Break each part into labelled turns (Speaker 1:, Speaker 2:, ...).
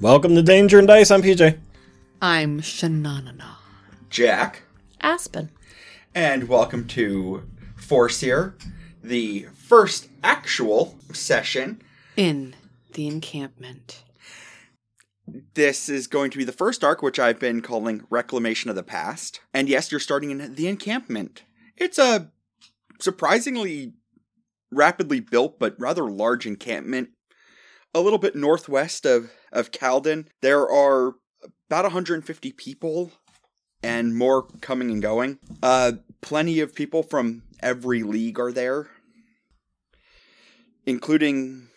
Speaker 1: Welcome to Danger and Dice. I'm PJ.
Speaker 2: I'm Shananana.
Speaker 3: Jack,
Speaker 2: Aspen.
Speaker 3: and welcome to Force here, the first actual session.
Speaker 2: In the encampment.
Speaker 3: This is going to be the first arc, which I've been calling Reclamation of the Past. And yes, you're starting in the encampment. It's a surprisingly rapidly built but rather large encampment. A little bit northwest of, of Calden, there are about 150 people and more coming and going. Uh, plenty of people from every league are there, including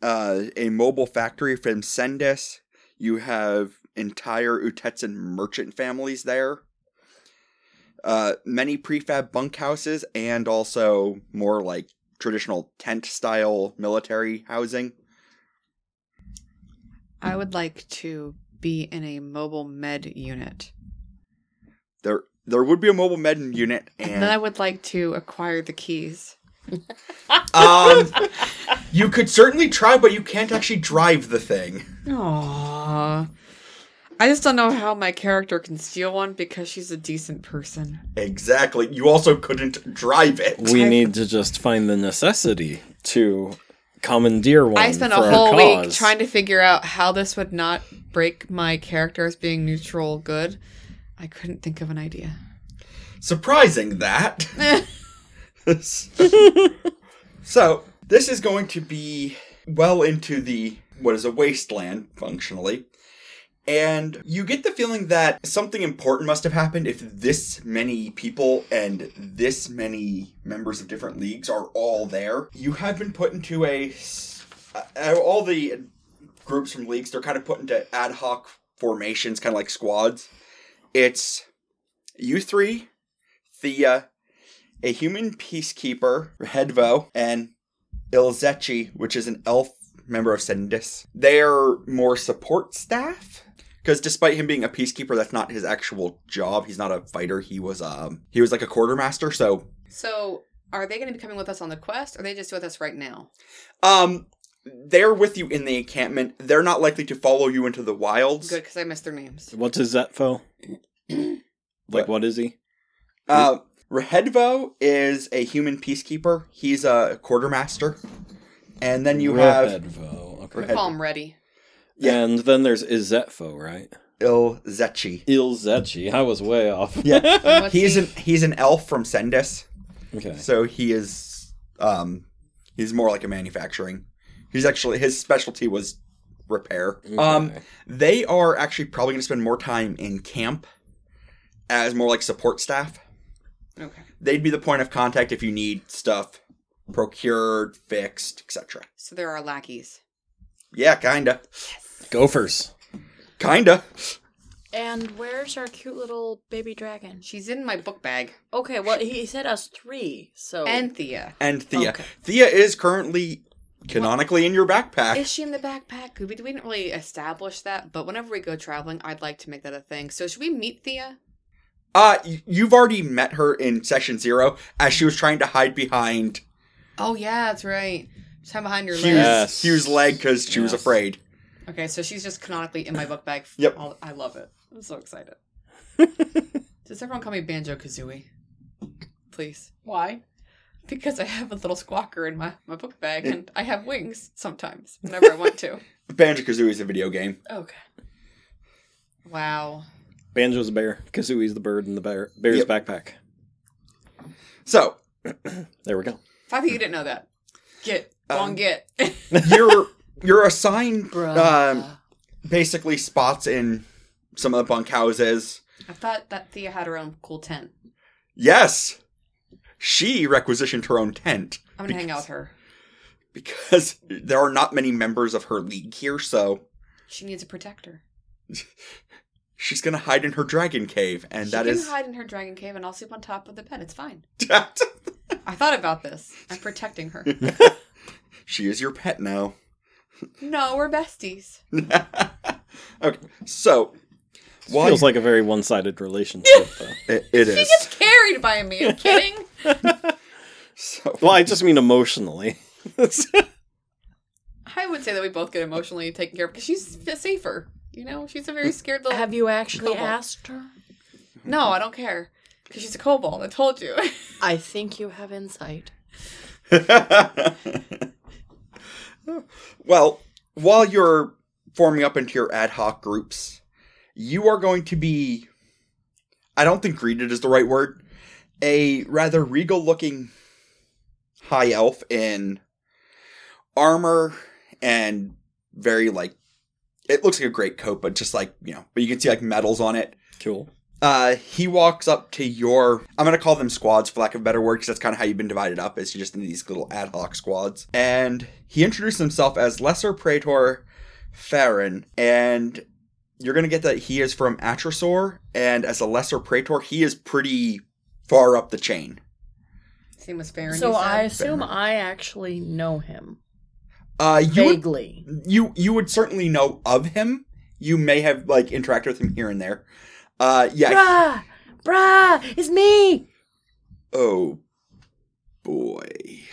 Speaker 3: uh, a mobile factory from Sendis. You have entire Utetsan merchant families there. Uh, many prefab bunkhouses and also more like traditional tent style military housing.
Speaker 2: I would like to be in a mobile med unit.
Speaker 3: There there would be a mobile med unit
Speaker 2: And,
Speaker 3: and
Speaker 2: then I would like to acquire the keys.
Speaker 3: um you could certainly try but you can't actually drive the thing.
Speaker 2: Aww. I just don't know how my character can steal one because she's a decent person.
Speaker 3: Exactly. You also couldn't drive it.
Speaker 1: We need to just find the necessity to commandeer one.
Speaker 2: I spent a
Speaker 1: for our
Speaker 2: whole week
Speaker 1: cause.
Speaker 2: trying to figure out how this would not break my character as being neutral good. I couldn't think of an idea.
Speaker 3: Surprising that. so, this is going to be well into the what is a wasteland functionally. And you get the feeling that something important must have happened if this many people and this many members of different leagues are all there. You have been put into a. s- Uh, all the groups from leagues, they're kind of put into ad hoc formations, kind of like squads. It's you three, Thea, a human peacekeeper, Hedvo, and Ilzechi, which is an elf member of Sendis. They're more support staff. Because despite him being a peacekeeper, that's not his actual job. He's not a fighter. He was um he was like a quartermaster. So
Speaker 2: So, are they going to be coming with us on the quest? Or are they just with us right now?
Speaker 3: um they're with you in the encampment. They're not likely to follow you into the wilds.
Speaker 2: Good, because I missed their names.
Speaker 1: What's his Zetfo? like, what is he?
Speaker 3: Uh, Rehedvo is a human peacekeeper. He's a quartermaster. And then you have
Speaker 1: Redvo,
Speaker 2: We
Speaker 1: Okay.
Speaker 3: Red-
Speaker 2: call them Ready.
Speaker 3: yeah.
Speaker 1: And then there's Izetfo, right?
Speaker 3: Ilzechi.
Speaker 1: Ilzechi. I was way off.
Speaker 2: And what's
Speaker 3: He's
Speaker 2: he-
Speaker 3: an he's an elf from Sendis,
Speaker 1: okay.
Speaker 3: so he is um he's more like a manufacturing. He's actually his specialty was repair.
Speaker 1: Mm-hmm.
Speaker 3: Um,
Speaker 1: Okay.
Speaker 3: they are actually probably going to spend more time in camp as more like support staff.
Speaker 2: Okay.
Speaker 3: They'd be the point of contact if you need stuff procured, fixed, etc.
Speaker 2: So there are lackeys.
Speaker 3: Yeah, kinda,
Speaker 1: Gophers.
Speaker 3: kinda.
Speaker 4: And where's our cute little baby dragon?
Speaker 2: She's in my book bag.
Speaker 4: Okay, well he said us three, so
Speaker 2: And Thea.
Speaker 3: And Thea.
Speaker 4: Okay.
Speaker 3: Thea is currently canonically in your backpack.
Speaker 2: Is she in the backpack? We, we didn't really establish that, but whenever we go traveling, I'd like to make that a thing. So should we meet Thea?
Speaker 3: Uh, y- you've already met her in session zero as she was trying to hide behind
Speaker 2: Oh yeah, that's right. She's hiding behind your
Speaker 3: Hugh's,
Speaker 2: legs.
Speaker 1: Yes.
Speaker 3: Hugh's leg because she was
Speaker 1: Yes.
Speaker 3: afraid.
Speaker 2: Okay, so she's just canonically in my book bag.
Speaker 3: Yep.
Speaker 2: All- I love it. I'm so excited. Does everyone call me Banjo Kazooie? Please.
Speaker 4: why?
Speaker 2: Because I have a little squawker in my, my book bag and I have wings sometimes whenever I want to.
Speaker 3: Banjo Kazooie is a video game.
Speaker 4: Okay.
Speaker 2: Wow.
Speaker 1: Banjo's a bear. Kazooie's the bird in the bear. Bear's
Speaker 3: Yep.
Speaker 1: backpack.
Speaker 3: So
Speaker 1: There we go.
Speaker 2: Fact that you didn't know that. Get.
Speaker 3: Um,
Speaker 2: Long get.
Speaker 3: you're you're assigned
Speaker 2: Bruh.
Speaker 3: um, basically spots in some of the bunkhouses.
Speaker 2: I thought that Thea had her own cool tent.
Speaker 3: Yes, she requisitioned her own tent
Speaker 2: I'm gonna hang out with her.
Speaker 3: because there are not many members of her league here, so
Speaker 2: She needs a protector.
Speaker 3: she's gonna hide in her dragon cave, and
Speaker 2: she
Speaker 3: that
Speaker 2: can
Speaker 3: is
Speaker 2: hide in her dragon cave and I'll sleep on top of the bed. It's fine. I thought about this. I'm protecting her.
Speaker 3: she is your pet now.
Speaker 2: no, we're besties.
Speaker 3: okay, so while
Speaker 1: Feels like a very one-sided relationship. though.
Speaker 3: it, it is.
Speaker 2: It's carried by me. Are you kidding?
Speaker 3: So
Speaker 1: Well, I just mean emotionally.
Speaker 2: I I would say that we both get emotionally taken care of because she's f- safer. You know, she's a very scared little.
Speaker 4: Have you actually
Speaker 2: Cobalt.
Speaker 4: asked her?
Speaker 2: no, I don't care because she's a kobold. I told you.
Speaker 4: I think you have insight.
Speaker 3: well, while you're forming up into your ad hoc groups, you are going to be I don't think greeted is the right word. A rather regal looking high elf in armor and very like it looks like a great coat, but just like, you know, but you can see like medals on it.
Speaker 1: Cool.
Speaker 3: Uh, he walks up to your. I'm gonna call them squads for lack of a better word, because that's kind of how you've been divided up. Is you just in these little ad hoc squads, and he introduced himself as Lesser Praetor Farron, and you're gonna get that he is from Atrasor, and as a Lesser Praetor, he is pretty far up the chain.
Speaker 2: Same with Farron.
Speaker 4: so
Speaker 2: you said?
Speaker 4: I assume
Speaker 3: Baron.
Speaker 4: I actually know him
Speaker 3: Uh, you would,
Speaker 4: vaguely.
Speaker 3: you you would certainly know of him. You may have like interacted with him here and there. Uh, yeah.
Speaker 4: Bruh, bruh, it's me.
Speaker 3: Oh boy.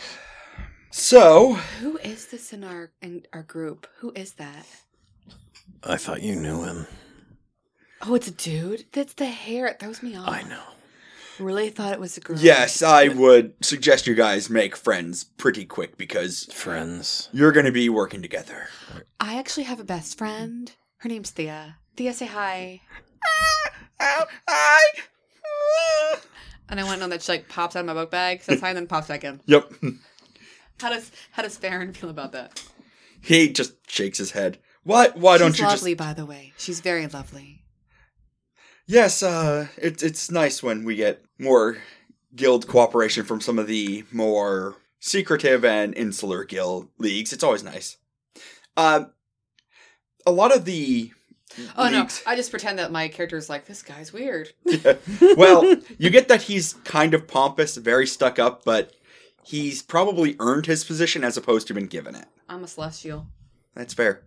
Speaker 3: So.
Speaker 2: Who is this in our in our group? Who is that?
Speaker 1: I thought you knew him.
Speaker 2: Oh, it's a dude. That's the hair. It throws me off.
Speaker 1: I know.
Speaker 2: Really thought it was a girl.
Speaker 3: Yes, I would suggest you guys make friends pretty quick because
Speaker 1: Friends.
Speaker 3: you're going to be working together.
Speaker 2: I actually have a best friend. Her name's Thea. Thea, say hi. uh. And I want to know that she like pops out of my book bag, says hi, and then pops back in.
Speaker 3: Yep.
Speaker 2: How does how does Farron feel about that?
Speaker 3: He just shakes his head. What? Why don't
Speaker 2: She's
Speaker 3: you
Speaker 2: lovely,
Speaker 3: just?
Speaker 2: by the way. She's very lovely.
Speaker 3: Yes. Uh, it's it's nice when we get more guild cooperation from some of the more secretive and insular guild leagues. It's always nice. Um, a lot of the.
Speaker 2: Oh no,
Speaker 3: leagues-
Speaker 2: I just pretend that my character's like this guy's weird.
Speaker 3: well, you get that he's kind of pompous, very stuck up, but he's probably earned his position as opposed to been given it.
Speaker 2: I'm a celestial.
Speaker 3: That's fair.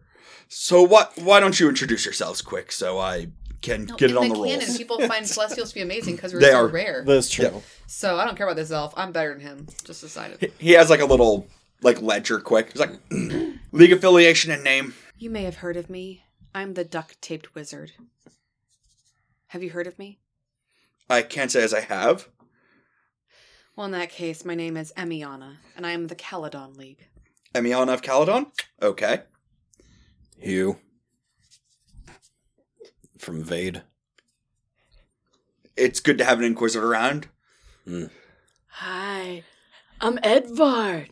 Speaker 3: So what? Why don't you introduce yourselves quick so I can get it
Speaker 2: in the
Speaker 3: on the
Speaker 2: canon,
Speaker 3: rolls?
Speaker 2: people find celestials to be amazing because we're
Speaker 3: They
Speaker 2: so
Speaker 3: are.
Speaker 2: rare.
Speaker 1: That's true.
Speaker 2: So I don't care about this elf. I'm better than him. Just decided.
Speaker 3: He has like a little like ledger quick. He's like league affiliation and name.
Speaker 2: You may have heard of me. I'm the duct taped wizard. Have you heard of me?
Speaker 3: I can't say as I have.
Speaker 2: Well, in that case, my name is Emiana, and I am the Caledon League.
Speaker 3: Emiana of Caledon. Okay.
Speaker 1: Hugh. From Vade.
Speaker 3: It's good to have an inquisitor around.
Speaker 4: Hi, I'm Edvard.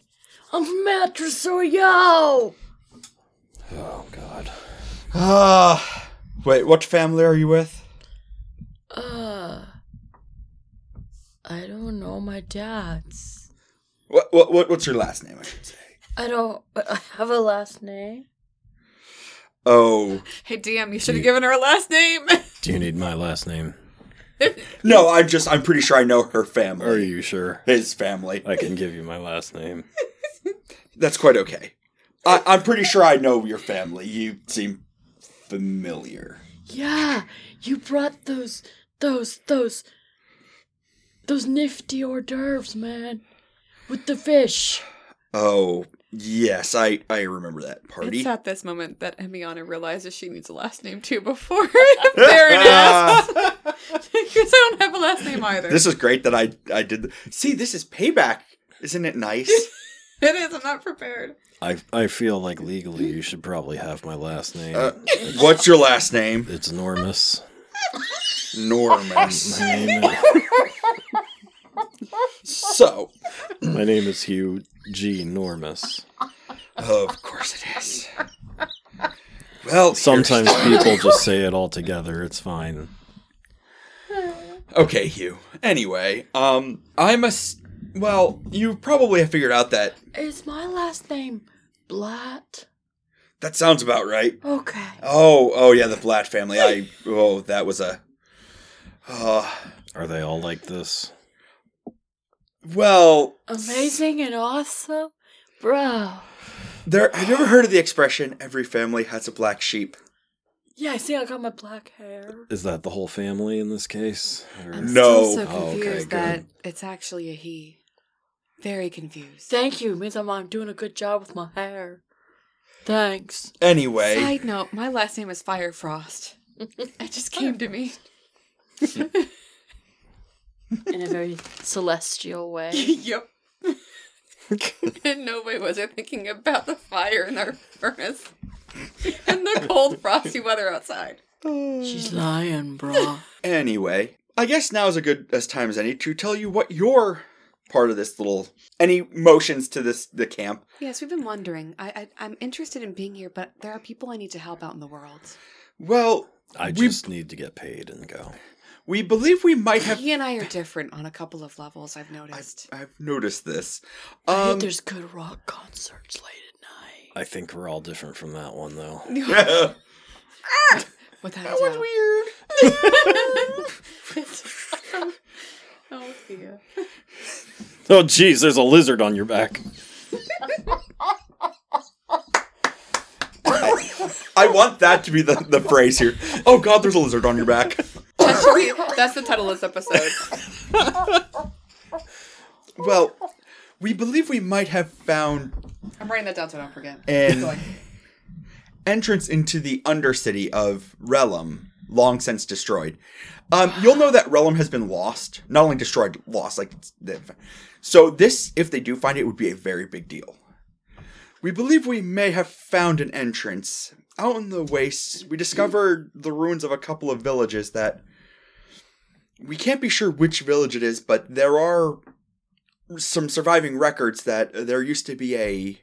Speaker 4: I'm from Atrasor, yo.
Speaker 1: Oh god.
Speaker 3: Ah. wait, what family are you with?
Speaker 4: Uh, I don't know my dad's.
Speaker 3: What, what, what what's your last name? I should say.
Speaker 4: I don't. But I have a last name.
Speaker 3: Oh
Speaker 2: Hey, DM, you should
Speaker 1: Dude.
Speaker 2: have given her a last name.
Speaker 1: Do you need my last name?
Speaker 3: no, I'm just I'm pretty sure I know her family.
Speaker 1: Are you sure?
Speaker 3: his family.
Speaker 1: I can give you my last name.
Speaker 3: That's quite okay. I, I'm pretty sure I know your family. You seem familiar.
Speaker 4: Yeah, you brought those, those, those, those nifty hors d'oeuvres, man, with the fish.
Speaker 3: Oh yes, I I remember that party.
Speaker 2: It's at this moment that Emiana realizes she needs a last name too before Baron asks. Because I don't have a last name either.
Speaker 3: this is great that I I did. th- See, this is payback. Isn't it nice?
Speaker 2: it is, I'm not prepared.
Speaker 1: I I feel like legally you should probably have my last name.
Speaker 3: Uh, what's your last name?
Speaker 1: it's Normus.
Speaker 3: Normus.
Speaker 1: My name is,
Speaker 3: So,
Speaker 1: my name is Hugh G. Normus.
Speaker 3: of course it is. Well, here's-
Speaker 1: Sometimes people just say it all together. It's fine.
Speaker 3: Okay, Hugh. Anyway, um, I must. Well, you probably have figured out that
Speaker 4: Is my last name Blatt?
Speaker 3: that sounds about right.
Speaker 4: Okay.
Speaker 3: Oh, oh yeah, the Blatt family. I oh, that was a. Uh,
Speaker 1: Are they all like this?
Speaker 3: well,
Speaker 4: Amazing and awesome, bro.
Speaker 3: there. Have you ever heard of the expression "every family has a black sheep"?
Speaker 4: Yeah, I see. I got my black hair.
Speaker 1: Is that the whole family in this case? Or-
Speaker 2: I'm
Speaker 3: No.
Speaker 2: still so
Speaker 1: Oh, okay,
Speaker 2: confused
Speaker 1: good.
Speaker 2: that it's actually a he. Very confused.
Speaker 4: Thank you. Means I'm, I'm doing a good job with my hair. Thanks.
Speaker 3: Anyway,
Speaker 2: Side note, my last name is Firefrost. It just came to me.
Speaker 4: In a very celestial way.
Speaker 2: yep. and no way was I thinking about the fire in our furnace and the cold, frosty weather outside.
Speaker 4: She's lying, brah.
Speaker 3: anyway, I guess now is a good as time as any to tell you what your part of this little any motions to this the camp.
Speaker 2: Yes, we've been wondering. I, I I'm interested in being here, but there are people I need to help out in the world.
Speaker 3: Well,
Speaker 1: I
Speaker 3: We-
Speaker 1: just need to get paid and go.
Speaker 3: we believe we might have.
Speaker 2: He and I are different on a couple of levels. I've noticed.
Speaker 3: I've noticed this.
Speaker 4: I
Speaker 3: Um,
Speaker 4: think there's good rock concerts late
Speaker 1: I think we're all different from that one though.
Speaker 3: that
Speaker 2: Without a
Speaker 3: was
Speaker 2: doubt.
Speaker 3: weird.
Speaker 2: oh dear.
Speaker 1: Oh jeez, there's a lizard on your back.
Speaker 3: I want that to be the, the phrase here. Oh God, there's a lizard on your back.
Speaker 2: That should be, that's the title of this episode.
Speaker 3: Well, we believe we might have found
Speaker 2: I'm writing that down so I don't forget.
Speaker 3: And-
Speaker 2: Go ahead.
Speaker 3: entrance into the undercity of Relum, long since destroyed. Um, you'll know that Relum has been lost, not only destroyed, lost. Like, it's- they've- so this, if they do find it, would be a very big deal. We believe we may have found an entrance out in the wastes. We discovered the ruins of a couple of villages that we can't be sure which village it is, but there are some surviving records that there used to be a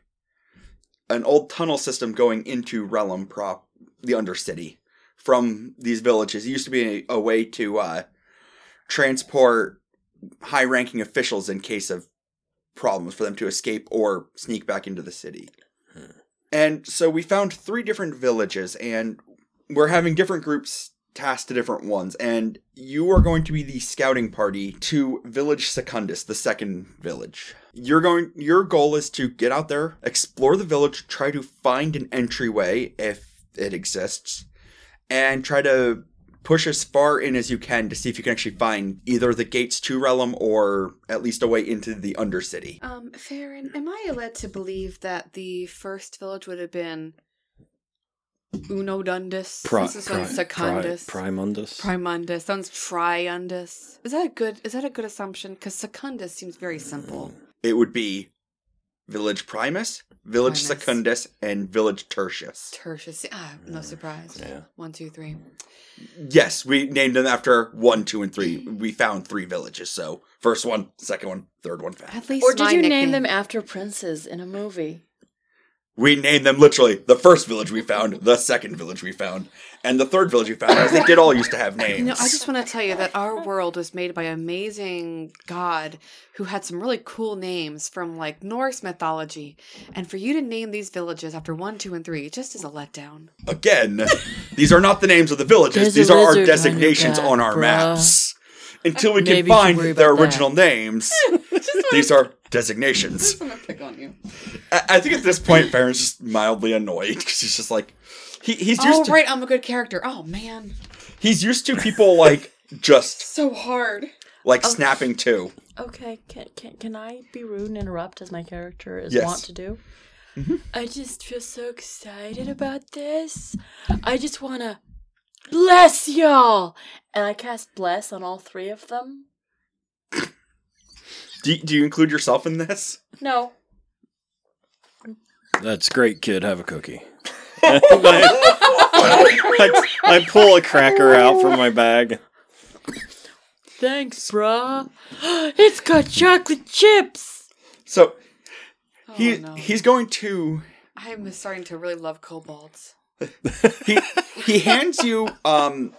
Speaker 3: an old tunnel system going into Relum prop the Undercity from these villages. It used to be a, a way to uh, transport high ranking officials in case of problems for them to escape or sneak back into the city.
Speaker 1: Hmm.
Speaker 3: And so we found three different villages and we're having different groups tasked to different ones and you are going to be the scouting party to village secundus the second village you're going your goal is to get out there explore the village try to find an entryway if it exists and try to push as far in as you can to see if you can actually find either the gates to realm or at least a way into the undercity
Speaker 2: Um, Farron, am I led to believe that the first village would have been Uno Dundus?
Speaker 1: Pri-
Speaker 2: this is on
Speaker 1: pri- pri-
Speaker 2: Secundus.
Speaker 1: primundus.
Speaker 2: Primundus. Sounds Triundus. Is that a good is that a good assumption? Because Secundus seems very simple.
Speaker 3: it would be village primus village
Speaker 2: Primus.
Speaker 3: secundus and village tertius
Speaker 2: Tertius. Ah, no surprise.
Speaker 1: Yeah.
Speaker 2: One, two, three.
Speaker 3: Yes, we named them after one, two, and three. We found three villages. So first one, second one, third one. Found.
Speaker 2: At least
Speaker 4: or did
Speaker 2: my
Speaker 4: you name
Speaker 2: nickname-
Speaker 4: them after princes in a movie?
Speaker 3: We named them literally the first village we found, the second village we found, and the third village we found. I think it all used to have names.
Speaker 2: No, I just want to tell you that our world was made by an amazing god who had some really cool names from like Norse mythology. And for you to name these villages after one, two, and three just is a letdown.
Speaker 3: Again, these are not the names of the villages.
Speaker 4: There's
Speaker 3: These
Speaker 4: a
Speaker 3: are our
Speaker 4: lizard on your
Speaker 3: designations
Speaker 4: back,
Speaker 3: on our
Speaker 4: bruh.
Speaker 3: maps. Until we can
Speaker 4: Maybe you should
Speaker 3: find
Speaker 4: worry
Speaker 3: their
Speaker 4: about that.
Speaker 3: original names, these are designations.
Speaker 2: I'm gonna pick on you.
Speaker 3: I, I think at this point, Baron's just mildly annoyed because he's just like, he, he's used
Speaker 2: Oh
Speaker 3: to
Speaker 2: right, I'm a good character. Oh man,
Speaker 3: he's used to people like just
Speaker 2: so hard.
Speaker 3: like snapping too.
Speaker 4: Okay, can, can, can I be rude and interrupt as my character is
Speaker 3: Yes. Mm-hmm.
Speaker 4: wont to do? I just feel so excited about this. I just want to bless y'all. And I cast bless on all three of them.
Speaker 3: Do, do you include yourself in this?
Speaker 4: No.
Speaker 1: That's great, kid. Have a cookie. I, I- I pull a cracker out from my bag.
Speaker 4: Thanks, bruh. it's got chocolate chips.
Speaker 3: So
Speaker 2: Oh,
Speaker 3: he
Speaker 2: no.
Speaker 3: he's going to
Speaker 2: I'm starting to really love kobolds.
Speaker 3: he he hands you um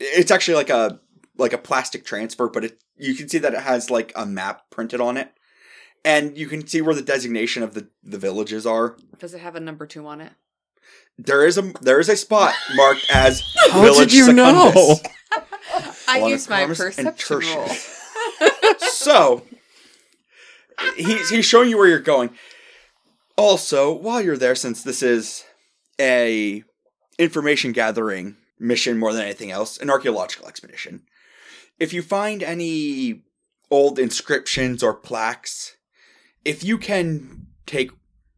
Speaker 3: it's actually like a like a plastic transfer, but it you can see that it has like a map printed on it. And you can see where the designation of the, the villages are.
Speaker 2: Does it have a number two on it?
Speaker 3: There is a there is a spot marked as
Speaker 1: How
Speaker 3: Village
Speaker 1: did you know?
Speaker 3: Secundus.
Speaker 2: I
Speaker 3: Lana
Speaker 2: used my
Speaker 3: Kramer's and
Speaker 2: perception
Speaker 3: Tertius.
Speaker 2: roll.
Speaker 3: so he's he's showing you where you're going. Also, while you're there, since this is a information gathering mission more than anything else, an archaeological expedition, if you find any old inscriptions or plaques, if you can take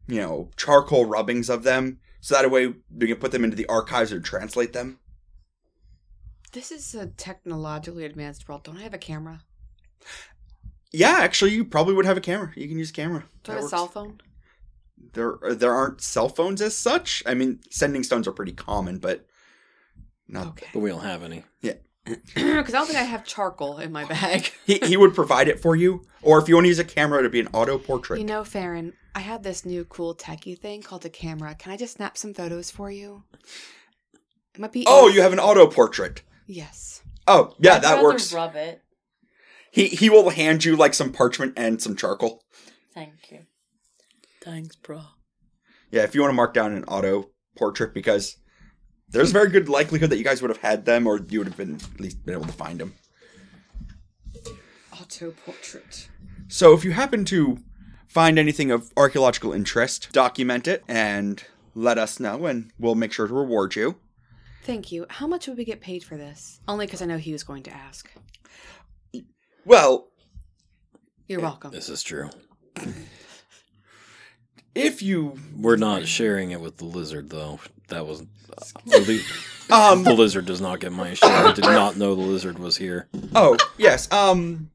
Speaker 3: you know, charcoal rubbings of them. So that way we can put them into the archives and translate them.
Speaker 2: This is a technologically advanced world. Don't I have a camera?
Speaker 3: Yeah, actually, you probably would have a camera. You can use a camera.
Speaker 2: Do
Speaker 3: That
Speaker 2: I have a
Speaker 3: works.
Speaker 2: cell phone?
Speaker 3: There, uh, there aren't cell phones as such. I mean, sending stones are pretty common, but not.
Speaker 1: But
Speaker 2: Okay.
Speaker 1: we don't have any.
Speaker 2: Because I don't think I have charcoal in my bag.
Speaker 3: He, he would provide it for you, or if you want to use a camera, it'd be an auto portrait.
Speaker 2: You know, Farron, I have this new cool techie thing called a camera. Can I just snap some photos for you? It might be.
Speaker 3: oh, you have an auto portrait.
Speaker 2: Yes.
Speaker 3: Oh, yeah,
Speaker 4: I'd
Speaker 3: that
Speaker 4: rather
Speaker 3: works.
Speaker 4: Rub it.
Speaker 3: He he will hand you like some parchment and some charcoal.
Speaker 4: Thank you. Thanks, bro.
Speaker 3: Yeah, if you want to mark down an auto portrait, because there's a very good likelihood that you guys would have had them, or you would have been at least been able to find them.
Speaker 2: Auto portrait.
Speaker 3: So if you happen to find anything of archaeological interest, document it and let us know, and we'll make sure to reward you.
Speaker 2: Thank you. How much would we get paid for this? Only because I know he was going to ask.
Speaker 3: Well,
Speaker 2: You're welcome.
Speaker 1: This is true.
Speaker 3: if you
Speaker 1: We're not sharing it with the lizard, though. That was. the,
Speaker 3: um
Speaker 1: the lizard does not get my share. I did not know the lizard was here.
Speaker 3: oh yes um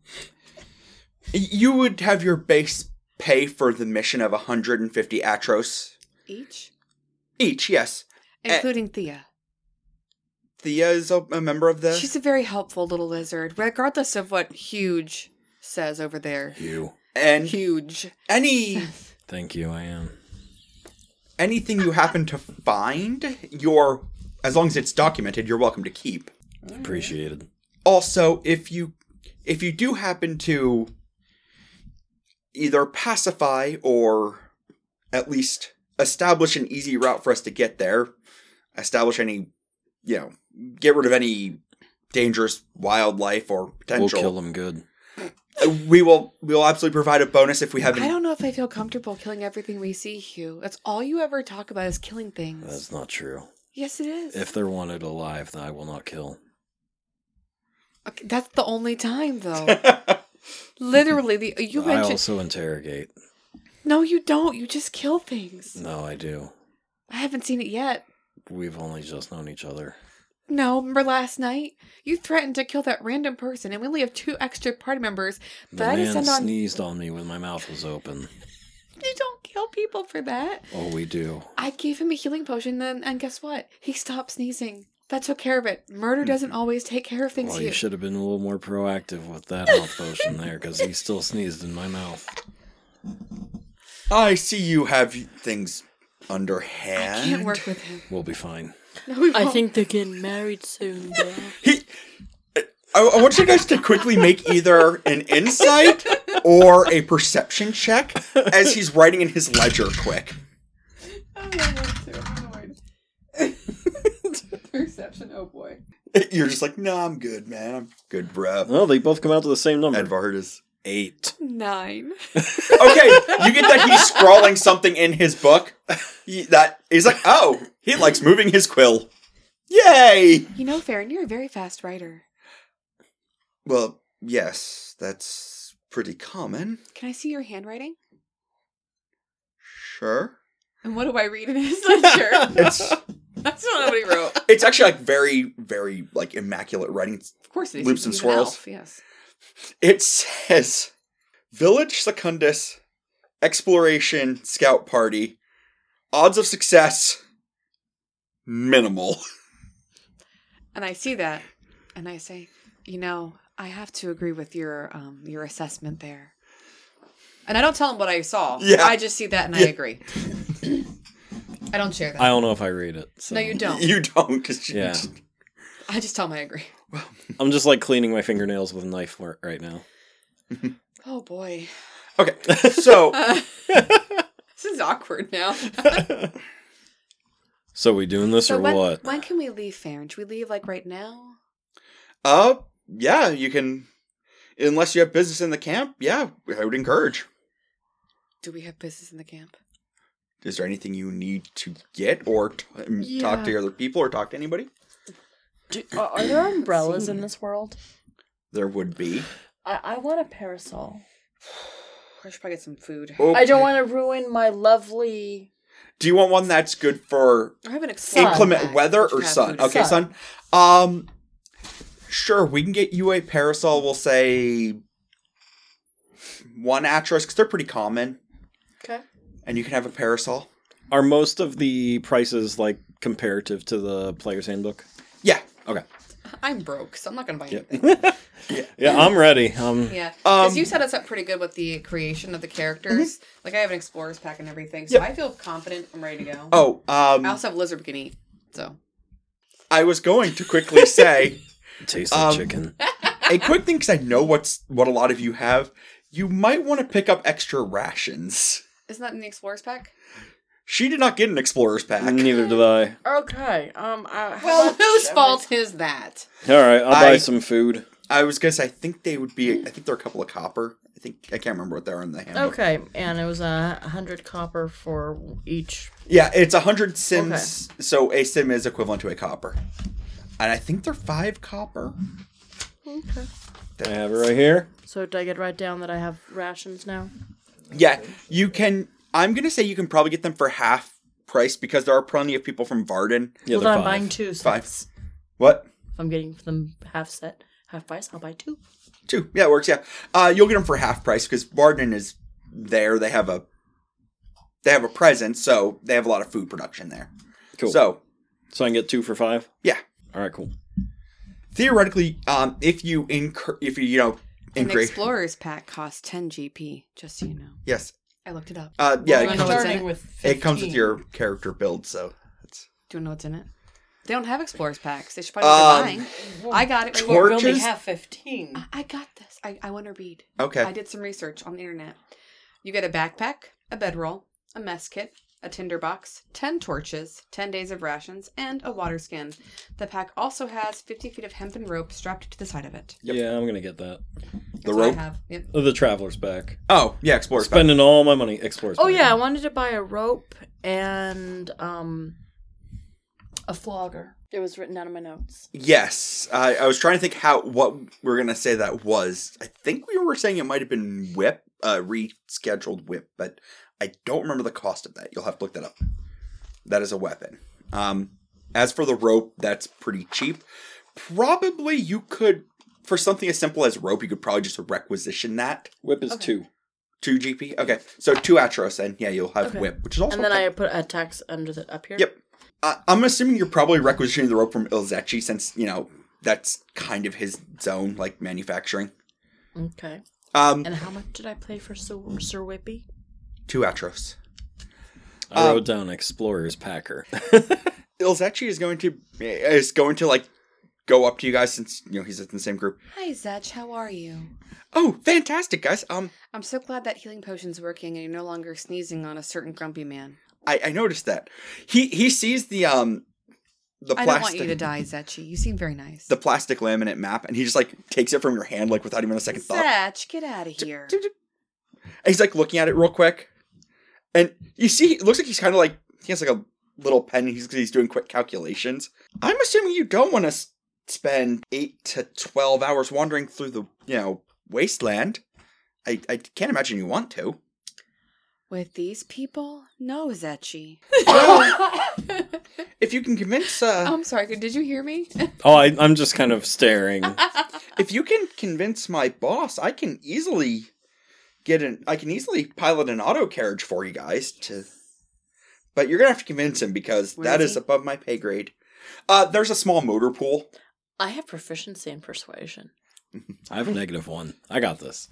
Speaker 3: y- you would have your base pay for the mission of 150 atros
Speaker 2: Each?
Speaker 3: each. Yes, Eh.
Speaker 2: Including Thea.
Speaker 3: Thea is a, a member of the.
Speaker 2: She's a very helpful little lizard, regardless of what huge says over there.
Speaker 1: You.
Speaker 3: and
Speaker 2: Huge.
Speaker 3: any
Speaker 1: Thank you, I am.
Speaker 3: anything you happen to find, you're as long as it's documented, you're welcome to keep.
Speaker 1: Appreciated.
Speaker 3: Also, if you if you do happen to either pacify or at least establish an easy route for us to get there, establish any you know, get rid of any dangerous wildlife or
Speaker 1: We'll
Speaker 3: potential. uh,
Speaker 1: kill him good.
Speaker 3: We will we will absolutely provide a bonus if we have
Speaker 2: I
Speaker 3: any
Speaker 2: don't know if I feel comfortable killing everything we see, Hugh. That's all you ever talk about is killing things.
Speaker 1: That's not true.
Speaker 2: yes, it is.
Speaker 1: If they're wanted alive, then I will not kill.
Speaker 2: Okay, that's the only time, though. Literally, the you
Speaker 1: I
Speaker 2: mentioned.
Speaker 1: also interrogate.
Speaker 2: No, you don't. You just kill things.
Speaker 1: No, I do.
Speaker 2: I haven't seen it yet.
Speaker 1: We've only just known each other.
Speaker 2: No, remember last night? You threatened to kill that random person, and we only have two extra party members.
Speaker 1: The
Speaker 2: But I just
Speaker 1: man
Speaker 2: send on.
Speaker 1: sneezed on me when my mouth was open.
Speaker 2: You don't kill people for that.
Speaker 1: Oh, we do.
Speaker 2: I gave him a healing potion, then, and guess what? He stopped sneezing. That took care of it. Murder doesn't always take care of things.
Speaker 1: Hmm. Well,
Speaker 2: Hugh.
Speaker 1: you should have been a little more proactive with that health potion there, because he still sneezed in my mouth.
Speaker 3: I see you have things
Speaker 2: I
Speaker 3: underhand.
Speaker 2: can't work with him.
Speaker 1: We'll be fine.
Speaker 2: No, we
Speaker 4: I
Speaker 2: won't.
Speaker 4: think they're getting married soon, bro.
Speaker 3: He, I, I want you guys to quickly make either an insight or a perception check as he's writing in his ledger quick.
Speaker 2: Perception. Oh boy.
Speaker 3: You're just like, no, I'm good, man. I'm good, bro.
Speaker 1: Well, they both come out to the same number.
Speaker 3: Edvard is.
Speaker 1: Eight.
Speaker 2: Nine.
Speaker 3: Okay, you get that he's scrawling something in his book. He- that he's like, oh, he likes moving his quill. Yay!
Speaker 2: You know, Farron, you're a very fast writer.
Speaker 3: Well, yes, that's pretty common.
Speaker 2: Can I see your handwriting?
Speaker 3: Sure.
Speaker 2: And what do I read in his ledger?
Speaker 3: It's
Speaker 2: That's not what he wrote.
Speaker 3: it's actually like very, very like immaculate writing. It's
Speaker 2: Of course it is.
Speaker 3: Loops and
Speaker 2: He's an
Speaker 3: swirls.
Speaker 2: elf, yes.
Speaker 3: It says Village Secundus Exploration Scout Party. Odds of success minimal.
Speaker 2: And I see that, and I say, you know, I have to agree with your um your assessment there. And I don't tell him what I saw.
Speaker 3: Yeah.
Speaker 2: I just see that and I
Speaker 3: Yeah.
Speaker 2: agree. I don't share that.
Speaker 1: I don't know if I read it. So.
Speaker 2: no, you don't.
Speaker 3: You don't cuz you
Speaker 1: Yeah.
Speaker 3: just-
Speaker 2: I just tell him I agree.
Speaker 1: I'm just like cleaning my fingernails with a knife work right now.
Speaker 2: Oh boy,
Speaker 3: Okay. So,
Speaker 2: this is awkward now.
Speaker 1: So we doing this
Speaker 2: so
Speaker 1: or
Speaker 2: when
Speaker 1: what?
Speaker 2: when can we leave, Farron? Should we leave like right now?
Speaker 3: uh yeah, you can unless you have business in the camp. Yeah, I would encourage.
Speaker 2: Do we have business in the camp?
Speaker 3: Is there anything you need to get or t- um, talk to
Speaker 4: Yeah.
Speaker 3: other people or talk to anybody?
Speaker 4: Do, are, are there umbrellas in this world?
Speaker 3: There would be.
Speaker 4: I, I want a parasol.
Speaker 2: I should probably get some food.
Speaker 4: I
Speaker 3: Okay.
Speaker 4: don't want to ruin my lovely.
Speaker 3: Do you want one that's good for
Speaker 2: I haven't explored.
Speaker 4: Sun.
Speaker 3: inclement
Speaker 2: that.
Speaker 3: weather
Speaker 2: Which
Speaker 3: or
Speaker 2: kind of
Speaker 3: sun?
Speaker 2: food is
Speaker 3: Okay,
Speaker 2: that?
Speaker 3: sun. Um, sure, we can get you a parasol. We'll say one atrax because they're pretty common,
Speaker 4: Okay.
Speaker 3: and you can have a parasol.
Speaker 1: Are most of the prices like comparative to the player's handbook?
Speaker 3: Yeah. Okay.
Speaker 2: I'm broke, so I'm not gonna buy
Speaker 1: Yep.
Speaker 2: anything.
Speaker 1: Yeah, I'm ready. Um,
Speaker 2: Yeah, because
Speaker 3: Um, Mm-hmm.
Speaker 2: you set us up pretty good with the creation of the characters. Like I have an explorer's pack and everything, so
Speaker 3: Yep.
Speaker 2: I feel confident. I'm ready to go.
Speaker 3: Oh,
Speaker 2: I
Speaker 3: um,
Speaker 2: also have lizard we can eat. So
Speaker 3: I was going to quickly say
Speaker 1: tastes like
Speaker 3: Um,
Speaker 1: chicken.
Speaker 3: a quick thing because I know what's what a lot of you have. You might want to pick up extra rations.
Speaker 2: isn't that in the explorer's pack?
Speaker 3: She did not get an explorer's pack.
Speaker 1: Neither did I.
Speaker 4: Okay. Um. I, how
Speaker 2: Well,
Speaker 4: much
Speaker 2: whose
Speaker 4: am I-
Speaker 2: fault is that?
Speaker 1: All right, I'll buy
Speaker 3: I-
Speaker 1: some food.
Speaker 3: I was gonna say I think they would be. I think they're a couple of copper. I think I can't remember what they are in the handbook.
Speaker 4: Okay, and it was a hundred copper for each.
Speaker 3: Yeah, it's a hundred sims. So a sim is equivalent to a copper, and I think they're five copper.
Speaker 4: Okay.
Speaker 1: I have it right here.
Speaker 4: So did I get right down that I have rations now?
Speaker 3: Yeah, you can. I'm gonna say you can probably get them for half price because there are plenty of people from Varden.
Speaker 1: Yeah,
Speaker 4: well, then I'm
Speaker 1: they're
Speaker 4: buying
Speaker 1: five.
Speaker 4: two
Speaker 3: Five.
Speaker 4: sets.
Speaker 3: What?
Speaker 4: If I'm getting them half set, half price, I'll buy two.
Speaker 3: Two. Yeah, it works. Yeah, uh, you'll get them for half price because Varden is there. They have a they have a presence, so they have a lot of food production there.
Speaker 1: Cool. So,
Speaker 3: So
Speaker 1: I can get two for five.
Speaker 3: yeah,
Speaker 1: All right, cool.
Speaker 3: theoretically, um, if you incur, if you you know
Speaker 2: An
Speaker 3: increase,
Speaker 2: explorer's pack costs 10 GP. Just so you know,
Speaker 3: yes,
Speaker 2: I looked it up.
Speaker 3: uh, yeah,
Speaker 2: I
Speaker 3: it
Speaker 2: don't
Speaker 3: comes,
Speaker 2: know what's in
Speaker 4: Starting
Speaker 2: it.
Speaker 4: with
Speaker 3: it comes
Speaker 4: 15.
Speaker 3: with your character build, so that's
Speaker 2: Do you know what's in it? They don't have explorer's packs. They should probably be
Speaker 3: Um,
Speaker 2: buying. I got it. right
Speaker 3: Tor-
Speaker 2: here.
Speaker 4: We only
Speaker 3: Torches?
Speaker 4: have fifteen.
Speaker 2: I- I got this. I, I want to read.
Speaker 3: okay.
Speaker 2: I did some research on the internet. You get a backpack, a bedroll, a mess kit, a tinderbox, 10 torches, 10 days of rations, and a water skin. The pack also has 50 feet of hempen rope strapped to the side of it.
Speaker 3: Yep.
Speaker 1: Yeah, I'm gonna get that.
Speaker 2: That's
Speaker 3: The
Speaker 2: what
Speaker 3: rope?
Speaker 2: I have. Yep.
Speaker 1: Oh, The traveler's back.
Speaker 3: Oh yeah, explore spend.
Speaker 1: Spending all my money. Explorer's.
Speaker 4: Oh
Speaker 1: back.
Speaker 4: yeah, I wanted to buy a rope and um a flogger. It was written down in my notes.
Speaker 3: Yes, I I was trying to think how what we're gonna say that was. I think we were saying it might have been whip, uh, rescheduled whip, but I don't remember the cost of that. You'll have to look that up. That is a weapon. Um, as for the rope, that's pretty cheap. Probably you could for something as simple as rope, you could probably just requisition that.
Speaker 1: Whip is
Speaker 4: Okay.
Speaker 1: two.
Speaker 3: Two GP. Okay, so two atros, and yeah, you'll have
Speaker 4: Okay.
Speaker 3: whip, which is also.
Speaker 4: And then
Speaker 3: okay.
Speaker 4: I put a tax under the up here.
Speaker 3: Yep. Uh, I'm assuming you're probably requisitioning the rope from Ilzechi since, you know, that's kind of his zone, like manufacturing.
Speaker 4: Okay.
Speaker 3: Um,
Speaker 4: And how much did I play for Sir, Sir Whippy?
Speaker 3: two Atros.
Speaker 1: I
Speaker 3: Um,
Speaker 1: wrote down explorer's packer.
Speaker 3: Ilzechi is going to, eh, is going to, like, go up to you guys since, you know, he's in the same group.
Speaker 2: Hi, Zach. How are you?
Speaker 3: Oh, fantastic, guys. Um,
Speaker 2: I'm so glad that healing potion's working and you're no longer sneezing on a certain grumpy man.
Speaker 3: I, I noticed that. He, he sees the, um, the
Speaker 2: I
Speaker 3: plastic.
Speaker 2: don't want you to die, Zetchi. You seem very nice.
Speaker 3: The plastic laminate map, and he just like takes it from your hand, like without even a second thought.
Speaker 2: Zach, get out of here.
Speaker 3: And he's like looking at it real quick, and you see, it looks like he's kind of like he has like a little pen. And he's he's doing quick calculations. I'm assuming you don't want to spend eight to twelve hours wandering through the you know wasteland. I I can't imagine you want to.
Speaker 2: With these people? No, Zetchi.
Speaker 3: If you can convince, uh,
Speaker 2: I'm sorry. Did you hear me?
Speaker 1: oh, I, I'm just kind of staring.
Speaker 3: if you can convince my boss, I can easily get an. I can easily pilot an auto carriage for you guys to. But you're gonna have to convince him because
Speaker 2: Where
Speaker 3: that
Speaker 2: is
Speaker 3: is
Speaker 2: he?
Speaker 3: above my pay grade. Uh, there's a small motor pool.
Speaker 4: I have proficiency in persuasion.
Speaker 1: I have a negative one. I got this.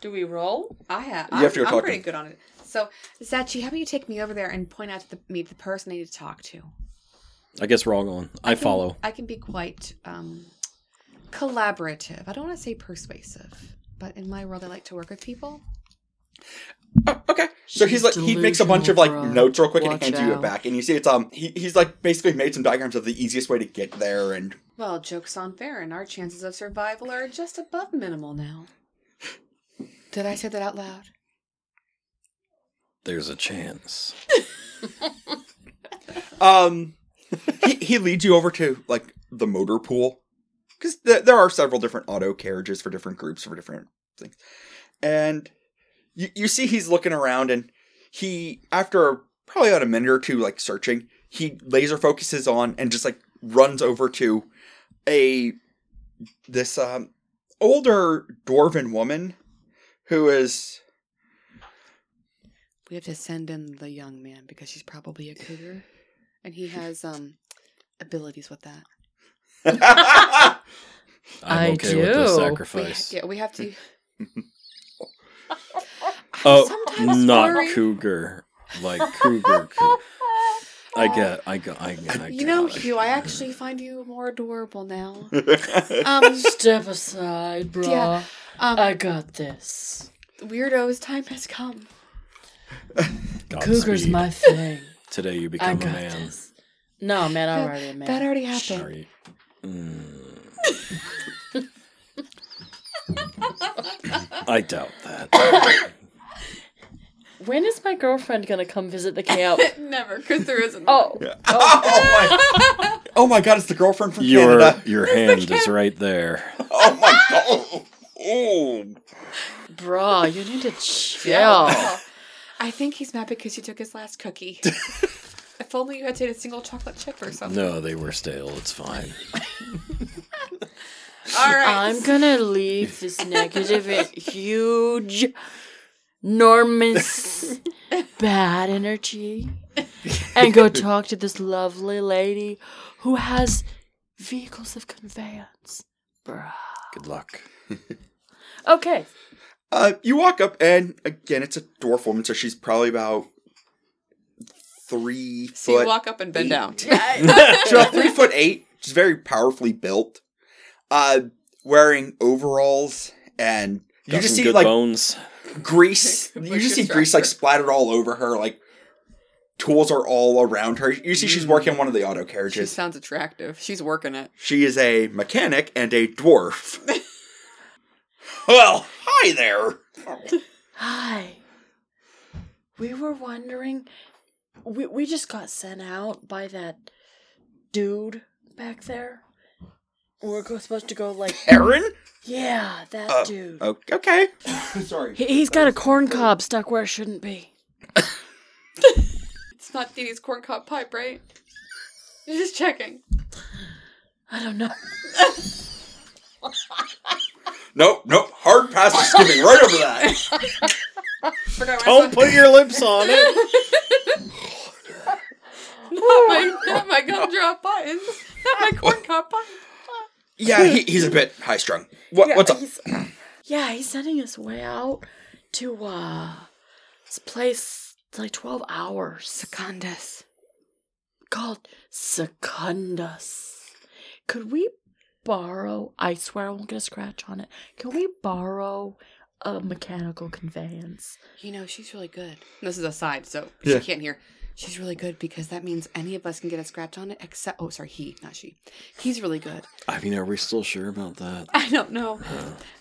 Speaker 4: Do we roll?
Speaker 2: I have.
Speaker 3: You
Speaker 2: I'm,
Speaker 3: have to go
Speaker 2: I'm
Speaker 3: talk to
Speaker 2: pretty
Speaker 3: him.
Speaker 2: good on it. So, Zachi, how about you take me over there and point out to the, me the person I need to talk to?
Speaker 1: I guess we're all going. I
Speaker 2: can-
Speaker 1: follow.
Speaker 2: I can be quite um, collaborative. I don't want to say persuasive, but in my world, I like to work with people.
Speaker 3: Oh, okay. So he's like he makes a bunch of like
Speaker 4: Delusional, bro.
Speaker 3: notes real quick and
Speaker 4: Watch
Speaker 3: hands you it
Speaker 4: out.
Speaker 3: back, and you see it's um he, he's like basically made some diagrams of the easiest way to get there, and
Speaker 2: Well, joke's on Farron. Our chances of survival are just above minimal now. Did I say that out loud?
Speaker 1: There's a chance.
Speaker 3: um he, he leads you over to like the motor pool, because th- there are several different auto carriages for different groups for different things, and you you see he's looking around and he after probably about a minute or two like searching he laser focuses on and just like runs over to a this um older dwarven woman who is
Speaker 2: We have to send in the young man because she's probably a cougar, and he has um abilities with that.
Speaker 3: Oh
Speaker 1: I'm
Speaker 4: I
Speaker 1: okay with this
Speaker 4: do.
Speaker 2: We,
Speaker 1: sacrifice.
Speaker 2: yeah, we have to.
Speaker 1: Oh,
Speaker 2: Sometimes
Speaker 1: not
Speaker 2: worry-
Speaker 1: cougar, like cougar. cou- I get, I got, I, I
Speaker 2: You know,
Speaker 1: got it.
Speaker 2: Hugh, I actually find you more adorable now.
Speaker 3: I
Speaker 2: Um,
Speaker 4: Step aside, bro.
Speaker 2: Yeah. um,
Speaker 4: I got this.
Speaker 2: weirdos, time has come.
Speaker 4: Cougar's
Speaker 1: Godspeed.
Speaker 4: my thing.
Speaker 1: Today you
Speaker 4: I
Speaker 1: become a
Speaker 4: got
Speaker 1: man.
Speaker 4: this. No, man, I'm already a man.
Speaker 2: That already happened.
Speaker 1: Sorry. Mm. I doubt that.
Speaker 4: When is my girlfriend gonna come visit the camp?
Speaker 2: Never, because there isn't.
Speaker 4: oh,
Speaker 3: oh, my, oh my god, it's the girlfriend from
Speaker 1: your
Speaker 3: Canada.
Speaker 1: your hand is right there.
Speaker 3: Oh my god. Oh.
Speaker 4: bruh, you need to chill.
Speaker 2: I think he's mad because you took his last cookie. if only you had taken a single chocolate chip or something.
Speaker 1: No, they were stale. It's fine.
Speaker 2: All right.
Speaker 4: I'm gonna leave this negative, and huge, enormous, bad energy and go talk to this lovely lady who has vehicles of conveyance. Bruh.
Speaker 1: Good luck.
Speaker 4: Okay.
Speaker 3: Uh, you walk up, and again, it's a dwarf woman, so she's probably about three
Speaker 2: so you
Speaker 3: foot.
Speaker 2: walk up and bend down.
Speaker 3: she's about three foot eight. She's very powerfully built. Uh, wearing overalls, and you
Speaker 1: Got
Speaker 3: just
Speaker 1: some
Speaker 3: see
Speaker 1: good
Speaker 3: like
Speaker 1: bones.
Speaker 3: grease.
Speaker 2: Look
Speaker 3: You just
Speaker 2: at
Speaker 3: see
Speaker 2: your
Speaker 3: grease like
Speaker 2: structure.
Speaker 3: splattered all over her. Like tools are all around her. You see, she's working
Speaker 2: Mm.
Speaker 3: on one of the auto
Speaker 2: She
Speaker 3: carriages.
Speaker 2: sounds attractive. She's working it.
Speaker 3: She is a mechanic and a dwarf. well, hi there.
Speaker 4: Hi. We were wondering. We, we just got sent out by that dude back there. We're go- supposed to go, like,
Speaker 3: Aaron?
Speaker 4: yeah, that
Speaker 3: Uh,
Speaker 4: dude.
Speaker 3: Oh, okay. Sorry.
Speaker 4: He, he's got a corn cob stuck where it shouldn't be.
Speaker 2: It's not Dee Dee's corn cob pipe, right? You're just checking.
Speaker 4: I don't know.
Speaker 3: Nope, nope. Hard pass is skipping right over that.
Speaker 2: Forgot my
Speaker 1: Don't put your lips on it.
Speaker 2: not my, not my gumdrop buttons. Not my corn cob pipe.
Speaker 3: Yeah, he, he's a bit high strung. What, what's up?
Speaker 4: He's, yeah, he's sending us way out to uh this place. It's like twelve hours
Speaker 2: Secundus.
Speaker 4: called Secundus. Could we borrow? I swear I won't get a scratch on it. Can we borrow a mechanical conveyance?
Speaker 2: You know, she's really good. This is a side, so
Speaker 3: Yeah.
Speaker 2: she can't hear. She's really good because that means any of us can get a scratch on it except, oh, sorry, he, not she. He's really good.
Speaker 1: I mean, are we still sure about that?
Speaker 2: I don't know.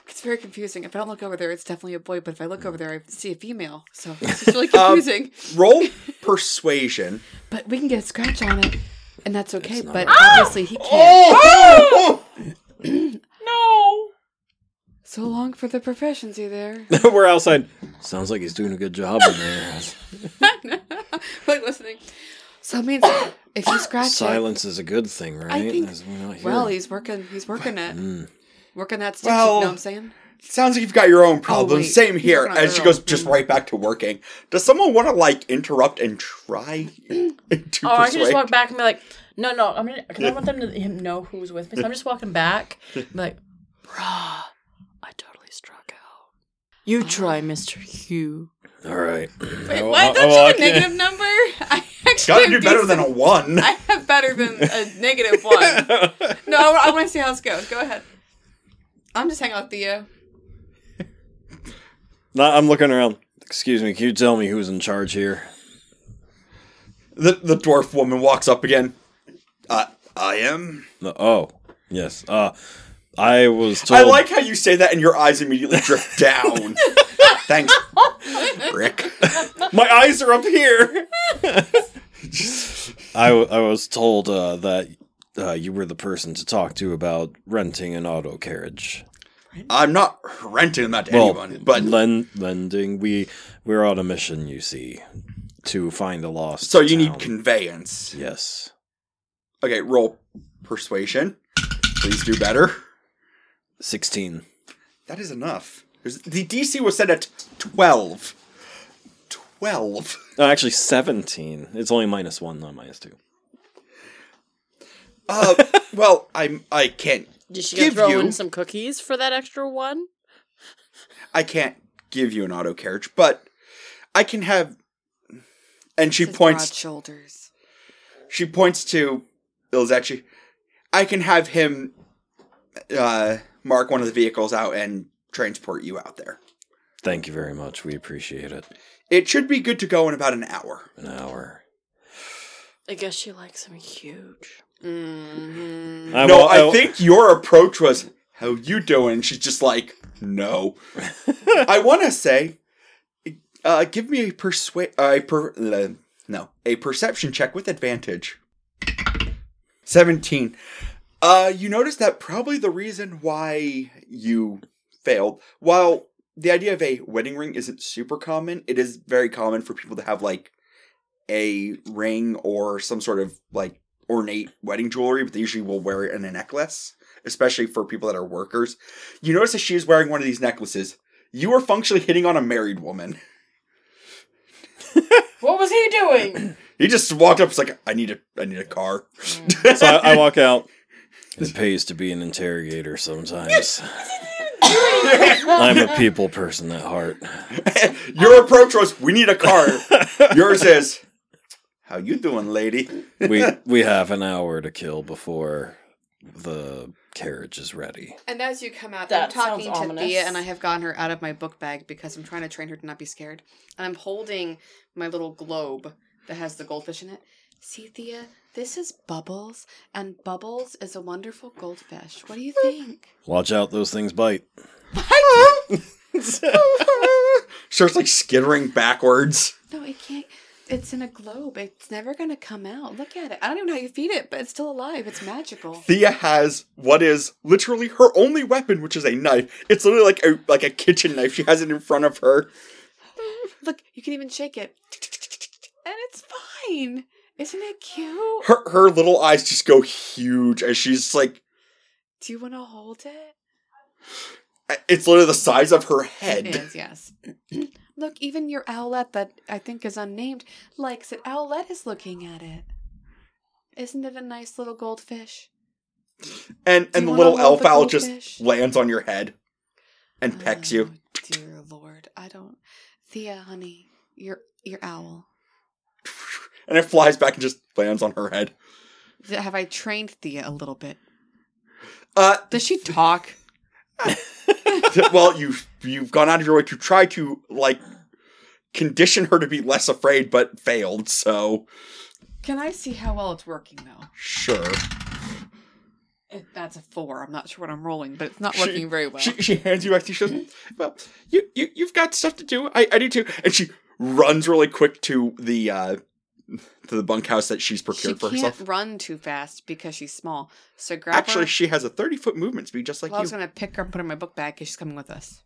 Speaker 2: It's very confusing. If I don't look over there, it's definitely a boy, but if I look over there, I see a female. So it's just really confusing.
Speaker 3: Roll persuasion.
Speaker 2: but we can get a scratch on it, and that's okay.
Speaker 1: It's not
Speaker 2: But
Speaker 1: right.
Speaker 2: obviously, he can't.
Speaker 3: Oh!
Speaker 4: No.
Speaker 2: So long for the proficiency there.
Speaker 1: we're outside. Sounds like he's doing a good job in there.
Speaker 2: like listening. So it means if you scratch
Speaker 1: Silence is a good thing, right?
Speaker 2: think-
Speaker 1: As we're not
Speaker 2: it,
Speaker 1: here.
Speaker 2: well, he's working. He's working it.
Speaker 1: Mm.
Speaker 2: Working that stick. you
Speaker 3: Well-
Speaker 2: know what I'm saying?
Speaker 3: Sounds like you've got your own problems.
Speaker 2: wait.
Speaker 3: Same here.
Speaker 2: You're not
Speaker 3: And she
Speaker 2: wrong.
Speaker 3: goes just right back to working. Does someone want to like interrupt and try to
Speaker 4: Oh, I can
Speaker 3: persuade?
Speaker 4: just walk back and be like, no, no. I'm gonna. 'cause I want them to him know who's with me. So I'm just walking back, and be like, bruh, I totally struck out. Um, You try, Mister Hugh.
Speaker 1: All right.
Speaker 2: Wait,
Speaker 1: I wa-
Speaker 3: Uh,
Speaker 2: what?
Speaker 1: I
Speaker 2: Don't you have
Speaker 1: walk
Speaker 2: a
Speaker 1: in.
Speaker 2: negative number? I actually
Speaker 3: Gotta
Speaker 2: have
Speaker 3: do better than a
Speaker 2: decent-
Speaker 3: one.
Speaker 2: I have better than a negative one. No, I, want to see how this goes. Go ahead. I'm just hanging out with Theo.
Speaker 1: No, I'm looking around. Excuse me. Can you tell me who's in charge here?
Speaker 3: the, the dwarf woman walks up again. Uh, I am.
Speaker 1: No, oh, yes. Uh, I was told.
Speaker 3: I like how you say that and your eyes immediately drift down. Thanks, Rick.
Speaker 1: my eyes are up here. I, w- I was told uh, that uh, you were the person to talk to about renting an auto carriage.
Speaker 3: I'm not renting that to anyone, but
Speaker 1: len- lending. We we're on a mission, you see, to find the lost.
Speaker 3: so you need
Speaker 1: town.
Speaker 3: conveyance.
Speaker 1: yes.
Speaker 3: Okay, roll persuasion. Please do better.
Speaker 1: Sixteen.
Speaker 3: That is enough. There's- the DC was set at 12. 12.
Speaker 1: No, actually seventeen. It's only minus one, not minus two.
Speaker 3: Uh, well, I'm I can't
Speaker 4: Did she
Speaker 3: give
Speaker 4: throw
Speaker 3: you
Speaker 4: in some cookies for that extra one?
Speaker 3: I can't give you an auto carriage, but I can have and she
Speaker 2: His
Speaker 3: points
Speaker 2: broad shoulders.
Speaker 3: she points to Ilzechi. I can have him uh, mark one of the vehicles out and transport you out there.
Speaker 1: Thank you very much. We appreciate it.
Speaker 3: It should be good to go in about an hour.
Speaker 1: An hour.
Speaker 4: I guess she likes him huge.
Speaker 2: hmm
Speaker 1: I
Speaker 3: no,
Speaker 1: wa-
Speaker 3: I
Speaker 1: wa-
Speaker 3: think your approach was, "How you doing?" She's just like, "No." I want to say, uh, "Give me a persuade, uh, per- uh, no, a perception check with advantage." Seventeen. Uh, you notice that probably the reason why you failed, while the idea of a wedding ring isn't super common, it is very common for people to have like a ring or some sort of like ornate wedding jewelry, but they usually will wear it in a necklace, especially for people that are workers. You notice that she is wearing one of these necklaces. You are functionally hitting on a married woman.
Speaker 4: What was he doing?
Speaker 3: He just walked up. It's like I need a I need a car.
Speaker 1: so I, I walk out. It pays to be an interrogator sometimes. I'm a people person at heart.
Speaker 3: Your approach was we need a car. Yours is how you doing, lady?
Speaker 1: We we have an hour to kill before the carriage is ready.
Speaker 2: And as you come out,
Speaker 4: That
Speaker 2: I'm talking to
Speaker 4: sounds ominous.
Speaker 2: Thea, and I have gotten her out of my book bag because I'm trying to train her to not be scared. And I'm holding my little globe that has the goldfish in it. See, Thea, this is Bubbles, and Bubbles is a wonderful goldfish. What do you think?
Speaker 1: Watch out, those things bite.
Speaker 3: Starts like skittering backwards.
Speaker 2: No, it can't. It's in a globe. It's never going to come out. Look at it. I don't even know how you feed it, but it's still alive. It's magical.
Speaker 3: Thea has what is literally her only weapon, which is a knife. It's literally like a like a kitchen knife. She has it in front of her.
Speaker 2: Look, you can even shake it. And it's fine. Isn't it cute?
Speaker 3: Her her little eyes just go huge as she's like
Speaker 2: Do you want to hold it?
Speaker 3: it's literally the size of her
Speaker 2: It
Speaker 3: head.
Speaker 2: is, yes. Look, even your owlet that I think is unnamed likes it. Owlet is looking at it. Isn't it a nice little goldfish?
Speaker 3: And
Speaker 2: Do you
Speaker 3: and the
Speaker 2: wanna
Speaker 3: little
Speaker 2: hold
Speaker 3: elf
Speaker 2: the
Speaker 3: owl just
Speaker 2: goldfish?
Speaker 3: lands on your head and pecks you.
Speaker 2: Oh, Dear Lord, I don't. Thea, honey, your your owl.
Speaker 3: And it flies back and just lands on her head.
Speaker 2: Th- Have I trained Thea a little bit?
Speaker 3: Uh
Speaker 2: Does she talk?
Speaker 3: well you you've gone out of your way to try to like condition her to be less afraid but failed, so
Speaker 2: Can I see how well it's working though?
Speaker 3: sure.
Speaker 2: If that's a four. I'm not sure what I'm rolling, but it's not
Speaker 3: She-
Speaker 2: working very well. Mm-hmm.
Speaker 3: She, she hands you back to shows. Well, you, you you've got stuff to do. I, I do too. And she runs really quick to the uh to the bunkhouse that she's
Speaker 2: She
Speaker 3: procured for
Speaker 2: can't
Speaker 3: herself.
Speaker 2: run too fast because she's small. So grab
Speaker 3: Actually,
Speaker 2: her.
Speaker 3: she has a thirty foot movement speed, just like
Speaker 2: well, I
Speaker 3: you.
Speaker 2: was gonna pick her and put her in my book bag because she's coming with us.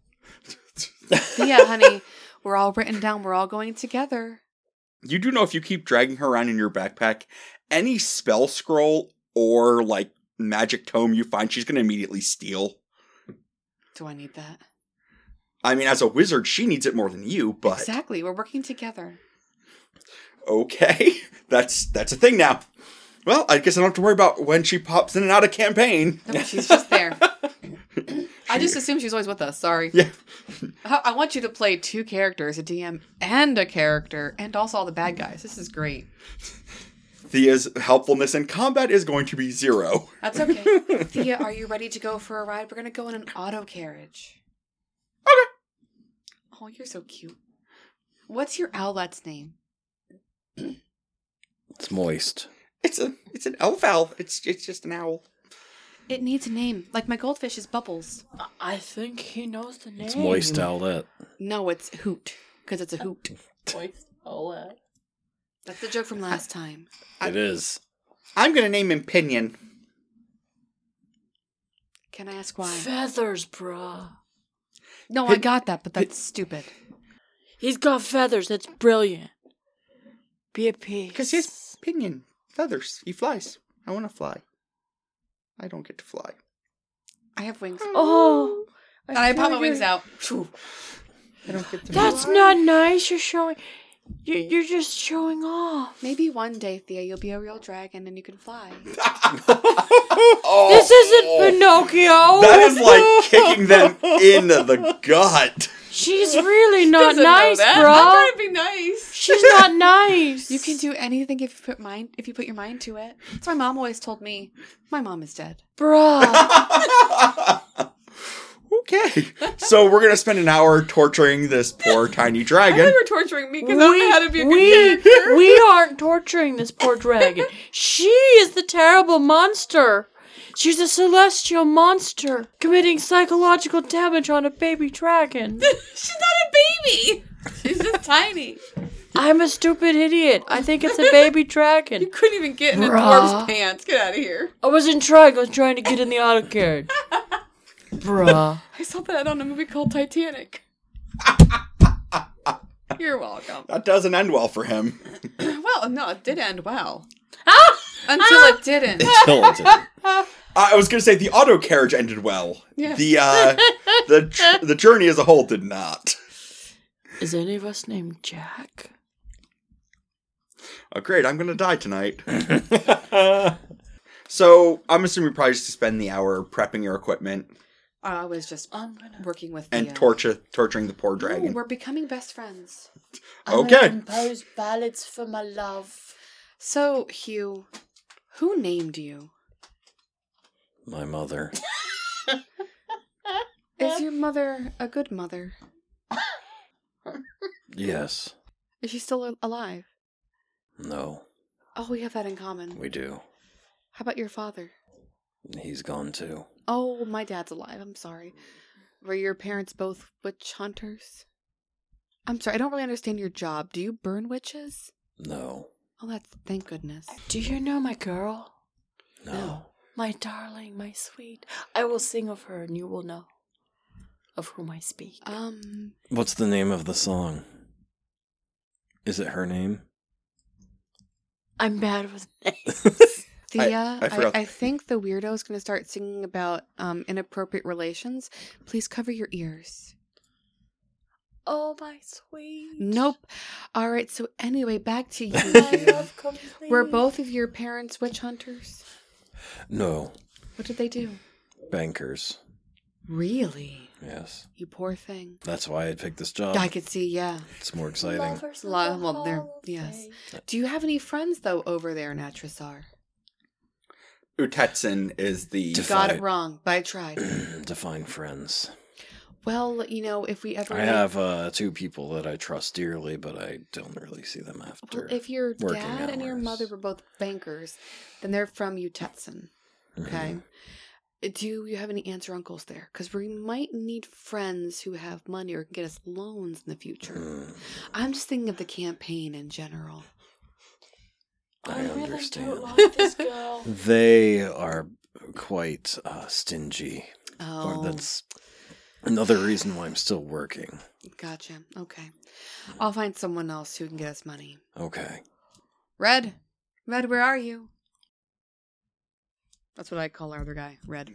Speaker 2: But yeah, honey, we're all written down. We're all going together.
Speaker 3: You do know if you keep dragging her around in your backpack, any spell scroll or like magic tome you find, she's gonna immediately steal.
Speaker 2: Do I need that?
Speaker 3: I mean, as a wizard, she needs it more than you. But
Speaker 2: Exactly. We're working together.
Speaker 3: okay, that's that's a thing now. Well, I guess I don't have to worry about when she pops in and out of campaign.
Speaker 2: No, she's just there. I just assumed she's always with us. Sorry.
Speaker 3: Yeah.
Speaker 2: I I want you to play two characters, a DM and a character, and also all the bad guys. This is great.
Speaker 3: Thea's helpfulness in combat is going to be zero.
Speaker 2: That's okay. Thea, are you ready to go for a ride? We're gonna go in an auto carriage. Okay. Oh, you're so cute. What's your owlet's name?
Speaker 1: It's moist.
Speaker 3: It's a it's an elf owl. It's it's just an owl.
Speaker 2: It needs a name. Like my goldfish is Bubbles.
Speaker 4: I think he knows the name.
Speaker 1: It's moist outlet.
Speaker 2: No, it's Hoot. Because it's a hoot.
Speaker 4: Moist outlet.
Speaker 2: That's the joke from last time.
Speaker 1: It is.
Speaker 3: I'm gonna name him Pinion.
Speaker 2: Can I ask why?
Speaker 4: Feathers, bruh.
Speaker 2: No, I got that, but that's stupid.
Speaker 4: He's got feathers. That's brilliant. Be a pig.
Speaker 3: Because his pinion, feathers, he flies. I want to fly. I don't get to fly.
Speaker 2: I have wings.
Speaker 4: Oh.
Speaker 2: And I pop my
Speaker 4: feel
Speaker 2: wings
Speaker 4: your-
Speaker 2: out. Phew.
Speaker 3: I don't get to
Speaker 4: That's
Speaker 3: fly.
Speaker 4: not nice. You're showing. You're, you're just showing off.
Speaker 2: Maybe one day, Thea, you'll be a real dragon and you can fly.
Speaker 3: Oh,
Speaker 4: This isn't Pinocchio.
Speaker 3: That is like kicking them in the gut.
Speaker 4: She's really not
Speaker 2: Doesn't know
Speaker 4: nice,
Speaker 2: that.
Speaker 4: bro.
Speaker 2: I'm trying to be nice.
Speaker 4: She's not nice.
Speaker 2: You can do anything if you put mind if you put your mind to it. That's what my mom always told me. My mom is dead.
Speaker 4: bruh.
Speaker 3: okay. So we're gonna spend an hour torturing this poor tiny dragon.
Speaker 2: were torturing me
Speaker 4: we, we aren't torturing this poor dragon. she is the terrible monster. She's a celestial monster committing psychological damage on a baby dragon.
Speaker 2: She's not a baby. She's just tiny.
Speaker 4: I'm a stupid idiot. I think it's a baby dragon.
Speaker 2: Couldn't even get in
Speaker 4: a dwarf's
Speaker 2: pants. Get out of here.
Speaker 4: I wasn't trying. I was trying to get in the auto carriage. Bruh.
Speaker 2: I saw that on a movie called Titanic. You're welcome.
Speaker 3: That doesn't end well for him.
Speaker 2: Well, no, it did end well. Ah! Until it didn't.
Speaker 1: Tell it to-
Speaker 3: I was gonna say the auto carriage ended well.
Speaker 2: Yeah.
Speaker 3: The uh, the tr- the journey as a whole did not.
Speaker 4: Is any of us named Jack?
Speaker 3: Oh, great! I'm gonna die tonight. so I'm assuming we probably just spend the hour prepping your equipment
Speaker 2: I was just
Speaker 4: I'm gonna.
Speaker 2: working with uh,
Speaker 3: and
Speaker 2: Thea.
Speaker 3: torture torturing the poor
Speaker 2: Ooh,
Speaker 3: dragon.
Speaker 2: we're becoming best friends.
Speaker 3: Okay.
Speaker 4: compose ballads for my love.
Speaker 2: So, Hugh, who named you?
Speaker 1: My mother.
Speaker 2: Is your mother a good mother?
Speaker 1: Yes.
Speaker 2: Is she still al- alive?
Speaker 1: No,
Speaker 2: Oh, we have that in common.
Speaker 1: we do.
Speaker 2: How about your father?
Speaker 1: He's gone too.
Speaker 2: Oh, my dad's alive. I'm sorry. Were your parents both witch hunters? I'm sorry, I don't really understand your job. Do you burn witches?
Speaker 1: No.
Speaker 2: Oh, that's thank goodness.
Speaker 4: Do you know my girl?
Speaker 1: No.
Speaker 4: My darling, my sweet. I will sing of her and you will know of whom I speak.
Speaker 2: Um,
Speaker 1: What's the name of the song? Is it her name?
Speaker 4: I'm bad with names.
Speaker 2: Thea,
Speaker 3: I
Speaker 2: I,
Speaker 3: forgot.
Speaker 2: I, think the weirdo is going to start singing about um, inappropriate relations. Please cover your ears.
Speaker 4: oh, my sweet.
Speaker 2: Nope. All right, so anyway, back to you.
Speaker 4: My
Speaker 2: Hugh.
Speaker 4: love complete.
Speaker 2: Were both of your parents witch hunters?
Speaker 1: No.
Speaker 2: What did they do?
Speaker 1: Bankers.
Speaker 2: Really?
Speaker 1: Yes.
Speaker 2: You poor thing.
Speaker 1: That's why I picked this job.
Speaker 2: I could see, yeah.
Speaker 1: It's more exciting.
Speaker 4: Lovers of
Speaker 2: Lo-
Speaker 4: the
Speaker 2: well, they're-
Speaker 4: Hall of
Speaker 2: yes.
Speaker 4: Fame.
Speaker 2: Do you have any friends, though, over there in Atrasar?
Speaker 3: Utetsin is the
Speaker 1: Def-
Speaker 2: Got it
Speaker 1: Fine.
Speaker 2: wrong, but I tried.
Speaker 1: Define friends.
Speaker 2: well, you know, if we ever.
Speaker 1: I
Speaker 2: make-
Speaker 1: have uh, two people that I trust dearly, but I don't really see them after.
Speaker 2: Well, if your
Speaker 1: working
Speaker 2: dad and your
Speaker 1: hours.
Speaker 2: mother were both bankers, then they're from Utetson.
Speaker 1: Mm-hmm.
Speaker 2: Okay. Uh, Do you have any aunts or uncles there? Because we might need friends who have money or can get us loans in the future.
Speaker 1: Mm,
Speaker 2: I'm just thinking of the campaign in general.
Speaker 1: I
Speaker 4: really
Speaker 1: understand.
Speaker 4: don't like this girl.
Speaker 1: They are quite uh, stingy. Or
Speaker 2: Oh,
Speaker 1: That's another reason why I'm still working.
Speaker 2: gotcha. Okay. I'll find someone else who can get us money.
Speaker 1: Okay.
Speaker 2: Red, Red, where are you? That's what I call our other guy, Red.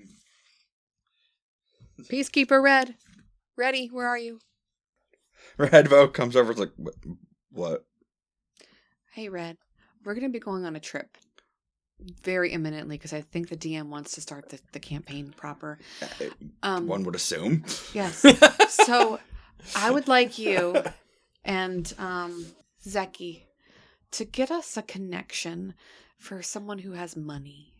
Speaker 2: Peacekeeper Red, ready? Where are you?
Speaker 3: Red Vogue comes over. It's like "Wh- what?
Speaker 2: Hey, Red. We're gonna be going on a trip very imminently because I think the DM wants to start the, the campaign proper. Um,
Speaker 3: One would assume.
Speaker 2: Yes. so I would like you and um, Zeki to get us a connection for someone who has money.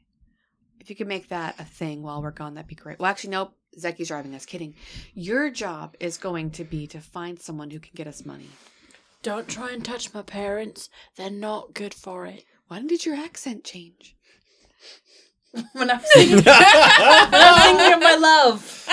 Speaker 2: If you could make that a thing while we're gone, that'd be great. Well, actually, nope. Zeki's driving us. Kidding. Your job is going to be to find someone who can get us money.
Speaker 4: Don't try and touch my parents. They're not good for it.
Speaker 2: When did your accent change?
Speaker 4: When I'm singing, when I'm singing of my love.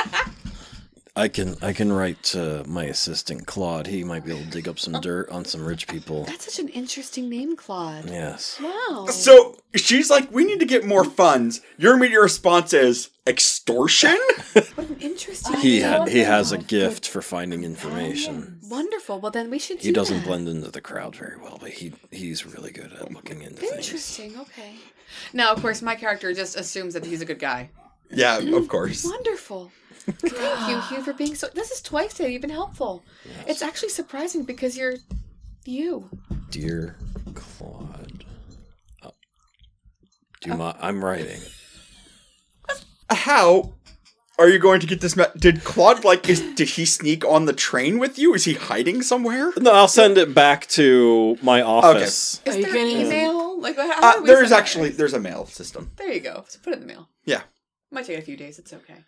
Speaker 1: I can I can write to my assistant Claude. He might be able to dig up some dirt on some rich people.
Speaker 2: That's such an interesting name, Claude.
Speaker 1: Yes.
Speaker 4: Wow.
Speaker 3: So she's like, we need to get more funds. Your immediate response is extortion?
Speaker 2: What an interesting
Speaker 1: He
Speaker 2: name.
Speaker 1: had he has a gift for finding information.
Speaker 2: Wonderful. Well, then we should.
Speaker 1: He
Speaker 2: do
Speaker 1: doesn't
Speaker 2: that.
Speaker 1: blend into the crowd very well, but he he's really good at looking into things.
Speaker 2: Interesting. Okay. Now, of course, my character just assumes that he's a good guy.
Speaker 3: yeah, of course.
Speaker 2: Wonderful. Thank you, Hugh, for being so. This is twice today. You've been helpful. It's actually surprising because you're you.
Speaker 1: Dear Claude. Oh. Do
Speaker 2: Oh.
Speaker 1: you mi- I'm writing.
Speaker 3: How are you going to get this? Me- did Claude like? Is, did he sneak on the train with you? Is he hiding somewhere?
Speaker 1: No, I'll send it back to my office.
Speaker 2: Is
Speaker 4: Are you
Speaker 2: there
Speaker 4: getting-
Speaker 2: email? Like how
Speaker 3: Uh,
Speaker 2: do we
Speaker 3: there's
Speaker 2: send that?
Speaker 3: actually there's a mail system.
Speaker 2: There you go. So put it in the mail.
Speaker 3: Yeah.
Speaker 2: Might take a few days. It's okay.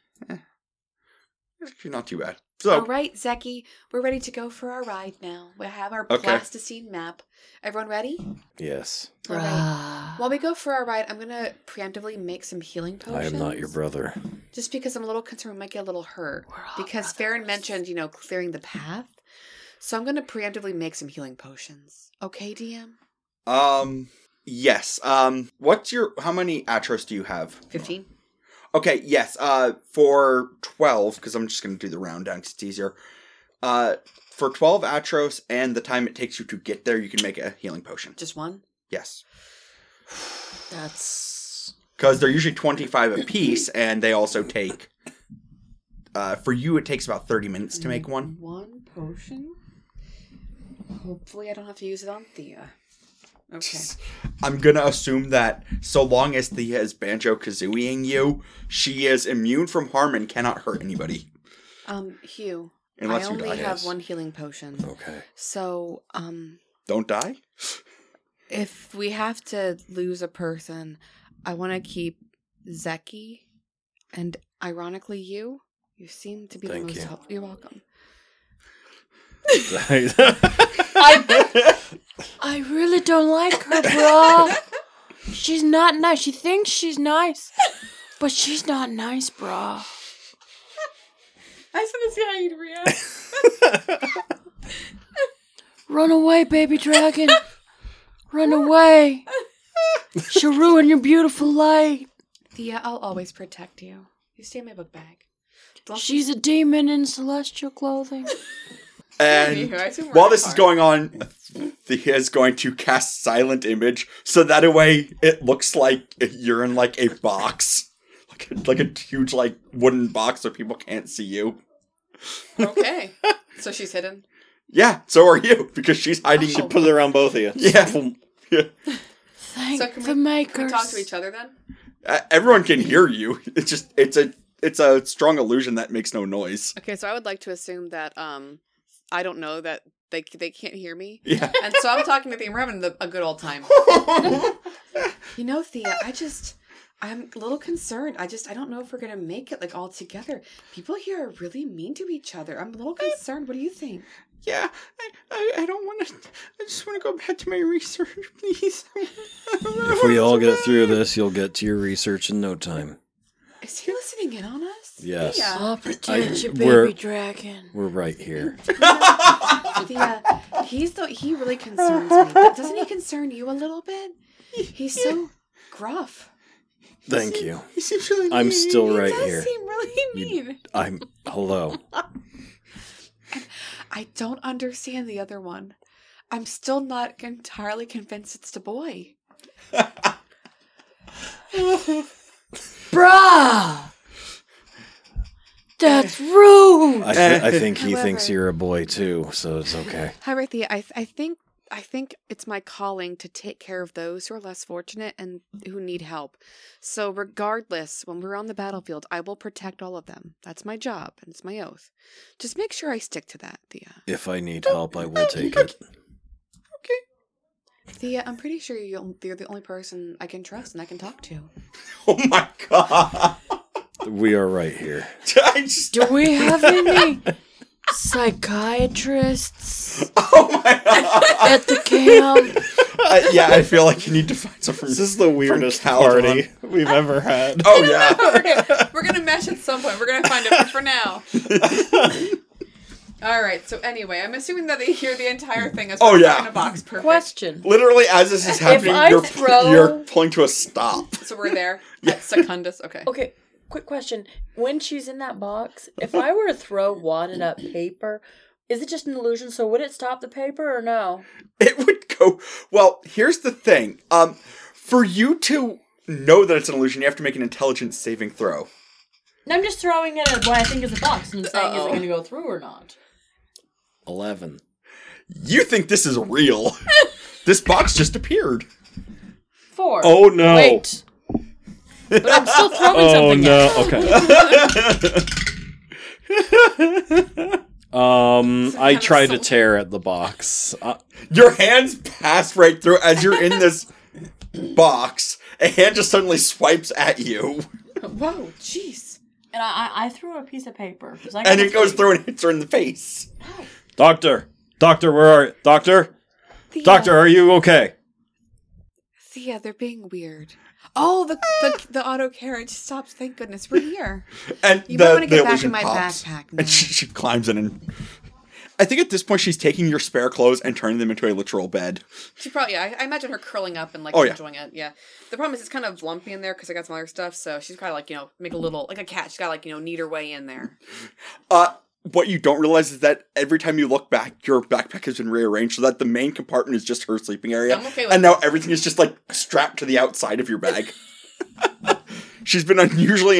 Speaker 3: Actually, not too bad. So
Speaker 2: All right, Zeki, we're ready to go for our ride now. We have our
Speaker 3: Okay.
Speaker 2: plasticine map. Everyone ready?
Speaker 1: Yes.
Speaker 2: All right. While we go for our ride, I'm gonna preemptively make some healing
Speaker 1: I
Speaker 2: potions.
Speaker 1: am not your brother.
Speaker 2: Just because I'm a little concerned we might get a little hurt.
Speaker 4: We're all
Speaker 2: Because Farron
Speaker 4: brothers.
Speaker 2: mentioned, you know, clearing the path. So I'm gonna preemptively make some healing potions. Okay, DM?
Speaker 3: um yes um what's your how many atros do you have?
Speaker 2: Fifteen.
Speaker 3: Okay, yes. Uh, for twelve, because I'm just gonna do the round down 'cause it's easier. Uh, for twelve atros and the time it takes you to get there, you can make a healing potion.
Speaker 2: Just one?
Speaker 3: Yes,
Speaker 4: That's
Speaker 3: because they're usually twenty five apiece, and they also take. Uh, for you, it takes about thirty minutes to make one.
Speaker 2: One potion. Hopefully I don't have to use it on Thea. Okay.
Speaker 3: I'm gonna assume that so long as Thea is banjo kazooieing you, she is immune from harm and cannot hurt anybody.
Speaker 2: Um, Hugh. I
Speaker 3: Unless you
Speaker 2: only
Speaker 3: die.
Speaker 2: have
Speaker 1: yes.
Speaker 2: one healing potion.
Speaker 1: Okay.
Speaker 2: So, um,
Speaker 3: Don't die.
Speaker 2: if we have to lose a person, I want to keep Zeki and ironically you. You seem to be
Speaker 1: Thank
Speaker 2: the most
Speaker 1: you.
Speaker 2: help- You're welcome.
Speaker 4: I I really don't like her, bro. She's not nice. She thinks she's nice, but she's not nice, bro.
Speaker 2: I said this guy you'd react.
Speaker 4: Run away, baby dragon. Run away. She'll ruin your beautiful light.
Speaker 2: Thea, I'll always protect you. You stay in my book bag. Don't
Speaker 4: She's a demon in celestial clothing.
Speaker 3: And
Speaker 2: Anywho, I assume we're
Speaker 3: while
Speaker 2: on
Speaker 3: this is
Speaker 2: par.
Speaker 3: going on, Thea is going to cast Silent Image so that a way it looks like you're in like a box, like a, like a huge like wooden box so people can't see you.
Speaker 2: okay. So she's hidden.
Speaker 3: Yeah, so are you because she's hiding.
Speaker 2: Oh.
Speaker 1: Put it around both of you.
Speaker 3: Yeah. Yeah.
Speaker 4: Thank
Speaker 2: So can
Speaker 4: the
Speaker 2: we-
Speaker 4: makers.
Speaker 2: Can we talk to each other then?
Speaker 3: Uh, everyone can hear you. It's just it's a it's a strong illusion that makes no noise.
Speaker 2: Okay, so I would like to assume that um, I don't know that they they can't hear me.
Speaker 3: Yeah.
Speaker 2: and so I'm talking to Thea. We're having the, a good old time.
Speaker 3: Oh
Speaker 2: You know, Thea, I just I'm a little concerned. I just I don't know if we're gonna make it like all together. People here are really mean to each other. I'm a little concerned. What do you think?
Speaker 3: yeah, I, I, I don't want to. I just want to go back to my research, please.
Speaker 1: If we all get through this, you'll get to your research in no time.
Speaker 2: Is he listening in on us?
Speaker 1: Yes.
Speaker 2: Thea,
Speaker 4: I'll protect
Speaker 1: I-
Speaker 4: you,
Speaker 1: we're-
Speaker 4: baby dragon.
Speaker 1: We're right here.
Speaker 2: Oh. Thea, he's the he really concerns me. But doesn't he concern you a little bit? He's so gruff.
Speaker 1: Thank you.
Speaker 3: He seems really
Speaker 1: I'm
Speaker 3: mean.
Speaker 1: still right
Speaker 2: he does
Speaker 1: here.
Speaker 2: seem really
Speaker 1: You-
Speaker 2: mean.
Speaker 1: I'm hello.
Speaker 2: I don't understand the other one. I'm still not entirely convinced it's the boy.
Speaker 4: Bruh! That's rude!
Speaker 1: I, th- I think he
Speaker 2: However-
Speaker 1: thinks you're a boy too, so it's okay.
Speaker 2: However, Thea, I, th- I think I think it's my calling to take care of those who are less fortunate and who need help. So, regardless, when we're on the battlefield, I will protect all of them. That's my job and it's my oath. Just make sure I stick to that, Thea.
Speaker 1: If I need help, I will take it.
Speaker 2: Thea, I'm pretty sure you'll, you're the only person I can trust and I can talk to.
Speaker 3: Oh my god!
Speaker 1: We are right here.
Speaker 3: I just
Speaker 4: Do we have any psychiatrists
Speaker 3: Oh my god!
Speaker 4: at the camp.
Speaker 3: I- uh, yeah, I feel like you need to find some from.
Speaker 5: This is the weirdest
Speaker 3: Calgon.
Speaker 5: party we've ever had.
Speaker 3: oh yeah.
Speaker 2: we're, gonna, we're gonna mesh at some point. We're gonna find it, but for now. All right. So anyway, I'm assuming that they hear the entire thing as
Speaker 3: Oh,
Speaker 2: we're
Speaker 3: yeah.
Speaker 2: in a box. Perfect.
Speaker 4: Question.
Speaker 3: Literally, as this is happening,
Speaker 4: I
Speaker 3: you're
Speaker 4: throw-
Speaker 3: you're pulling to a stop.
Speaker 2: So we're there at Secundus. Okay.
Speaker 4: Okay, quick question. When she's in that box, if I were to throw wadded up paper, is it just an illusion? So would it stop the paper or no?
Speaker 3: It would go. Well, here's the thing. Um, for you to know that it's an illusion, you have to make an intelligence saving throw.
Speaker 4: No, I'm just throwing it at what I think is a box and I'm saying is it going to go through or not?
Speaker 1: Eleven.
Speaker 3: You think this is real? this box just appeared.
Speaker 4: Four.
Speaker 5: Oh no.
Speaker 4: Wait. But I'm still throwing
Speaker 5: Oh
Speaker 4: something
Speaker 5: no.
Speaker 4: at
Speaker 5: Okay. um, I try to tear at the box. Uh,
Speaker 3: Your hands pass right through as you're in this box. A hand just suddenly swipes at you,
Speaker 2: Whoa. Jeez.
Speaker 4: And I, I, I threw a piece of paper. 'cause I
Speaker 3: and
Speaker 4: got
Speaker 3: it goes
Speaker 4: three.
Speaker 3: through and hits her in the face.
Speaker 5: doctor, doctor, where are you? Doctor,
Speaker 2: Thea,
Speaker 5: doctor, are you okay?
Speaker 2: Thea, uh, they're being weird. Oh, the, the the auto carriage stops. Thank goodness we're here.
Speaker 3: And
Speaker 2: You
Speaker 3: the,
Speaker 2: might wanna
Speaker 3: the
Speaker 2: get back
Speaker 3: illusion
Speaker 2: in my
Speaker 3: pops.
Speaker 2: backpack now.
Speaker 3: And she, she climbs in and. I think at this point she's taking your spare clothes and turning them into a literal bed.
Speaker 2: She probably. Yeah, I, I imagine her curling up and like
Speaker 3: Oh, yeah.
Speaker 2: enjoying it. Yeah. The problem is it's kind of lumpy in there because I got some other stuff. So she's gotta like you know make a
Speaker 3: Mm-hmm.
Speaker 2: little like a cat. She's gotta like you know knead her way in there.
Speaker 3: Uh, what you don't realize is that every time you look back, your backpack has been rearranged so that the main compartment is just her sleeping area.
Speaker 2: I'm okay with
Speaker 3: and now everything is just like strapped to the outside of your bag. She's been unusually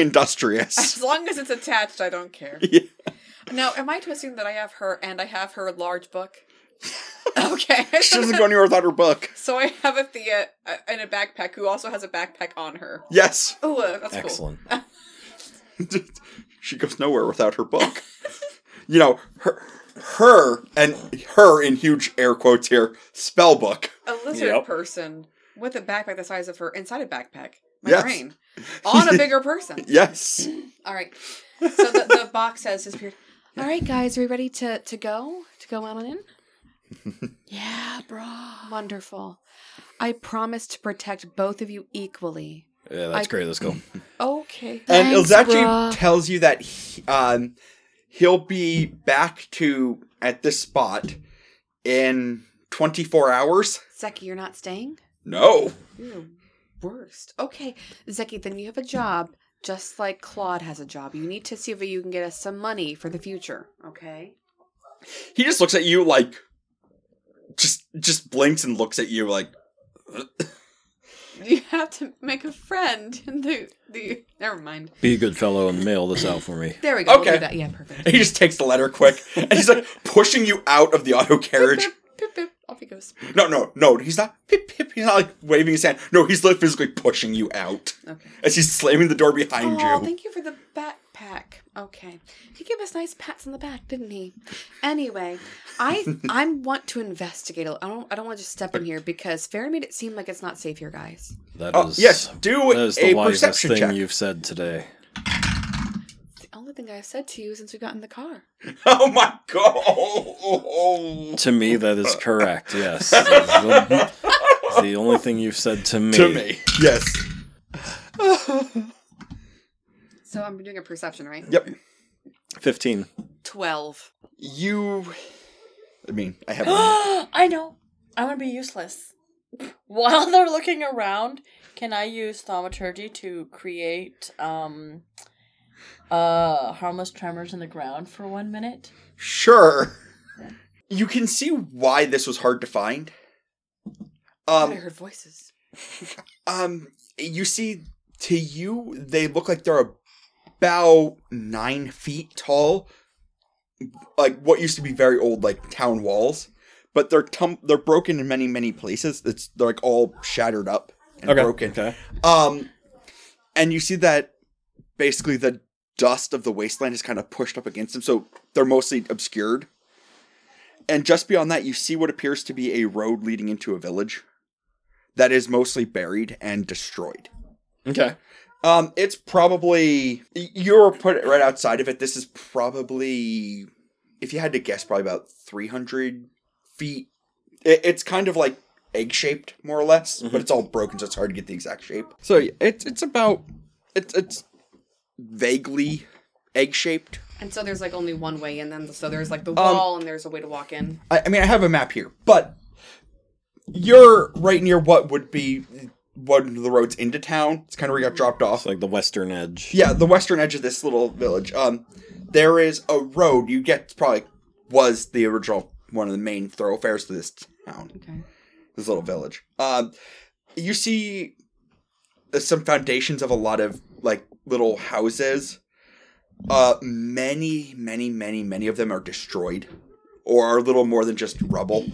Speaker 3: industrious.
Speaker 2: As long as it's attached, I don't care.
Speaker 3: Yeah.
Speaker 2: Now, am I to assume that I have her and I have her large book? okay.
Speaker 3: She doesn't go anywhere without her book.
Speaker 2: so I have a Thea uh, in a backpack who also has a backpack on her.
Speaker 3: Yes.
Speaker 2: Oh, uh, that's
Speaker 1: Excellent.
Speaker 3: she goes nowhere without her book. you know, her, her and her in huge air quotes here, spell book.
Speaker 2: cool. A lizard
Speaker 5: Yep.
Speaker 2: person with a backpack the size of her inside a backpack. My
Speaker 3: Yes.
Speaker 2: brain. On a bigger person.
Speaker 3: Yes.
Speaker 2: All right. So the, the box has disappeared. All right, guys, are we ready to, to go? To go on in?
Speaker 4: Yeah, bro.
Speaker 2: Wonderful. I promise to protect both of you equally.
Speaker 1: Yeah, that's
Speaker 2: I-
Speaker 1: great. Let's go.
Speaker 2: Okay.
Speaker 3: And
Speaker 4: Thanks,
Speaker 3: Ilzachi
Speaker 4: bruh.
Speaker 3: tells you that he, um, he'll be back to at this spot in 24 hours.
Speaker 2: Zeki, you're not staying?
Speaker 3: No.
Speaker 2: You're the worst. Okay, Zeki, then you have a job just like Claude has a job. You need to see if you can get us some money for the future, okay?
Speaker 3: He just looks at you like just just blinks and looks at you like
Speaker 2: You have to make a friend in the the never mind.
Speaker 1: Be a good fellow and mail this out for me.
Speaker 2: There we go. We'll do
Speaker 3: Okay.
Speaker 2: that. Yeah, perfect.
Speaker 3: and he just takes the letter quick and he's like pushing you out of the auto carriage.
Speaker 2: Pip, pip, off he goes.
Speaker 3: No, no, no, he's not pip pip, he's not like waving his hand. No, he's like physically pushing you out
Speaker 2: Okay.
Speaker 3: as he's slamming the door behind
Speaker 2: Oh,
Speaker 3: you.
Speaker 2: thank you for the backpack. Okay, he gave us nice pats on the back, didn't he? Anyway, I I want to investigate. a- I don't I don't want to just step in here because Farron made it seem like it's not safe here, guys.
Speaker 1: That is
Speaker 3: Oh, yes, do
Speaker 1: That is the
Speaker 3: a
Speaker 1: wisest
Speaker 3: perception
Speaker 1: thing
Speaker 3: check.
Speaker 1: you've said today.
Speaker 2: It's the only thing I've said to you since we got in the car.
Speaker 3: Oh my god!
Speaker 1: To me, that is correct. Yes, That is the, it's the only thing you've said to me.
Speaker 3: To me, yes.
Speaker 2: So I'm doing a perception, right?
Speaker 3: Yep.
Speaker 1: Fifteen.
Speaker 2: Twelve.
Speaker 3: You. I mean, I have.
Speaker 4: I know. I'm gonna be useless. While they're looking around, can I use thaumaturgy to create um uh harmless tremors in the ground for one minute?
Speaker 3: sure. You can see why this was hard to find.
Speaker 2: I
Speaker 3: Um,
Speaker 2: heard voices.
Speaker 3: um, you see, to you, they look like they're about nine feet tall, like what used to be very old, like town walls. But they're tum- they're broken in many many places. It's they're like all shattered up and broken.
Speaker 5: Okay.
Speaker 3: Um, and you see that basically the dust of the wasteland is kind of pushed up against them, so they're mostly obscured. And just beyond that, you see what appears to be a road leading into a village that is mostly buried and destroyed.
Speaker 5: Okay.
Speaker 3: Um, it's probably y- you're put right outside of it. This is probably if you had to guess, probably about 300 feet. It, it's kind of like egg shaped, more or less, but it's all broken, so it's hard to get the exact shape. So yeah, it's it's about it's it's vaguely egg shaped.
Speaker 2: And so there's like only one way in, then so there's like
Speaker 3: um,
Speaker 2: the wall, and there's a way to walk in.
Speaker 3: I, I mean, I have a map here, but you're right near what would be one of the roads into town. It's kind of where you got dropped off.
Speaker 1: It's like the western edge.
Speaker 3: yeah, the western edge of this little village. Um, there is a road you get probably was the original one of the main thoroughfares to this town,
Speaker 2: Okay.
Speaker 3: this little village. Um, you see uh, some foundations of a lot of like little houses. Uh, many, many, many, many of them are destroyed, or are little more than just rubble.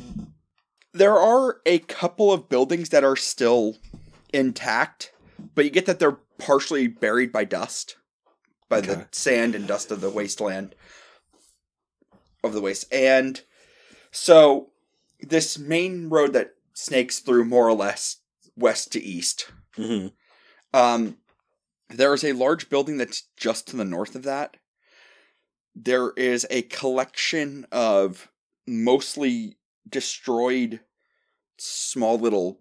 Speaker 3: There are a couple of buildings that are still intact, but you get that they're partially buried by dust, by the sand and dust of the wasteland, of the waste. And so, this main road that snakes through more or less west to east
Speaker 1: hmm
Speaker 3: um, there is a large building that's just to the north of that. There is a collection of mostly destroyed small little.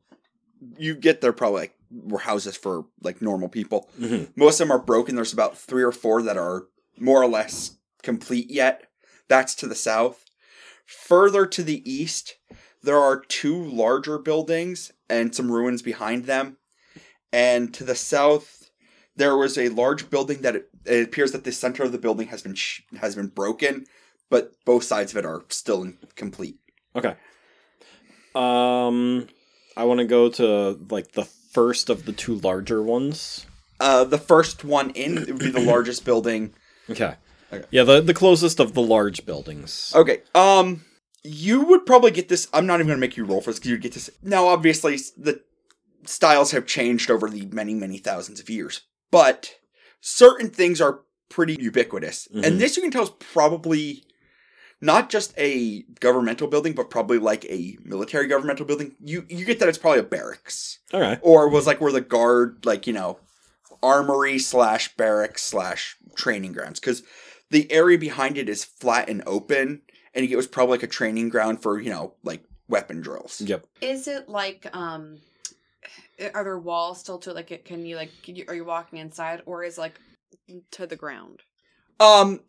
Speaker 3: You get there probably like were houses for like normal people.
Speaker 1: hmm
Speaker 3: Most of them are broken. There's about three or four that are more or less complete yet. That's to the south. Further to the east, there are two larger buildings and some ruins behind them. And to the south, there was a large building that it, it appears that the center of the building has been sh- has been broken, but both sides of it are still incomplete.
Speaker 1: Okay. Um, I want to go to like the first of the two larger ones.
Speaker 3: Uh, the first one in would be the largest building
Speaker 1: Okay.
Speaker 3: Okay.
Speaker 1: Yeah, the the closest of the large buildings.
Speaker 3: Okay. Um, you would probably get this. I'm not even gonna make you roll for this because you'd get this. Now, obviously, s- the styles have changed over the many, many thousands of years, but certain things are pretty ubiquitous,
Speaker 1: Mhm.
Speaker 3: and this you can tell is probably not just a governmental building, but probably like a military governmental building. You you get that it's probably a barracks
Speaker 1: All right.
Speaker 3: or was like where the guard like you know armory slash barracks slash training grounds because the area behind it is flat and open and it was probably like a training ground for you know like weapon drills
Speaker 1: Yep.
Speaker 2: Is it like um, eh, are there walls still to it? Like, it- can you like can you, are you walking inside, or is like to the ground?
Speaker 3: um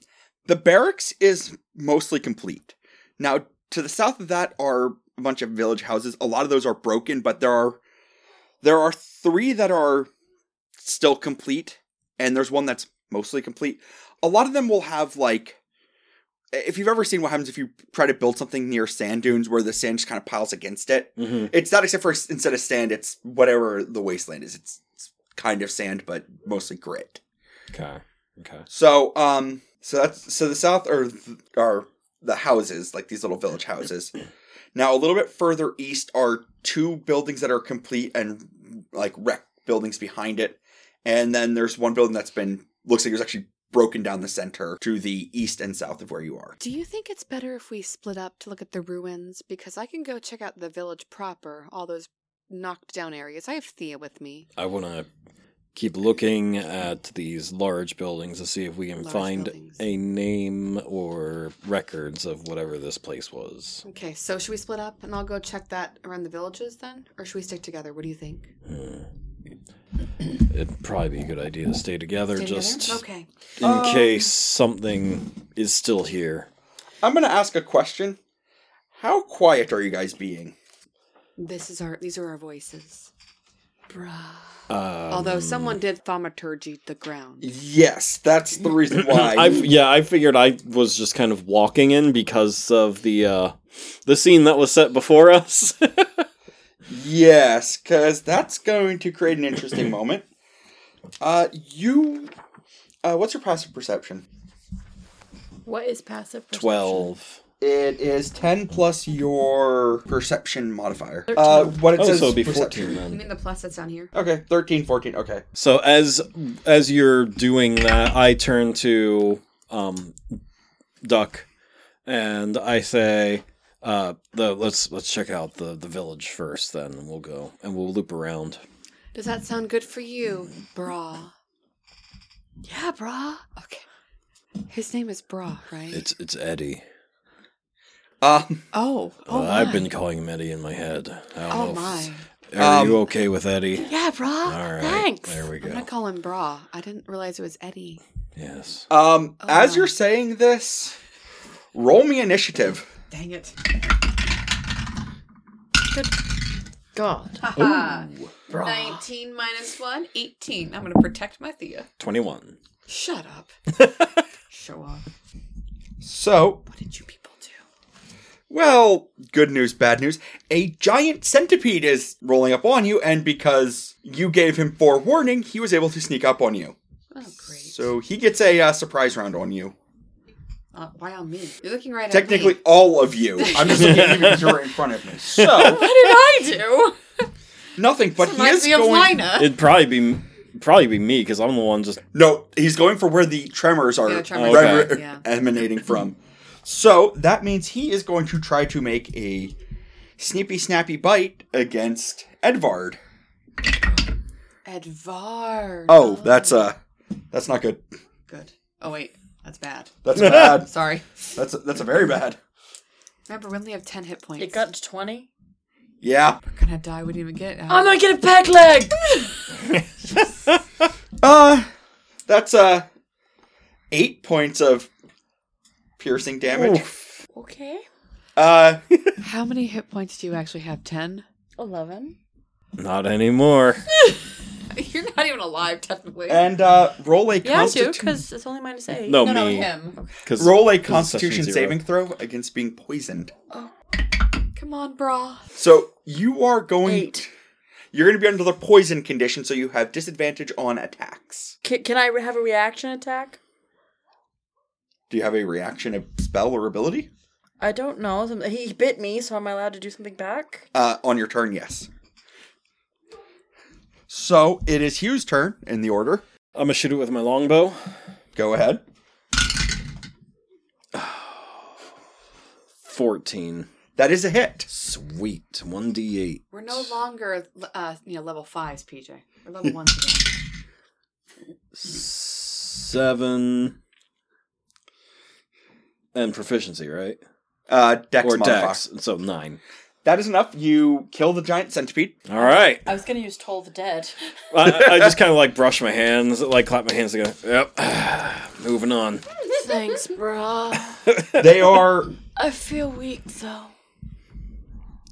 Speaker 3: the barracks is mostly complete now to the south of that are a bunch of village houses a lot of those are broken but there are there are three that are still complete and there's one that's mostly complete a lot of them will have like if you've ever seen what happens if you try to build something near sand dunes where the sand just kind of piles against it
Speaker 1: hmm
Speaker 3: it's not except for instead of sand it's whatever the wasteland is it's, it's kind of sand but mostly grit
Speaker 1: Okay. Okay.
Speaker 3: so um so that's so the south are th- are the houses like these little village houses now a little bit further east are two buildings that are complete and like wreck buildings behind it and then there's one building that's been looks like it was actually broken down the center to the east and south of where you are
Speaker 2: Do you think it's better if we split up to look at the ruins? Because I can go check out the village proper, all those knocked down areas. I have Thea with me.
Speaker 1: I want to keep looking at these large buildings to see if we can
Speaker 2: Large
Speaker 1: find
Speaker 2: buildings.
Speaker 1: a name or records of whatever this place was.
Speaker 2: Okay, so should we split up and I'll go check that around the villages then? Or should we stick together? What do you think?
Speaker 1: Hmm. It'd probably be a good idea to stay together
Speaker 2: Stay together?
Speaker 1: just
Speaker 2: Okay. Um,
Speaker 1: in case something is still here.
Speaker 3: i'm gonna ask a question how quiet are you guys being
Speaker 2: This is our these are our voices. Bruh.
Speaker 1: Um,
Speaker 2: Althoaught someone did thaumaturgy the ground.
Speaker 3: yes that's the reason why
Speaker 1: I yeah, I figured I was just kind of walking in because of the uh, the scene that was set before us.
Speaker 3: Yes, because that's going to create an interesting moment. Uh, you, uh, what's your passive perception?
Speaker 4: What is passive? perception?
Speaker 1: Twelve.
Speaker 3: It is ten plus your perception modifier. Uh, what it
Speaker 1: Oh,
Speaker 3: says
Speaker 1: so
Speaker 3: is
Speaker 1: it'd be
Speaker 3: perception.
Speaker 1: fourteen
Speaker 2: You
Speaker 1: then.
Speaker 2: mean the plus that's down here?
Speaker 3: Okay, 13, 14, Okay.
Speaker 1: So as as you're doing that, I turn to um, Duck, and I say, uh, the, "Let's let's check out the the village first. Then and we'll go and we'll loop around."
Speaker 2: Does that sound good for you? Brah.
Speaker 4: Yeah, brah.
Speaker 2: Okay. His name is Brah, right?
Speaker 1: It's it's Eddie.
Speaker 3: Um,
Speaker 2: Oh, oh,
Speaker 1: Uh, I've
Speaker 2: my.
Speaker 1: been calling him Eddie in my head. I don't know
Speaker 2: Oh
Speaker 1: if-
Speaker 2: my!
Speaker 1: Are
Speaker 3: Um,
Speaker 1: you okay with Eddie?
Speaker 4: Yeah, bro.
Speaker 1: All right.
Speaker 4: Thanks.
Speaker 1: There we
Speaker 2: I'm
Speaker 1: go.
Speaker 2: gonna call him Bra. I didn't realize it was Eddie.
Speaker 1: Yes.
Speaker 3: um,
Speaker 2: Oh,
Speaker 3: as
Speaker 2: wow.
Speaker 3: you're saying this, roll me initiative.
Speaker 2: Dang it!
Speaker 4: God.
Speaker 2: Bra. 19 minus 1, 18. I'm gonna protect my Thea.
Speaker 1: 21.
Speaker 2: Shut up. Show off.
Speaker 3: So,
Speaker 2: What did you people do?
Speaker 3: well, good news, bad news. A giant centipede is rolling up on you, and because you gave him forewarning, he was able to sneak up on you.
Speaker 2: Oh great!
Speaker 3: So he gets a uh, surprise round on you.
Speaker 2: uh, why on me? You're looking right
Speaker 3: Technically,
Speaker 2: at me.
Speaker 3: all of you. I'm just looking at you because you're in front of me. So
Speaker 2: What did I do?
Speaker 3: nothing, but he
Speaker 2: Reminds
Speaker 3: is
Speaker 2: me of
Speaker 3: going.
Speaker 2: Lina.
Speaker 1: It'd probably be probably be me because I'm the one just
Speaker 3: No, he's going for where the tremors are
Speaker 2: Yeah, tremors,
Speaker 3: rem-
Speaker 2: okay. Yeah.
Speaker 3: emanating from. So that means he is going to try to make a snippy snappy bite against Edvard.
Speaker 2: Edvard.
Speaker 3: Oh, that's uh that's not good.
Speaker 2: good. Oh wait, that's bad.
Speaker 3: That's bad.
Speaker 2: Sorry.
Speaker 3: That's a, that's a very bad.
Speaker 2: Remember, we only have ten hit points.
Speaker 4: It got to 20.
Speaker 3: Yeah.
Speaker 2: We're gonna die. We didn't even get. uh, Out.
Speaker 4: I'm gonna get a peg leg!
Speaker 3: Uh that's uh 8 points of piercing damage.
Speaker 4: okay.
Speaker 3: Uh
Speaker 2: How many hit points do you actually have? Ten.
Speaker 4: 11.
Speaker 1: not anymore.
Speaker 2: You're not even alive technically.
Speaker 1: Eh.
Speaker 3: and uh roll a
Speaker 4: Yeah, I do,
Speaker 3: constitu-
Speaker 4: because it's only minus 8.
Speaker 1: No,
Speaker 2: no, no,
Speaker 1: me.
Speaker 2: him.
Speaker 1: 'cause-
Speaker 3: roll a
Speaker 1: it's session
Speaker 3: constitution
Speaker 1: zero.
Speaker 3: saving throw against being poisoned.
Speaker 2: Come on, brah.
Speaker 3: So you are going
Speaker 4: Eight.
Speaker 3: You're going to be under the poison condition, so you have disadvantage on attacks.
Speaker 4: Ca- can I re- have a reaction attack?
Speaker 3: Do you have a reaction, a spell, or ability?
Speaker 4: I don't know. Some- He bit me, so am I allowed to do something back?
Speaker 3: Uh, on your turn, yes. So it is Hugh's turn in the order.
Speaker 1: I'm gonna shoot it with my longbow.
Speaker 3: Go ahead.
Speaker 1: 14.
Speaker 3: That is a hit.
Speaker 1: Sweet. 1d8.
Speaker 2: We're no longer, uh, you know, level fives, PJ. We're level ones again.
Speaker 1: Seven. And proficiency, right?
Speaker 3: Uh, Dex
Speaker 1: or
Speaker 3: modifier.
Speaker 1: dex. So nine.
Speaker 3: That is enough. You kill the giant centipede.
Speaker 1: All right.
Speaker 4: I was gonna use Toll the Dead.
Speaker 1: I, I just kind of like brush my hands, like clap my hands together. Yep. Moving on.
Speaker 4: Thanks, bruh.
Speaker 3: They are
Speaker 4: I feel weak, though.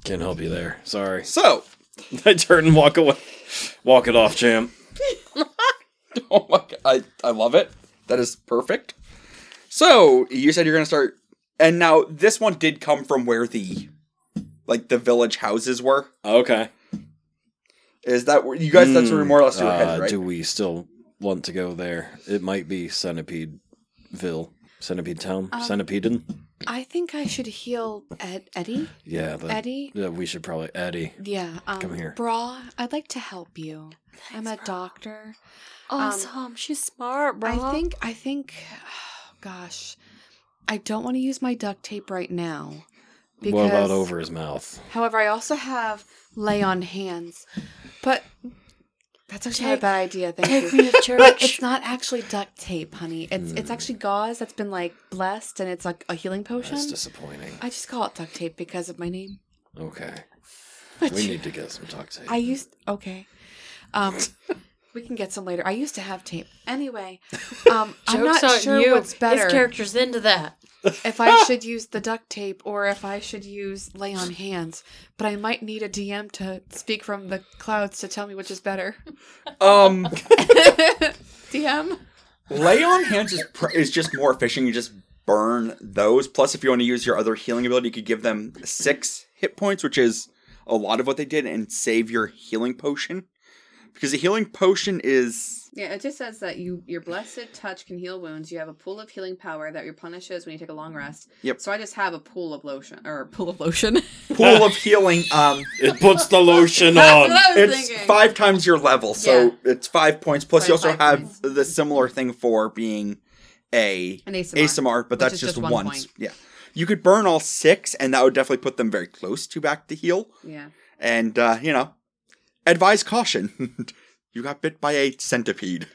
Speaker 1: Can't help you there. Sorry.
Speaker 3: so.
Speaker 1: I turn and walk away. Walk it off, champ.
Speaker 3: Oh my god, I I love it. That is perfect. So you said you're gonna start, and now this one did come from where the, like the village houses were.
Speaker 1: Okay.
Speaker 3: Is that where you guys? that's where more or less you were headed,
Speaker 1: Uh,
Speaker 3: right?
Speaker 1: Do we still want to go there? It might be Centipedeville. Centipede Town? Centipeden?
Speaker 2: I think I should heal Ed- Eddie.
Speaker 1: Yeah. The,
Speaker 2: Eddie?
Speaker 1: Yeah, we should probably. Eddie.
Speaker 2: Yeah. Um,
Speaker 1: Come here.
Speaker 2: Brah, I'd like to help you. I'm a doctor.
Speaker 4: Awesome. She's smart, bruh.
Speaker 2: Um, I think I think gosh. I don't want to use my duct tape right now. Because
Speaker 1: what about over his mouth?
Speaker 2: However, I also have lay on hands. But that's actually not a
Speaker 4: Take-
Speaker 2: bad idea, thank
Speaker 4: Take
Speaker 2: you.
Speaker 4: me to
Speaker 2: But
Speaker 4: church.
Speaker 2: it's not actually duct tape, honey. It's it's
Speaker 4: Mm.
Speaker 2: actually gauze that's been like blessed and it's like a healing potion.
Speaker 1: That's disappointing.
Speaker 2: I just call it duct tape because of my name.
Speaker 1: Okay.
Speaker 2: But
Speaker 1: We need to get some talk tape.
Speaker 2: I used okay. Um we can get some later. I used to have tape. Anyway, um I'm
Speaker 4: Joke's
Speaker 2: not
Speaker 4: on
Speaker 2: sure
Speaker 4: you.
Speaker 2: what's better.
Speaker 4: His character's into that.
Speaker 2: if I should use the duct tape or if I should use lay on hands, but I might need a DM to speak from the clouds to tell me which is better.
Speaker 3: Um,
Speaker 2: DM?
Speaker 3: lay on hands is pr- is just more efficient. You just burn those. Plus, if you want to use your other healing ability, you could give them six hit points, which is a lot of what they did, and save your healing potion because the healing potion is
Speaker 2: Yeah, it just says that you your blessed touch can heal wounds. You have a pool of healing power that replenishes when you take a long rest.
Speaker 3: Yep.
Speaker 2: So I just have a pool of lotion or a pool of lotion.
Speaker 3: pool of healing. Um,
Speaker 1: it puts the lotion on.
Speaker 3: it's five times your level, so it's five points. Plus, you
Speaker 2: Five-
Speaker 3: also
Speaker 2: five
Speaker 3: have
Speaker 2: points.
Speaker 3: the similar thing for being a
Speaker 2: An ASMR.
Speaker 3: ASMR,
Speaker 2: Which
Speaker 3: but that's
Speaker 2: is
Speaker 3: just,
Speaker 2: just one
Speaker 3: once.
Speaker 2: point.
Speaker 3: Yeah. You could burn all six, and that would definitely put them very close to back to heal.
Speaker 2: Yeah.
Speaker 3: And, uh, you know, advise caution. you got bit by a centipede.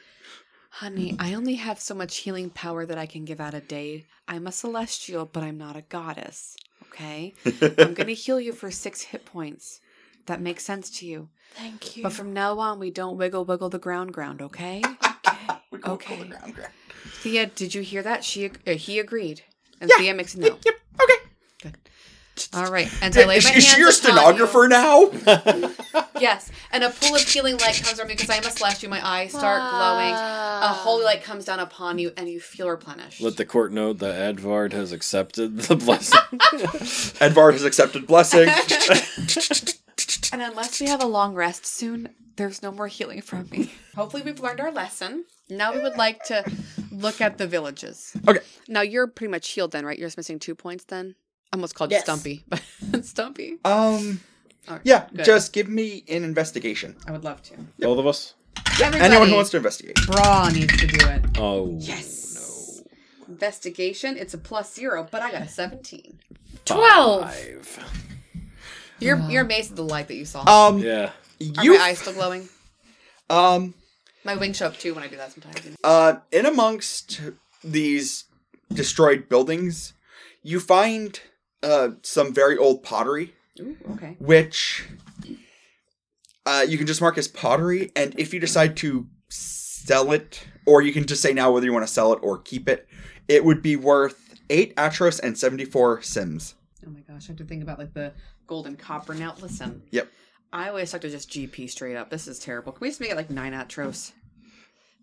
Speaker 2: Honey, I only have so much healing power that I can give out a day. I'm a celestial, but I'm not a goddess. okay? I'm going to heal you for six hit points. That makes sense to you.
Speaker 4: Thank you.
Speaker 2: But from now on, we don't wiggle wiggle the ground ground, okay?
Speaker 4: okay.
Speaker 3: We go
Speaker 2: Okay.
Speaker 3: roll around, right?
Speaker 2: Thea, did you hear that? She ag- uh, he agreed, and
Speaker 3: Yeah.
Speaker 2: Thea makes a no.
Speaker 3: Yep. Okay.
Speaker 2: All right, and I lay
Speaker 3: is,
Speaker 2: my hands
Speaker 3: is she your
Speaker 2: upon
Speaker 3: stenographer now?
Speaker 2: you. Yes, and a pool of healing light comes from me because I am a slash you. My eyes start glowing. A holy light comes down upon you, and you feel replenished.
Speaker 1: Let the court know that Advard has accepted the blessing.
Speaker 3: Edvard has accepted blessing.
Speaker 2: and unless we have a long rest soon, there's no more healing from me. Hopefully, we've learned our lesson. Now we would like to look at the villages.
Speaker 3: Okay.
Speaker 2: Now you're pretty much healed then, right? You're just missing two points then. I almost called
Speaker 4: Yes.
Speaker 2: you Stumpy, but Stumpy.
Speaker 3: um,
Speaker 2: All right,
Speaker 3: yeah,
Speaker 2: good.
Speaker 3: just give me an investigation.
Speaker 2: I would love to.
Speaker 1: Both of us.
Speaker 2: Everybody,
Speaker 3: Anyone who wants to investigate.
Speaker 2: Bra needs to do it.
Speaker 1: Oh,
Speaker 2: Yes. Investigation. It's a plus zero, but I got a seventeen.
Speaker 4: Twelve.
Speaker 1: five.
Speaker 2: You're you're amazed at the light that you saw.
Speaker 3: Um,
Speaker 1: Yeah.
Speaker 2: Are
Speaker 3: you,
Speaker 2: my eyes still glowing?
Speaker 3: um,
Speaker 2: My wings show up too when I do that sometimes.
Speaker 3: uh, in amongst these destroyed buildings, you find uh some very old pottery,
Speaker 2: Ooh, okay.
Speaker 3: which uh you can just mark as pottery, and if you decide to sell it, or you can just say now whether you want to sell it or keep it, it would be worth eight atros and seventy-four sims.
Speaker 2: Oh my gosh, I have to think about like the gold and copper. Now listen.
Speaker 3: Yep.
Speaker 2: I always like to just GP straight up. This is terrible. Can we just make it like nine atros?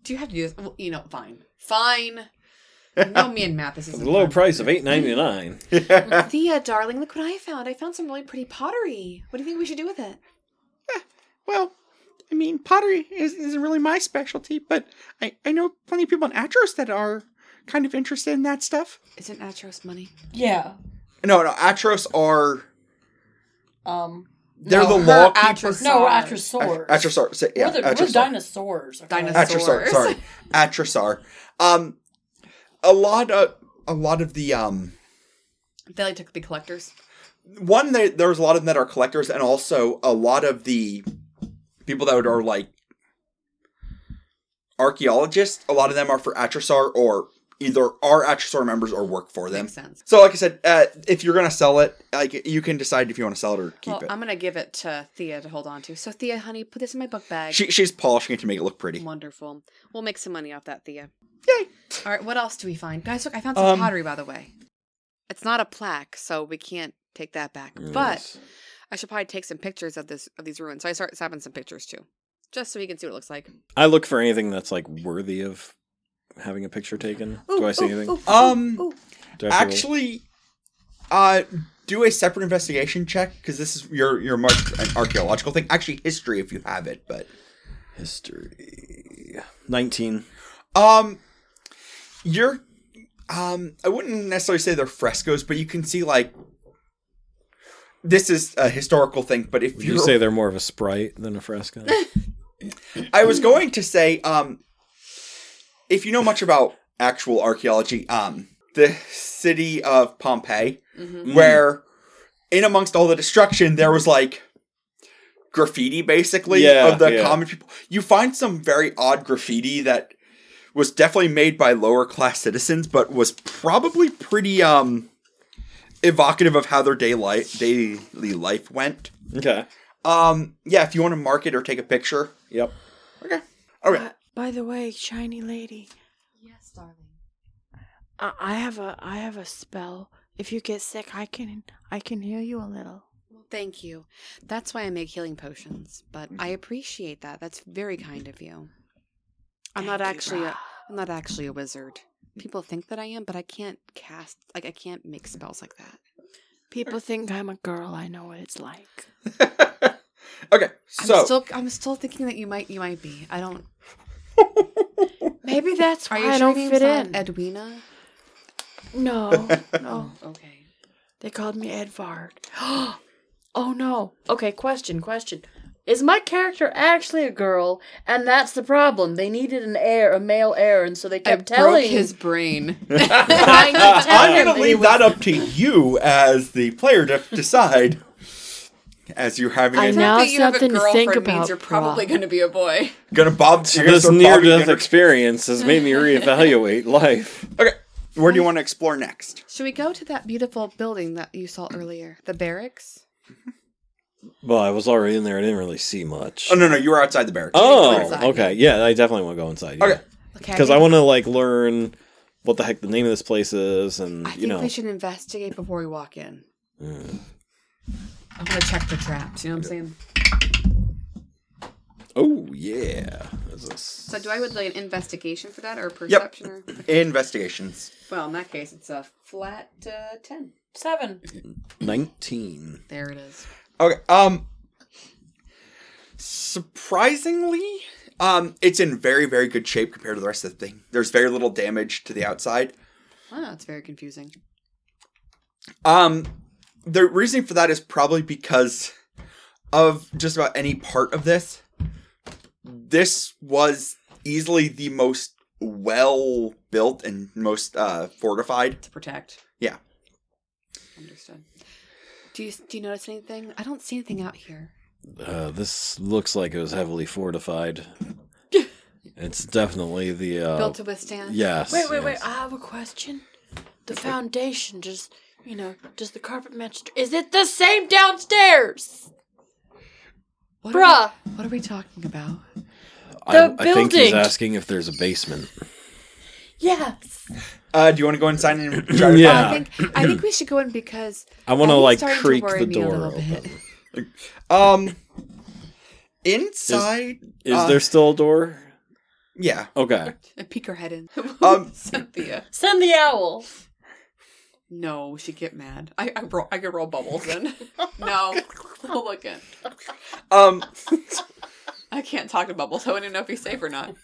Speaker 2: Do you have to do this? Well, you know, fine, fine. No, me and Matt. This is
Speaker 1: The low price of eight ninety nine.
Speaker 2: Thea, darling, look what I found. I found some really pretty pottery. What do you think we should do with it?
Speaker 3: Well, I mean, pottery is, isn't really my specialty, but I, I know plenty of people in Atros that are kind of interested in that stuff.
Speaker 2: Isn't atros money?
Speaker 4: Yeah.
Speaker 3: No, no, Atros are
Speaker 4: Um.
Speaker 3: they're
Speaker 2: No,
Speaker 3: the
Speaker 2: her
Speaker 3: law
Speaker 2: Atros-
Speaker 3: keepers.
Speaker 4: No, we're
Speaker 2: Sars.
Speaker 4: atrosaurs.
Speaker 3: Atros are say- yeah,
Speaker 4: we're, the, we're
Speaker 3: Atros are.
Speaker 4: dinosaurs. okay?
Speaker 2: Dinosaurs.
Speaker 3: Atros are sorry, Atros are. Um, a lot of a lot of the um
Speaker 2: They like to be collectors.
Speaker 3: one they, there was a lot of them that are collectors, and also a lot of the people that are like archaeologists. A lot of them are for Atrasar or either are Atrasar members or work for them.
Speaker 2: Makes sense.
Speaker 3: So, like I said, uh, if you're gonna sell it, like you can decide if you want to sell it or keep
Speaker 2: well,
Speaker 3: it.
Speaker 2: I'm gonna give it to Thea to hold on to. So Thea, honey, put this in my book bag.
Speaker 3: She, she's polishing it to make it look pretty.
Speaker 2: Wonderful. We'll make some money off that, Thea.
Speaker 3: Yay!
Speaker 2: All right, what else do we find, guys? Look, I found some
Speaker 3: Um,
Speaker 2: pottery, by the way. It's not a plaque, so we can't take that back. But I should probably take some pictures of this of these ruins. So I start snapping some pictures too, just so we can see what it looks like.
Speaker 1: I look for anything that's like worthy of having a picture taken. Do I see anything?
Speaker 3: Um,
Speaker 1: Do I have to roll?
Speaker 3: Actually, uh, do a separate investigation check because this is your your mark an archaeological thing. Actually, history if you have it, but
Speaker 1: history nineteen.
Speaker 3: um, you're um, I wouldn't necessarily say they're frescoes, but you can see like this is a historical thing. But if
Speaker 1: Would
Speaker 3: you're
Speaker 1: you say they're more of a sprite than a fresco?
Speaker 3: I was going to say, um, if you know much about actual archaeology, um, the city of Pompeii,
Speaker 1: Mm-hmm.
Speaker 2: Mhm.
Speaker 3: where in amongst all the destruction, there was like graffiti basically
Speaker 1: Yeah,
Speaker 3: of the
Speaker 1: yeah.
Speaker 3: common people. You find some very odd graffiti that was definitely made by lower class citizens, but was probably pretty um evocative of how their daylight daily life went.
Speaker 1: okay.
Speaker 3: Um, yeah, if you want to mark it or take a picture.
Speaker 1: Yep.
Speaker 3: Okay. Okay.
Speaker 4: Uh, by the way, shiny lady,
Speaker 2: Yes, darling.
Speaker 4: I, I have a I have a spell. If you get sick, I can I can heal you a little.
Speaker 2: Thank you. That's why I make healing potions. But I appreciate that. That's very kind of you. I'm not
Speaker 4: Thank you,
Speaker 2: actually a,
Speaker 4: brah.
Speaker 2: I'm not actually a wizard. People think that I am, but I can't cast like I can't make spells like that.
Speaker 4: People think I'm a girl. I know what it's like.
Speaker 3: okay,
Speaker 2: I'm
Speaker 3: so
Speaker 2: still I'm still thinking that you might you might be. I don't
Speaker 4: Maybe that's
Speaker 2: Are
Speaker 4: why
Speaker 2: you
Speaker 4: I
Speaker 2: sure your
Speaker 4: don't
Speaker 2: name's
Speaker 4: fit
Speaker 2: not
Speaker 4: in.
Speaker 2: Edwina?
Speaker 4: no, no.
Speaker 2: okay.
Speaker 4: They called me Edvard. oh no. Oh, Okay, question, question. Is my character actually a girl? And that's the problem. They needed an heir, a male heir, and so they kept telling
Speaker 2: brain.
Speaker 4: trying to tell
Speaker 3: I'm
Speaker 4: him
Speaker 3: going to
Speaker 4: he
Speaker 3: leave
Speaker 4: was-
Speaker 3: that up to you as the player to decide. As you're having,
Speaker 4: I
Speaker 3: a,
Speaker 4: know. Now something to think about,
Speaker 2: you're probably
Speaker 4: brah.
Speaker 2: going to be a boy.
Speaker 3: gonna bob
Speaker 1: So this
Speaker 3: near
Speaker 1: near death experience has made me reevaluate life.
Speaker 3: Okay, Where do you want to explore next?
Speaker 2: Should we go to that beautiful building that you saw earlier? The barracks?
Speaker 1: Well, I was already in there. I didn't really see much.
Speaker 3: Oh no, no, you were outside the barracks.
Speaker 1: Oh,
Speaker 2: Inside.
Speaker 1: okay. Yeah, I definitely want to go inside.
Speaker 3: Okay.
Speaker 2: Okay.
Speaker 1: Because
Speaker 2: think-
Speaker 1: I want to like learn what the heck the name of this place is, and
Speaker 2: I
Speaker 1: you
Speaker 2: think
Speaker 1: know.
Speaker 2: we should investigate before we walk in.
Speaker 1: Mm.
Speaker 2: I'm gonna check for traps. You know what I'm saying?
Speaker 1: Oh yeah. Is this-
Speaker 2: So do I would like an investigation for that or perception? Or
Speaker 3: Investigations.
Speaker 2: well, in that case, it's a flat uh, ten.
Speaker 4: Seven.
Speaker 1: Nineteen.
Speaker 2: There it is.
Speaker 3: Okay. Um surprisingly, um it's in very very good shape compared to the rest of the thing. There's very little damage to the outside.
Speaker 2: Wow, that's very confusing.
Speaker 3: Um the reason for that is probably because of just about any part of this. This was easily the most well built and most uh fortified.
Speaker 2: To protect.
Speaker 3: Yeah.
Speaker 2: Understood. Do you do you notice anything? I don't see anything out here.
Speaker 1: Uh, this looks like it was heavily fortified. it's definitely the uh,
Speaker 2: Built to withstand.
Speaker 1: Yes.
Speaker 4: Wait, wait, wait.
Speaker 1: yes.
Speaker 4: I have a question. The foundation just, you know, does the carpet match? Is it the same downstairs?
Speaker 2: What are we-
Speaker 4: Bruh.
Speaker 2: what are we talking about?
Speaker 1: I,
Speaker 2: Uh,
Speaker 4: the
Speaker 1: I think he's
Speaker 4: building.
Speaker 1: asking if there's a basement.
Speaker 4: Yes.
Speaker 3: Uh do you want to go inside and try to
Speaker 1: Yeah.
Speaker 2: I think I think we should go in because
Speaker 1: I want
Speaker 2: I
Speaker 1: to
Speaker 2: think
Speaker 1: like
Speaker 2: Oh, starting to
Speaker 1: creak
Speaker 2: worry
Speaker 1: the
Speaker 2: me a
Speaker 1: door
Speaker 2: little
Speaker 1: open.
Speaker 2: bit.
Speaker 3: Um inside
Speaker 1: Is
Speaker 3: uh,
Speaker 1: there still a door?
Speaker 3: Yeah.
Speaker 1: Okay.
Speaker 2: I peek her head in.
Speaker 3: Um,
Speaker 2: Cynthia.
Speaker 4: Send the owl.
Speaker 2: No, she'd get mad. I I, roll, I could roll bubbles in. no, we'll look in.
Speaker 3: Um
Speaker 2: I can't talk to bubbles. I wouldn't know if he's safe or not.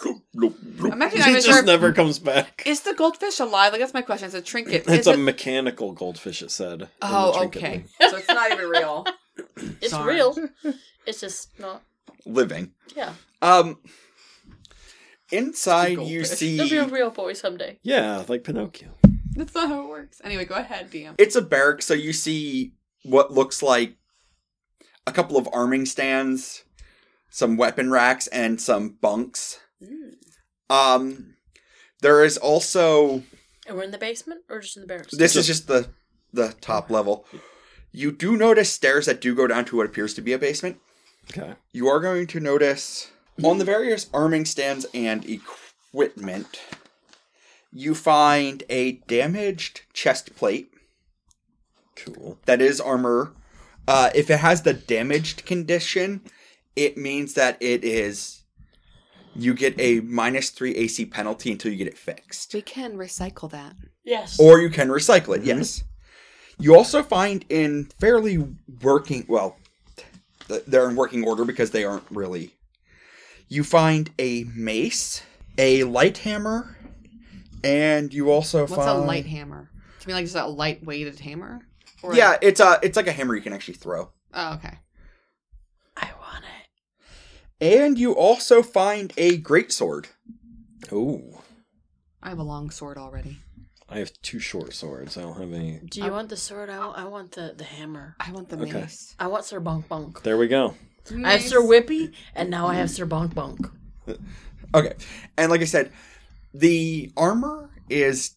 Speaker 2: I'm
Speaker 1: He
Speaker 2: actually not even
Speaker 1: just
Speaker 2: sure. if-
Speaker 1: never comes back.
Speaker 2: Is the goldfish alive? Like that's my question. It's a trinket. Is
Speaker 1: It's a
Speaker 2: it-
Speaker 1: mechanical goldfish, it said. in the
Speaker 2: oh,
Speaker 1: trinket
Speaker 2: okay.
Speaker 1: thing.
Speaker 2: So it's not even real.
Speaker 4: It's
Speaker 2: Sorry.
Speaker 4: real. It's just not.
Speaker 3: living.
Speaker 4: Yeah.
Speaker 3: Um, inside you
Speaker 2: Goldfish.
Speaker 4: It'll be a
Speaker 3: see
Speaker 4: real boy someday.
Speaker 1: Yeah, like Pinocchio.
Speaker 2: That's not how it works. Anyway, go ahead, DM.
Speaker 3: it's a barrack, so you see what looks like a couple of arming stands, some weapon racks, and some bunks. Um, there is also
Speaker 4: And we're in the basement or just in the barracks?
Speaker 3: this is just the the top level. You do notice stairs that do go down to what appears to be a basement.
Speaker 1: Okay.
Speaker 3: you are going to notice on the various arming stands and equipment, you find a damaged chest plate
Speaker 1: Cool.
Speaker 3: that is armor. Uh, if it has the damaged condition, it means that it is. You get a minus three AC penalty until you get it fixed.
Speaker 2: We can recycle that.
Speaker 4: Yes.
Speaker 3: Or you can recycle it,
Speaker 2: Mm-hmm.
Speaker 3: yes. You also find in fairly working, well, th- they're in working order because they aren't really. You find a mace, a light hammer, and you also
Speaker 2: What's
Speaker 3: find.
Speaker 2: a light hammer? Do you mean like just a light weighted hammer? Or
Speaker 3: Yeah, it's a, it's like a hammer you can actually throw.
Speaker 2: Oh, okay.
Speaker 4: I want it.
Speaker 3: And you also find a greatsword.
Speaker 1: Oh,
Speaker 2: I have a long sword already.
Speaker 1: I have two short swords. I don't have any.
Speaker 4: Do you want the sword? I want, I want the, the hammer.
Speaker 2: I want the
Speaker 1: Okay.
Speaker 2: mace.
Speaker 4: I want Sir Bonk Bonk.
Speaker 1: There we go.
Speaker 4: I have Sir Whippy, and now I have Sir Bonk Bonk.
Speaker 3: Okay, and like I said, the armor is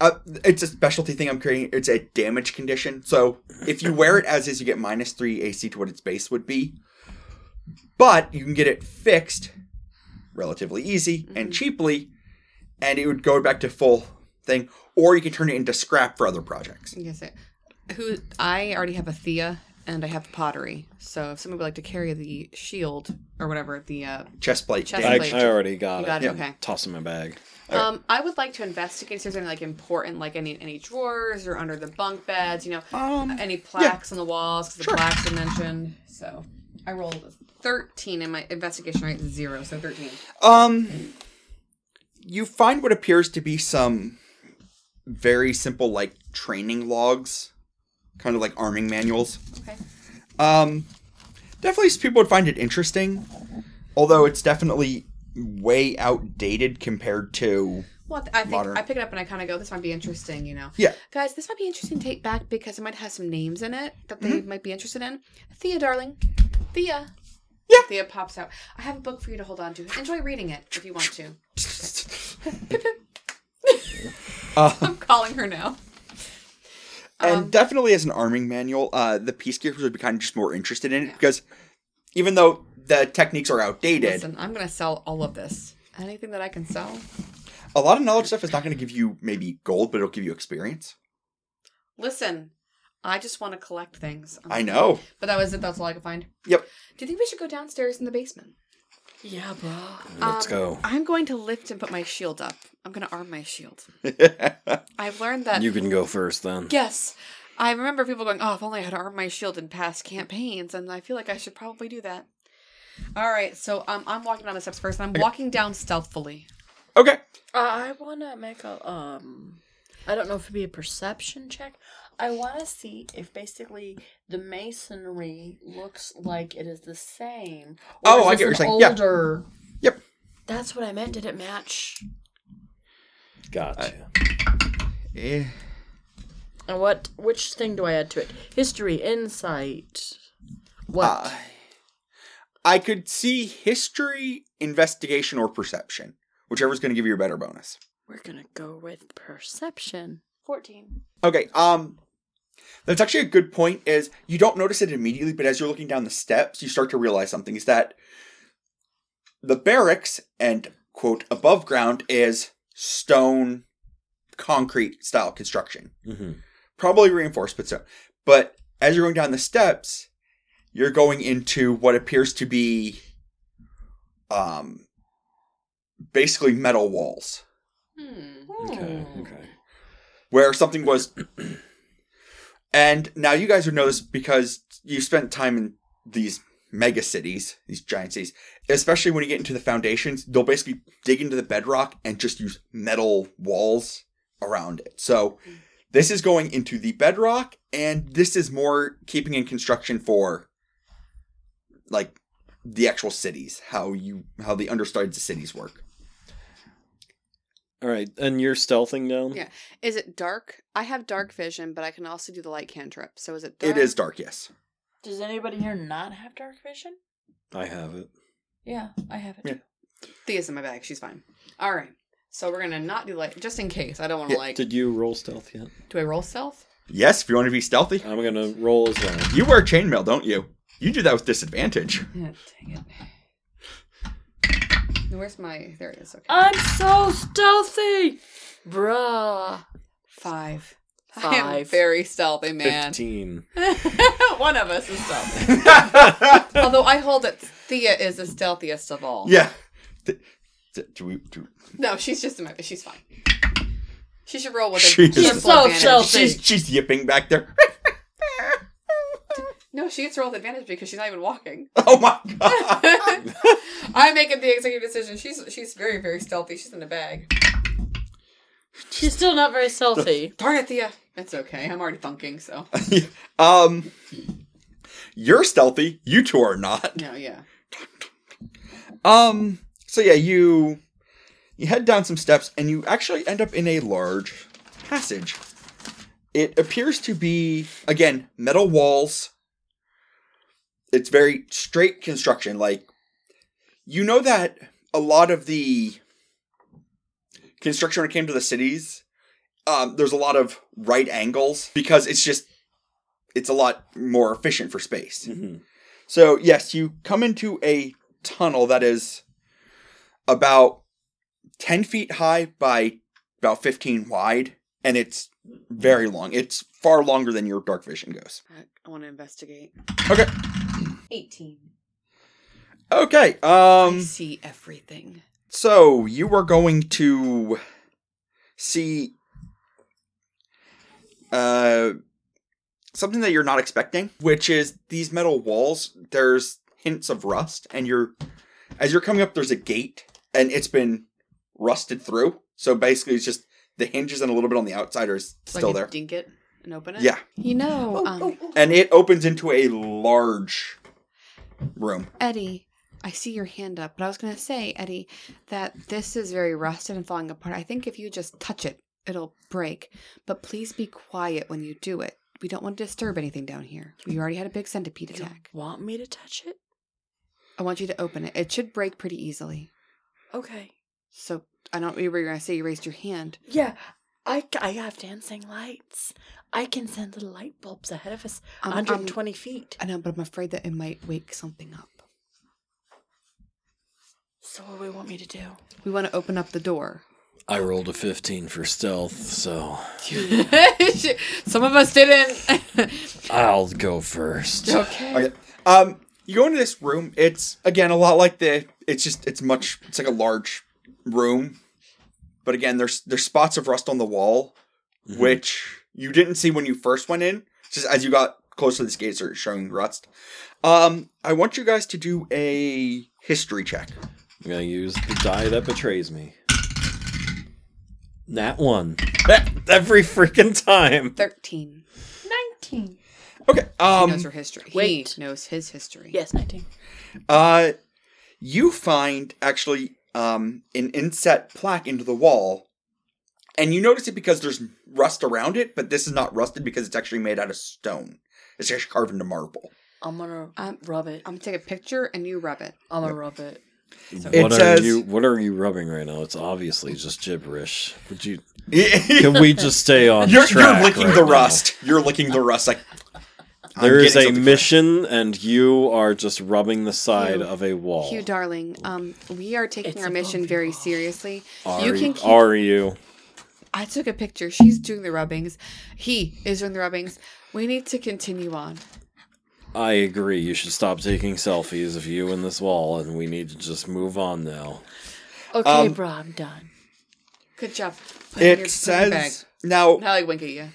Speaker 3: uh, it's a specialty thing I'm creating. It's a damage condition, so if you wear it as is, you get minus three AC to what its base would be. But you can get it fixed relatively easy and cheaply, and it would go back to full thing. Or you can turn it into scrap for other projects.
Speaker 2: Yes, it. Who I already have a Thea and I have pottery. So if someone would like to carry the shield or whatever the uh,
Speaker 3: Chest plate.
Speaker 2: Chest
Speaker 3: damage.
Speaker 1: I,
Speaker 2: plate.
Speaker 1: I already got
Speaker 2: you
Speaker 1: it.
Speaker 2: got it, okay.
Speaker 1: Toss in my bag.
Speaker 2: Um, I would like to investigate if there's any like important, like any any drawers or under the bunk beds, you know,
Speaker 3: Um,
Speaker 2: any plaques on the walls because the plaques are mentioned. So I rolled a thirteen, and my investigation rate is zero, so thirteen.
Speaker 3: Um, you find what appears to be some very simple, like training logs, kind of like arming manuals.
Speaker 2: Okay.
Speaker 3: Um, definitely s- people would find it interesting, although it's definitely way outdated compared to.
Speaker 2: Well, I think
Speaker 3: Modern.
Speaker 2: I pick it up and I kind of go, "This might be interesting," you know.
Speaker 3: Yeah.
Speaker 2: Guys, this might be interesting to take back because it might have some names in it that they
Speaker 3: Mm-hmm.
Speaker 2: might be interested in. Thea, darling. Thea.
Speaker 3: Yeah.
Speaker 2: Thea pops out. I have a book for you to hold on to. Enjoy reading it if you want to. I'm calling her now. Um,
Speaker 3: and definitely as an arming manual, uh, the peacekeepers would be kind of just more interested in it because even though the techniques are outdated,
Speaker 2: Listen, I'm gonna sell all of this. Anything that I can sell.
Speaker 3: a lot of knowledge stuff is not going to give you maybe gold, but it'll give you experience.
Speaker 2: Listen, I just want to collect things.
Speaker 3: I know.
Speaker 2: But that was it. That's all I could find.
Speaker 3: Yep.
Speaker 2: Do you think we should go downstairs in the basement?
Speaker 4: Yeah, bro.
Speaker 1: Let's
Speaker 2: Um,
Speaker 3: Oh.
Speaker 1: go.
Speaker 2: I'm going to lift and put my shield up. I'm going to arm my shield. I've learned that.
Speaker 1: You can go first then.
Speaker 2: yes. I remember people going, oh, if only I had armed my shield in past campaigns, and I feel like I should probably do that. All right, so um, I'm walking down the steps first, and I'm walking down stealthily.
Speaker 3: okay.
Speaker 4: Uh, I want to make a um. I don't know if it'd be a perception check. I want to see if basically the masonry looks like it is the same. or
Speaker 3: Oh,
Speaker 4: is
Speaker 3: I get what
Speaker 4: this an
Speaker 3: you're saying. Yeah.
Speaker 4: Older.
Speaker 3: Yep.
Speaker 4: That's what I meant. Did it match?
Speaker 1: Gotcha.
Speaker 3: Eh.
Speaker 4: And what? Which thing do I add to it? History, insight.
Speaker 3: Uh,
Speaker 4: What?
Speaker 3: I could see history, investigation, or perception, whichever's going to give you a better bonus.
Speaker 4: We're gonna go with perception. Fourteen.
Speaker 3: Okay. Um, that's actually a good point. Is you don't notice it immediately, but as you're looking down the steps, you start to realize something. Is that the barracks and quote above ground is stone, concrete style construction,
Speaker 1: hmm
Speaker 3: probably reinforced, but stone. But as you're going down the steps, you're going into what appears to be, um, basically metal walls
Speaker 2: Hmm.
Speaker 1: Okay. Okay.
Speaker 3: where something was and now you guys would know this because you spent time in these mega cities these giant cities especially when you get into the foundations they'll basically dig into the bedrock and just use metal walls around it so this is going into the bedrock and this is more keeping in construction for like the actual cities how you how the undersides of cities work
Speaker 1: All right. And you're stealthing down?
Speaker 2: Yeah. Is it dark? I have dark vision, but I can also do the light cantrip. So is it dark?
Speaker 3: it is dark yes
Speaker 4: Does anybody here not have dark vision?
Speaker 1: I have it.
Speaker 4: Yeah, I have it.
Speaker 3: Yeah.
Speaker 2: Thea's in my bag. She's fine. All right. So we're going to not do light, just in case. I don't want to,
Speaker 3: Yeah,
Speaker 2: like,
Speaker 1: Did you roll stealth yet?
Speaker 2: do I roll stealth?
Speaker 3: yes if you want to be stealthy
Speaker 1: I'm going to roll as well.
Speaker 3: You wear chainmail, don't you? You do that with disadvantage.
Speaker 2: Yeah, dang it. Where's my? There it is. Okay.
Speaker 4: I'm so stealthy, bruh.
Speaker 2: Five. I am
Speaker 4: Five.
Speaker 2: very stealthy, man.
Speaker 1: 15.
Speaker 2: One of us is stealthy. Although I hold that Thea is the stealthiest of all.
Speaker 3: yeah. Th- th- Do we? Do
Speaker 2: No, she's just in my. She's fine. She should roll with a
Speaker 3: She is-
Speaker 2: triple
Speaker 4: She's so
Speaker 2: advantage.
Speaker 4: stealthy.
Speaker 3: she's she's yipping back there.
Speaker 2: No, she gets to roll with advantage because she's not even walking.
Speaker 3: oh my god!
Speaker 2: I'm making the executive decision. She's she's very very stealthy. She's in a bag.
Speaker 4: She's still not very stealthy.
Speaker 2: Darn it, Thea. It's okay. I'm already thunking. So
Speaker 3: um, you're stealthy. You two are not.
Speaker 2: no, yeah.
Speaker 3: Um. So yeah, you you head down some steps and you actually end up in a large passage. It appears to be again metal walls. It's very straight construction. Like you know that a lot of the construction when it came to the cities, um, there's a lot of right angles because it's just it's a lot more efficient for space.
Speaker 1: Mhm.
Speaker 3: So yes, you come into a tunnel that is about ten feet high by about fifteen wide, and it's very long. It's far longer than your dark vision goes.
Speaker 2: I, I want to investigate.
Speaker 3: Okay.
Speaker 2: Eighteen.
Speaker 3: Okay.
Speaker 2: I
Speaker 3: Um.
Speaker 2: see everything.
Speaker 3: So you are going to see uh something that you're not expecting, which is these metal walls, there's hints of rust and you're as you're coming up there's a gate and it's been rusted through. So basically it's just the hinges and a little bit on the outside are s-
Speaker 2: So I
Speaker 3: still
Speaker 2: can
Speaker 3: there.
Speaker 2: Dink it and open it.
Speaker 3: Yeah. Oh,
Speaker 2: You know, um,
Speaker 3: And it opens into a large room.
Speaker 2: Eddie, I see your hand up, but I was going to say, Eddie, that this is very rusted and falling apart. I think if you just touch it, it'll break. But please be quiet when you do it. We don't want to disturb anything down here. We already had a big centipede
Speaker 4: You
Speaker 2: attack.
Speaker 4: want me to touch it?
Speaker 2: I want you to open it. It should break pretty easily.
Speaker 4: Okay.
Speaker 2: So I don't remember you were going to say you raised your hand.
Speaker 4: Yeah, I, c- I have dancing lights. I can send little light bulbs ahead of us,
Speaker 2: Um, um,
Speaker 4: 120 feet.
Speaker 2: I know, but I'm afraid that it might wake something up.
Speaker 4: So what do we want me to do?
Speaker 2: We want to open up the door.
Speaker 1: I rolled a 15 for stealth, so
Speaker 2: Some of us didn't.
Speaker 1: I'll go first.
Speaker 2: okay.
Speaker 3: Okay. Um, you go into this room. It's again a lot like the. It's just it's much. It's like a large room, but again there's there's spots of rust on the wall,
Speaker 1: Mhm.
Speaker 3: which you didn't see when you first went in. Just as you got closer to this gate, started showing rust. Um, I want you guys to do a history check.
Speaker 1: I'm gonna use the die that betrays me. That one. Every freaking time.
Speaker 2: 13.
Speaker 6: 19.
Speaker 3: Okay.
Speaker 2: He
Speaker 3: Um,
Speaker 2: knows her history.
Speaker 4: wait.
Speaker 2: He knows his history.
Speaker 4: Yes, 19.
Speaker 3: Uh, you find actually um, an inset plaque into the wall, and you notice it because there's rust around it, but this is not rusted because it's actually made out of stone. It's actually carved into marble.
Speaker 4: I'm gonna
Speaker 2: Um,
Speaker 4: rub it.
Speaker 2: I'm going to take a picture and you rub it.
Speaker 4: I'm gonna rub it.
Speaker 1: what are
Speaker 3: says-
Speaker 1: you what are you rubbing right now? It's obviously just gibberish. Would you
Speaker 3: you're,
Speaker 1: can we just stay on
Speaker 3: you're
Speaker 1: track
Speaker 3: licking
Speaker 1: right
Speaker 3: the
Speaker 1: now?
Speaker 3: rust. You're licking the rust. Like I'm
Speaker 1: There is
Speaker 3: getting
Speaker 1: a
Speaker 3: something
Speaker 1: mission and you are just rubbing the side
Speaker 2: Hugh.
Speaker 1: of a wall.
Speaker 2: Hugh, darling, um, we are taking
Speaker 4: It's
Speaker 2: our
Speaker 4: a
Speaker 2: mission
Speaker 4: bumpy
Speaker 2: very
Speaker 4: wall.
Speaker 2: seriously.
Speaker 1: are
Speaker 2: you can keep.
Speaker 1: are you?
Speaker 2: I took a picture. She's doing the rubbings. He is doing the rubbings. We need to continue on.
Speaker 1: I agree. You should stop taking selfies of you and this wall and we need to just move on now.
Speaker 4: Okay,
Speaker 3: Um,
Speaker 4: bro, I'm done.
Speaker 2: Good job. Put in
Speaker 3: It
Speaker 2: your- put in your
Speaker 3: says now.
Speaker 2: bag. Now I wink at you.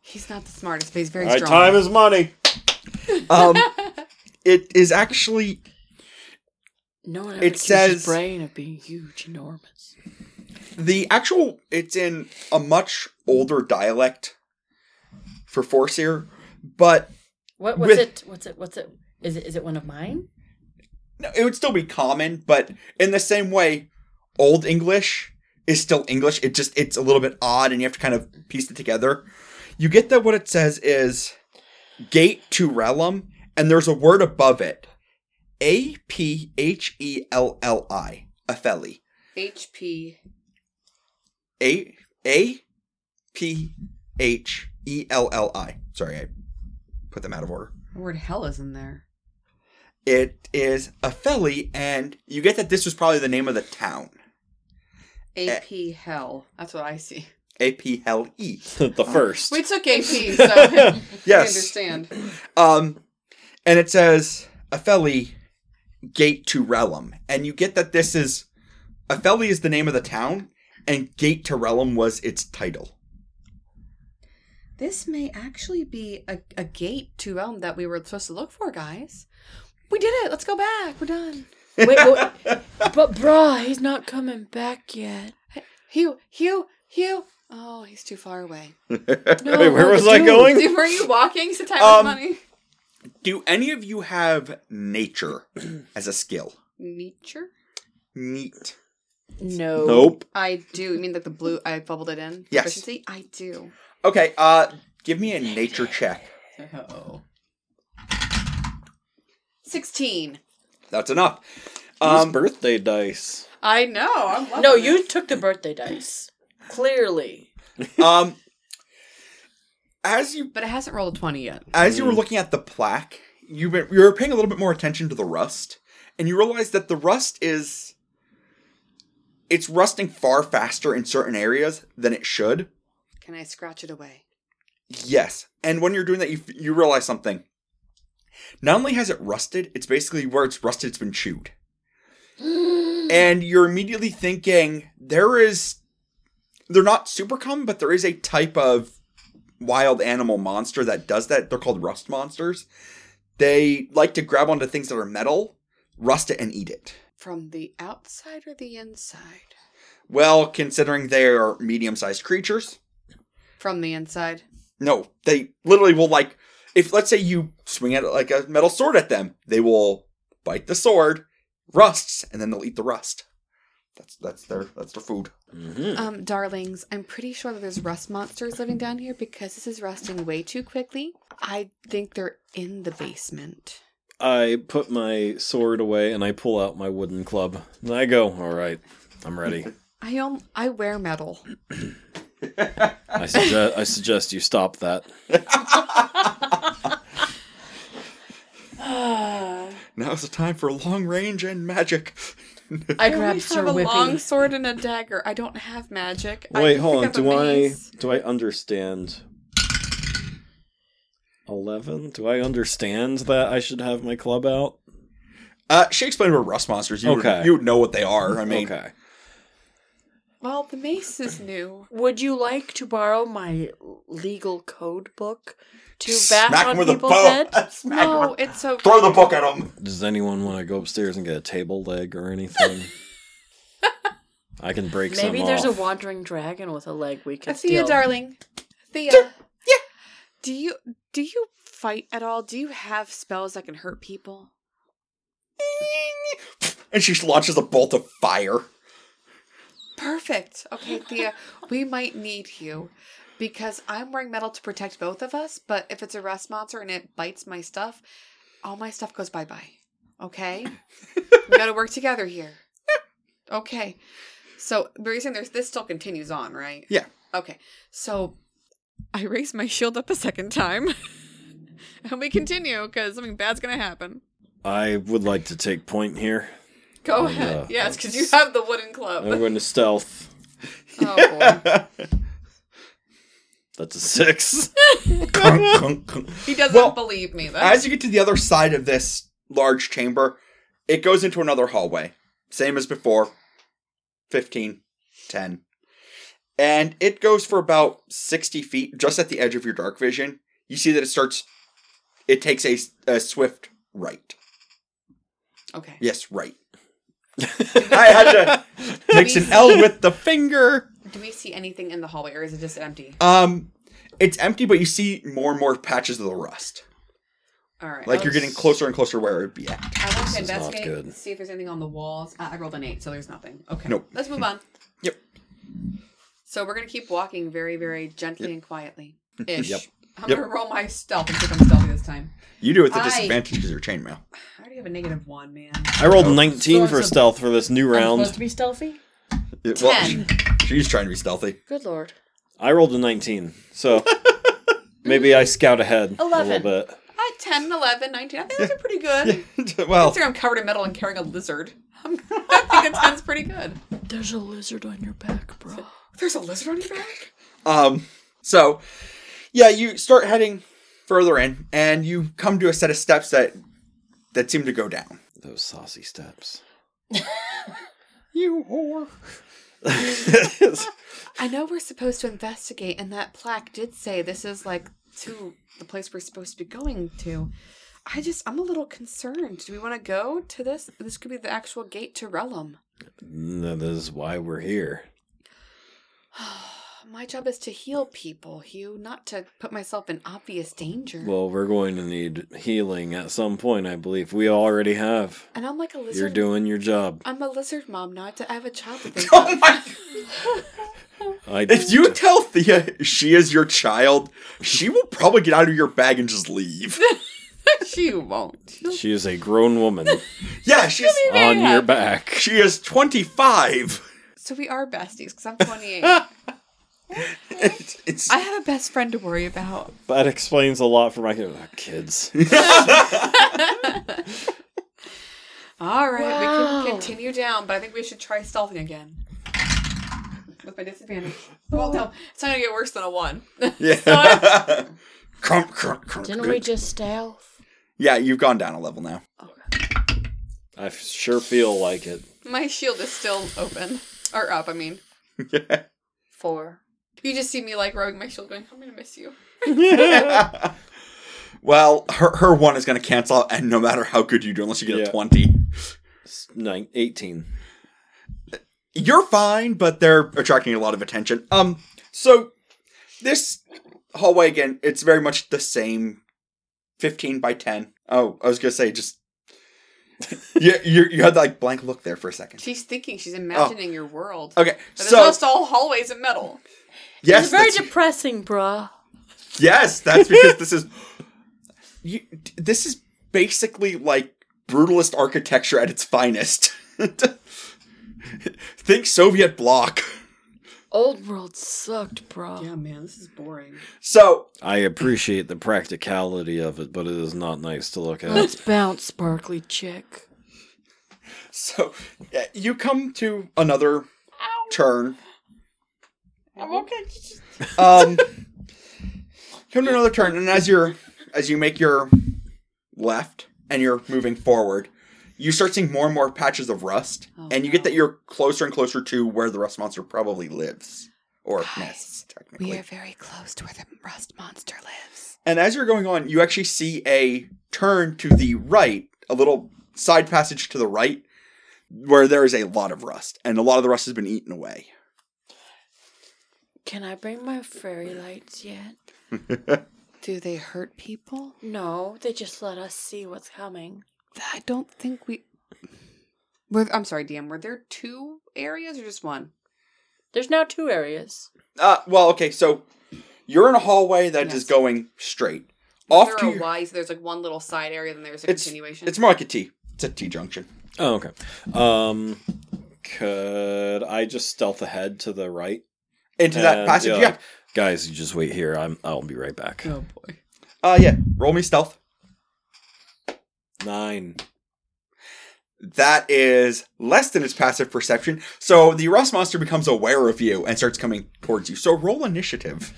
Speaker 2: He's not the smartest, but he's very
Speaker 1: All right,
Speaker 2: strong.
Speaker 1: time is money.
Speaker 3: Um, it is actually
Speaker 4: No one ever
Speaker 3: It
Speaker 4: accuses
Speaker 3: says-
Speaker 4: brain of being huge, enormous.
Speaker 3: The actual it's in a much older dialect for Forseer, but
Speaker 6: What,
Speaker 3: what's With-
Speaker 6: it? What's it? What's it? Is it? Is it one of mine?
Speaker 3: no, it would still be common, but in the same way old English is still English. It just it's a little bit odd and you have to kind of piece it together. You get that what it says is gate to Relum and there's a word above it. A P H E L L I. Apheli.
Speaker 2: HP.
Speaker 3: A A P H E L L I. Sorry, I put them out of order.
Speaker 2: The word hell is in there.
Speaker 3: It is Apheli, and you get that this was probably the name of the town.
Speaker 1: Eh.
Speaker 2: AP hell. That's what I see.
Speaker 3: A P L E.
Speaker 1: the first.
Speaker 2: We took AP, so I
Speaker 3: Yes.
Speaker 2: understand.
Speaker 3: Um, and it says Apheli, Gate to Relum, and you get that this is Apheli is the name of the town, and Gate to Relum was its title.
Speaker 2: This may actually be a, a gate to realm that we were supposed to look for, guys. We did it. Let's go back. We're done.
Speaker 4: Wait, wait, but bro, he's not coming back yet.
Speaker 2: Hugh, Hugh, Hugh. Oh, he's too far away.
Speaker 4: No,
Speaker 1: Wait, where
Speaker 4: no,
Speaker 1: was
Speaker 4: the
Speaker 1: I
Speaker 4: dude.
Speaker 1: going?
Speaker 2: Dude, were you walking? So time is
Speaker 3: Um,
Speaker 2: money.
Speaker 3: Do any of you have nature as a skill?
Speaker 2: Nature.
Speaker 3: Neat.
Speaker 4: No.
Speaker 1: Nope.
Speaker 2: I do. You mean like the blue? I bubbled it in.
Speaker 3: Yes.
Speaker 2: Proficiency? I do.
Speaker 3: Okay, uh, give me a nature check.
Speaker 2: Oh. Sixteen.
Speaker 3: That's enough.
Speaker 1: Use
Speaker 3: Um,
Speaker 1: birthday dice.
Speaker 2: I know. I'm loving
Speaker 4: No,
Speaker 2: this.
Speaker 4: you took the birthday dice. Clearly.
Speaker 3: um, as you
Speaker 2: But it hasn't rolled a twenty yet.
Speaker 3: as you were looking at the plaque, you were, you were paying a little bit more attention to the rust, and you realized that the rust is it's rusting far faster in certain areas than it should.
Speaker 2: Can I scratch it away?
Speaker 3: Yes, and when you're doing that, you f- you realize something. Not only has it rusted, it's basically where it's rusted, it's been chewed. and you're immediately thinking there is they're not super common but there is a type of wild animal monster that does that they're called rust monsters they like to grab onto things that are metal rust it and eat it
Speaker 2: From the outside or the inside?
Speaker 3: well considering they are medium-sized creatures
Speaker 2: From the inside.
Speaker 3: no they literally will like if let's say you swing at like a metal sword at them they will bite the sword rusts and then they'll eat the rust that's that's their that's their food
Speaker 1: Mm-hmm.
Speaker 2: Um, darlings, I'm pretty sure that there's rust monsters living down here because this is rusting way too quickly. I think they're in the basement.
Speaker 1: I put my sword away and I pull out my wooden club. And I go, all right, I'm ready.
Speaker 2: I um, I wear metal.
Speaker 1: I suggest I suggest you stop that.
Speaker 3: Now's the time for long range and magic.
Speaker 4: I
Speaker 2: I only
Speaker 4: grabbed
Speaker 2: have
Speaker 4: Sir
Speaker 2: a
Speaker 4: Whippy.
Speaker 2: long sword and a dagger. I don't have magic. I
Speaker 1: Wait,
Speaker 2: can
Speaker 1: hold on.
Speaker 2: pick up a
Speaker 1: Do I
Speaker 2: mace.
Speaker 1: do I understand? Eleven? Do I understand that I should have my club out?
Speaker 3: Uh, she explained what rust monsters. You
Speaker 1: Okay.
Speaker 3: would, you would know what they are. I mean,
Speaker 1: Okay.
Speaker 2: Well, the mace is new.
Speaker 4: Would you like to borrow my legal code book to
Speaker 3: Smack
Speaker 4: bash
Speaker 3: 'em
Speaker 4: on
Speaker 3: with a
Speaker 4: people's
Speaker 3: bow.
Speaker 4: heads?
Speaker 3: Smack 'em
Speaker 2: No,
Speaker 3: with-
Speaker 2: it's okay.
Speaker 3: Throw the book at them.
Speaker 1: Does anyone want to go upstairs and get a table leg or anything? I can break some.
Speaker 4: Maybe there's
Speaker 1: off.
Speaker 4: a wandering dragon with a leg we could
Speaker 2: Thea,
Speaker 4: steal.
Speaker 2: darling. Thea. Yeah. Do you do you fight at all? Do you have spells that can hurt people?
Speaker 3: And she launches a bolt of fire.
Speaker 2: Perfect. Okay, Thea, we might need you because I'm wearing metal to protect both of us, but if it's a rust monster and it bites my stuff, all my stuff goes bye bye. Okay? we gotta work together here. Okay. So, but you're saying there's, this still continues on, right?
Speaker 3: Yeah.
Speaker 2: Okay. So, I raise my shield up a second time and we continue because something bad's gonna happen.
Speaker 1: I would like to take point here.
Speaker 2: Go
Speaker 1: Oh,
Speaker 2: ahead.
Speaker 1: yeah. Oh.
Speaker 2: Yes, because you have the wooden
Speaker 1: I'm
Speaker 2: club.
Speaker 1: going to stealth.
Speaker 2: Oh, boy.
Speaker 1: That's a six.
Speaker 3: Kunk, kunk, kunk.
Speaker 2: He doesn't
Speaker 3: Well,
Speaker 2: believe me. though.
Speaker 3: As you get to the other side of this large chamber, it goes into another hallway. Same as before 15, 10. And it goes for about 60 feet, just at the edge of your dark vision. You see that it starts, it takes a, a swift right.
Speaker 2: okay.
Speaker 3: Yes, right. I had to mix an L with the finger.
Speaker 2: Do we see anything in the hallway, or is it just empty?
Speaker 3: Um, it's empty, but you see more and more patches of the rust.
Speaker 2: All right.
Speaker 3: Like
Speaker 2: I'll
Speaker 3: you're getting
Speaker 2: just-
Speaker 3: closer and closer where it would be at.
Speaker 2: Oh, I want
Speaker 1: This
Speaker 2: to
Speaker 1: is not
Speaker 2: investigate.
Speaker 1: good.
Speaker 2: See if there's anything on the walls. Uh, I rolled an eight, so there's nothing. Okay.
Speaker 3: Nope.
Speaker 2: Let's move on.
Speaker 3: Yep.
Speaker 2: So we're gonna keep walking very, very gently and quietly. Ish.
Speaker 1: Yep.
Speaker 2: I'm
Speaker 3: Yep.
Speaker 2: gonna roll my stealth and see if I'm stealthy this time.
Speaker 3: You do it with the
Speaker 2: I-
Speaker 3: disadvantage because you're chainmail.
Speaker 2: I already have a negative one, man.
Speaker 1: I rolled 19 for
Speaker 6: Storms of-
Speaker 1: stealth for this new
Speaker 6: I'm
Speaker 1: round.
Speaker 6: supposed to be stealthy.
Speaker 3: It-
Speaker 2: Ten.
Speaker 3: she- she's trying to be stealthy.
Speaker 4: Good lord.
Speaker 1: I rolled a 19, so maybe I scout ahead a
Speaker 6: 11.
Speaker 1: little bit.
Speaker 2: At 10, 11, 19. I think those are pretty good.
Speaker 3: well,
Speaker 2: Considering I'm covered in metal and carrying a lizard. I'm, I think a 10's pretty good.
Speaker 4: There's a lizard on your back, bro.
Speaker 2: There's a lizard on your back?
Speaker 3: um, so yeah, you start heading further in, and you come to a set of steps that that seem to go down.
Speaker 1: Those saucy steps.
Speaker 3: You whore.
Speaker 2: I know we're supposed to investigate, and that plaque did say this is like to the place we're supposed to be going to. I just, I'm a little concerned. Do we want to go to this? This could be the actual gate to Relum.
Speaker 1: No, That is why we're here.
Speaker 2: My job is to heal people, Hugh, not to put myself in obvious danger.
Speaker 1: Well, we're going to need healing at some point, I believe. We already have.
Speaker 2: and I'm like a lizard.
Speaker 1: You're doing your job.
Speaker 2: I'm a lizard mom now. I have, to, I have a child to think
Speaker 3: Oh
Speaker 2: of.
Speaker 3: my!
Speaker 1: I
Speaker 3: If you tell Thea she is your child, she will probably get out of your bag and just leave.
Speaker 2: she won't.
Speaker 1: She is a grown woman
Speaker 3: Yeah, she's
Speaker 1: on your back.
Speaker 3: she is twenty five.
Speaker 2: So we are besties because I'm 28. I
Speaker 3: It's
Speaker 2: have a best friend to worry about.
Speaker 1: That explains a lot for my oh, kids.
Speaker 2: All right, we
Speaker 4: Wow.
Speaker 2: can continue down, but I think we should try stealthing again. With my disadvantage. Well, no, it's not gonna get worse than a one.
Speaker 3: yeah. crump, crump, crump.
Speaker 4: Didn't we just stealth?
Speaker 3: Yeah, you've gone down a level now.
Speaker 1: I f- sure feel like it.
Speaker 2: my shield is still open or up. I mean,
Speaker 3: Yeah.
Speaker 4: Four.
Speaker 2: you just see me like rubbing my shield, going, "I'm gonna miss you."
Speaker 3: Well, her her one is going to cancel out, and no matter how good you do, unless you get a
Speaker 1: Yeah.
Speaker 3: twenty,
Speaker 1: It's Nine, 18.
Speaker 3: you're fine. But they're attracting a lot of attention. Um, so this hallway again, it's very much the same, fifteen by ten. Oh, I was going to say just. you, you you had that like blank look there for a second.
Speaker 2: She's thinking, she's imagining your world.
Speaker 3: Okay,
Speaker 2: But
Speaker 3: so
Speaker 2: it's not all hallways of metal.
Speaker 3: yes,
Speaker 4: it's very
Speaker 3: that's-
Speaker 4: depressing, bruh.
Speaker 3: Yes, that's because this is you, d- this is basically like brutalist architecture at its finest. Think Soviet bloc.
Speaker 4: Old world sucked, bro.
Speaker 2: Yeah, man, this is boring.
Speaker 3: So
Speaker 1: I appreciate the practicality of it, but it is not nice to look at.
Speaker 4: Let's bounce, sparkly chick.
Speaker 3: So yeah, you come to another turn.
Speaker 6: I'm okay.
Speaker 3: Um, come to another turn, and as you're as you make your left and you're moving forward, you start seeing more and more patches of rust,
Speaker 2: Oh,
Speaker 3: and you get
Speaker 2: no.
Speaker 3: that you're closer and closer to where the rust monster probably lives or
Speaker 2: Guys,
Speaker 3: nests
Speaker 2: We
Speaker 3: technically.
Speaker 2: are very close to where the rust monster lives.
Speaker 3: And as you're going on, you actually see a turn to the right, a little side passage to the right, where there is a lot of rust, and a lot of the rust has been eaten away.
Speaker 4: Can I bring my fairy lights yet?
Speaker 2: Do they hurt people?
Speaker 4: No, they just let us see what's coming.
Speaker 2: I don't think we. Were, I'm sorry, DM. Were there two areas or just one?
Speaker 4: There's now two areas.
Speaker 3: Uh, well, okay, so you're in a hallway that is
Speaker 2: Yes.
Speaker 3: going straight
Speaker 2: Was
Speaker 3: off to.
Speaker 2: there a
Speaker 3: your-
Speaker 2: Y, so there's like one little side area, then there's a
Speaker 3: It's-
Speaker 2: continuation.
Speaker 3: it's more like a T. It's a T junction.
Speaker 1: Oh, okay. Um, could I just stealth ahead to the right?
Speaker 3: Into that
Speaker 1: And,
Speaker 3: passage, yeah.
Speaker 1: like, Guys, you just wait here. I'm. I'll be right back.
Speaker 2: oh boy.
Speaker 3: Uh, yeah. Roll me stealth.
Speaker 1: Nine.
Speaker 3: That is less than its passive perception, so the rust monster becomes aware of you and starts coming towards you. So roll initiative.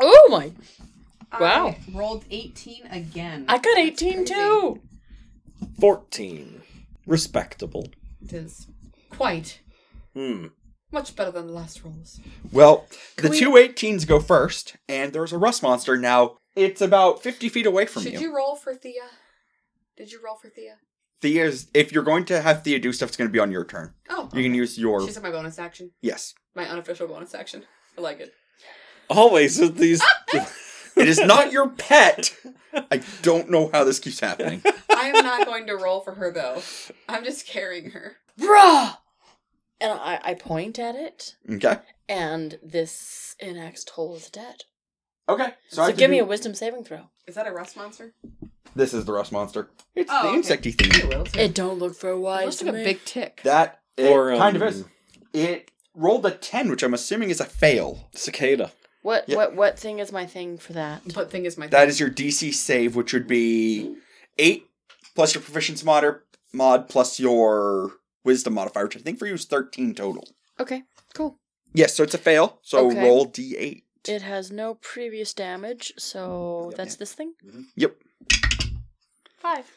Speaker 4: Oh my! Wow.
Speaker 2: I rolled 18 again.
Speaker 4: I got
Speaker 2: That's
Speaker 4: 18
Speaker 2: crazy.
Speaker 4: too.
Speaker 1: Fourteen. Respectable.
Speaker 2: It is quite
Speaker 1: Hmm.
Speaker 2: much better than the last rolls.
Speaker 3: Well, the
Speaker 2: we-
Speaker 3: two 18s go first, and there's a rust monster now. It's about 50 feet away from
Speaker 2: Should
Speaker 3: you.
Speaker 2: you. roll for Thea? Did you roll for Thea?
Speaker 3: Thea's, if you're going to have Thea do stuff, it's going to be on your turn.
Speaker 2: Oh,
Speaker 3: You can use your.
Speaker 2: she's in my bonus action,
Speaker 3: yes.
Speaker 2: my unofficial bonus action. I like it.
Speaker 1: Always with these.
Speaker 2: Ah!
Speaker 3: It is not your pet. I don't know how this keeps happening.
Speaker 2: I am not going to roll for her though. I'm just carrying her.
Speaker 4: Bruh! And I, I point at it,
Speaker 3: Okay.
Speaker 4: and this inaxed hole is dead.
Speaker 3: Okay.
Speaker 4: So, give me a wisdom saving throw.
Speaker 2: Is that a rust monster?
Speaker 3: This is the rust monster. It's
Speaker 2: Oh, okay.
Speaker 3: the insecty thing.
Speaker 4: It don't look very
Speaker 2: It
Speaker 4: wise
Speaker 2: looks
Speaker 4: to
Speaker 2: like
Speaker 4: me.
Speaker 2: a big tick.
Speaker 3: That it
Speaker 1: Or, um,
Speaker 3: kind of is. It rolled a ten, which I'm assuming is a fail.
Speaker 1: Cicada.
Speaker 4: What
Speaker 3: Yeah.
Speaker 4: what what thing is my thing for that?
Speaker 2: but thing is, my
Speaker 3: That is your DC save, which would be eight plus your proficiency mod, mod plus your wisdom modifier, which I think for you is thirteen total.
Speaker 4: Okay, cool.
Speaker 3: Yes, so it's a fail. So
Speaker 4: Okay.
Speaker 3: roll D eight.
Speaker 4: It has no previous damage, so
Speaker 3: Yep.
Speaker 4: that's this thing.
Speaker 3: Yep.
Speaker 4: Five.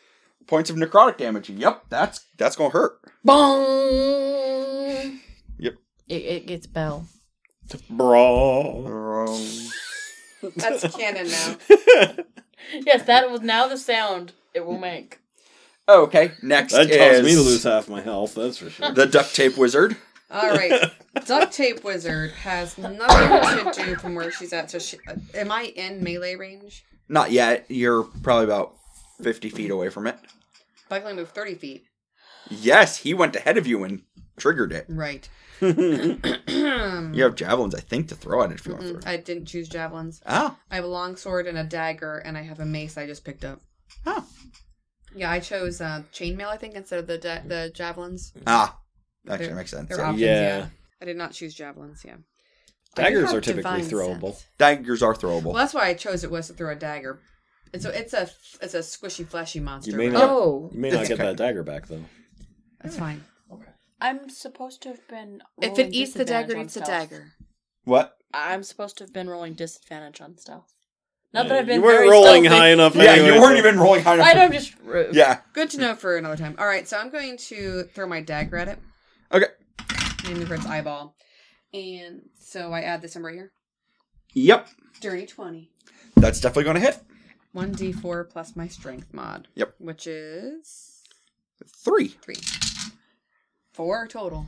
Speaker 3: Points of necrotic damage. Yep, that's that's gonna hurt.
Speaker 4: Boom.
Speaker 3: Yep.
Speaker 6: It, it gets Bell.
Speaker 1: Brawl.
Speaker 2: that's canon now.
Speaker 6: Yes, that was now the sound it will make.
Speaker 3: Okay, next
Speaker 1: That caused
Speaker 3: is
Speaker 1: me to lose half my health. That's for sure.
Speaker 3: the duct tape wizard.
Speaker 2: All right, duct tape wizard has nothing to do from where she's at. So, she, uh, am I in melee range?
Speaker 3: Not yet. You're probably about 50 feet away from it.
Speaker 2: But I can only move thirty feet.
Speaker 3: Yes, he went ahead of you and triggered it.
Speaker 2: Right.
Speaker 3: You have javelins, I think, to throw at it if you want to
Speaker 2: Mm-mm,
Speaker 3: throw it.
Speaker 2: I didn't choose javelins.
Speaker 3: Ah,
Speaker 2: I have a long sword and a dagger, and I have a mace I just picked up.
Speaker 3: Oh.
Speaker 2: Yeah, I chose uh, chainmail, I think, instead of the da- the javelins.
Speaker 3: ah. Actually,
Speaker 2: They're-
Speaker 3: makes sense.
Speaker 2: They're
Speaker 3: yeah.
Speaker 2: options. Yeah.
Speaker 1: Yeah.
Speaker 2: I did not choose javelins. Yeah. I do
Speaker 1: Daggers
Speaker 2: have
Speaker 1: are typically
Speaker 2: divine
Speaker 1: throwable.
Speaker 2: sense.
Speaker 3: Daggers are throwable.
Speaker 2: Well, that's why I chose it was to throw a dagger. And so it's a it's a squishy, fleshy monster.
Speaker 1: may
Speaker 2: right?
Speaker 1: not-
Speaker 6: Oh,
Speaker 1: You may not
Speaker 3: It's
Speaker 1: get
Speaker 3: okay.
Speaker 1: that dagger back though.
Speaker 2: That's fine.
Speaker 4: I'm supposed to have been.
Speaker 2: If it
Speaker 4: rolling
Speaker 2: eats the dagger,
Speaker 4: disadvantage
Speaker 2: it
Speaker 4: on
Speaker 2: eats the
Speaker 4: stealth.
Speaker 2: dagger.
Speaker 3: What?
Speaker 4: I'm supposed to have been rolling disadvantage on stealth. Not that
Speaker 1: Yeah,
Speaker 4: I've been
Speaker 1: you weren't
Speaker 4: very
Speaker 1: rolling
Speaker 4: stealthy.
Speaker 1: high enough.
Speaker 3: Yeah,
Speaker 1: anyway.
Speaker 3: you weren't even rolling high enough.
Speaker 6: I know I'm just rude.
Speaker 3: Yeah.
Speaker 2: Good to know for another time. All right, so I'm going to throw my dagger at it.
Speaker 3: Okay.
Speaker 2: Aiming for its eyeball. And so I add this number here.
Speaker 3: Yep.
Speaker 2: Dirty 20.
Speaker 3: That's definitely going to hit.
Speaker 2: 1d4 plus my strength mod.
Speaker 3: Yep.
Speaker 2: Which is
Speaker 3: Three.
Speaker 2: 3. 4 total.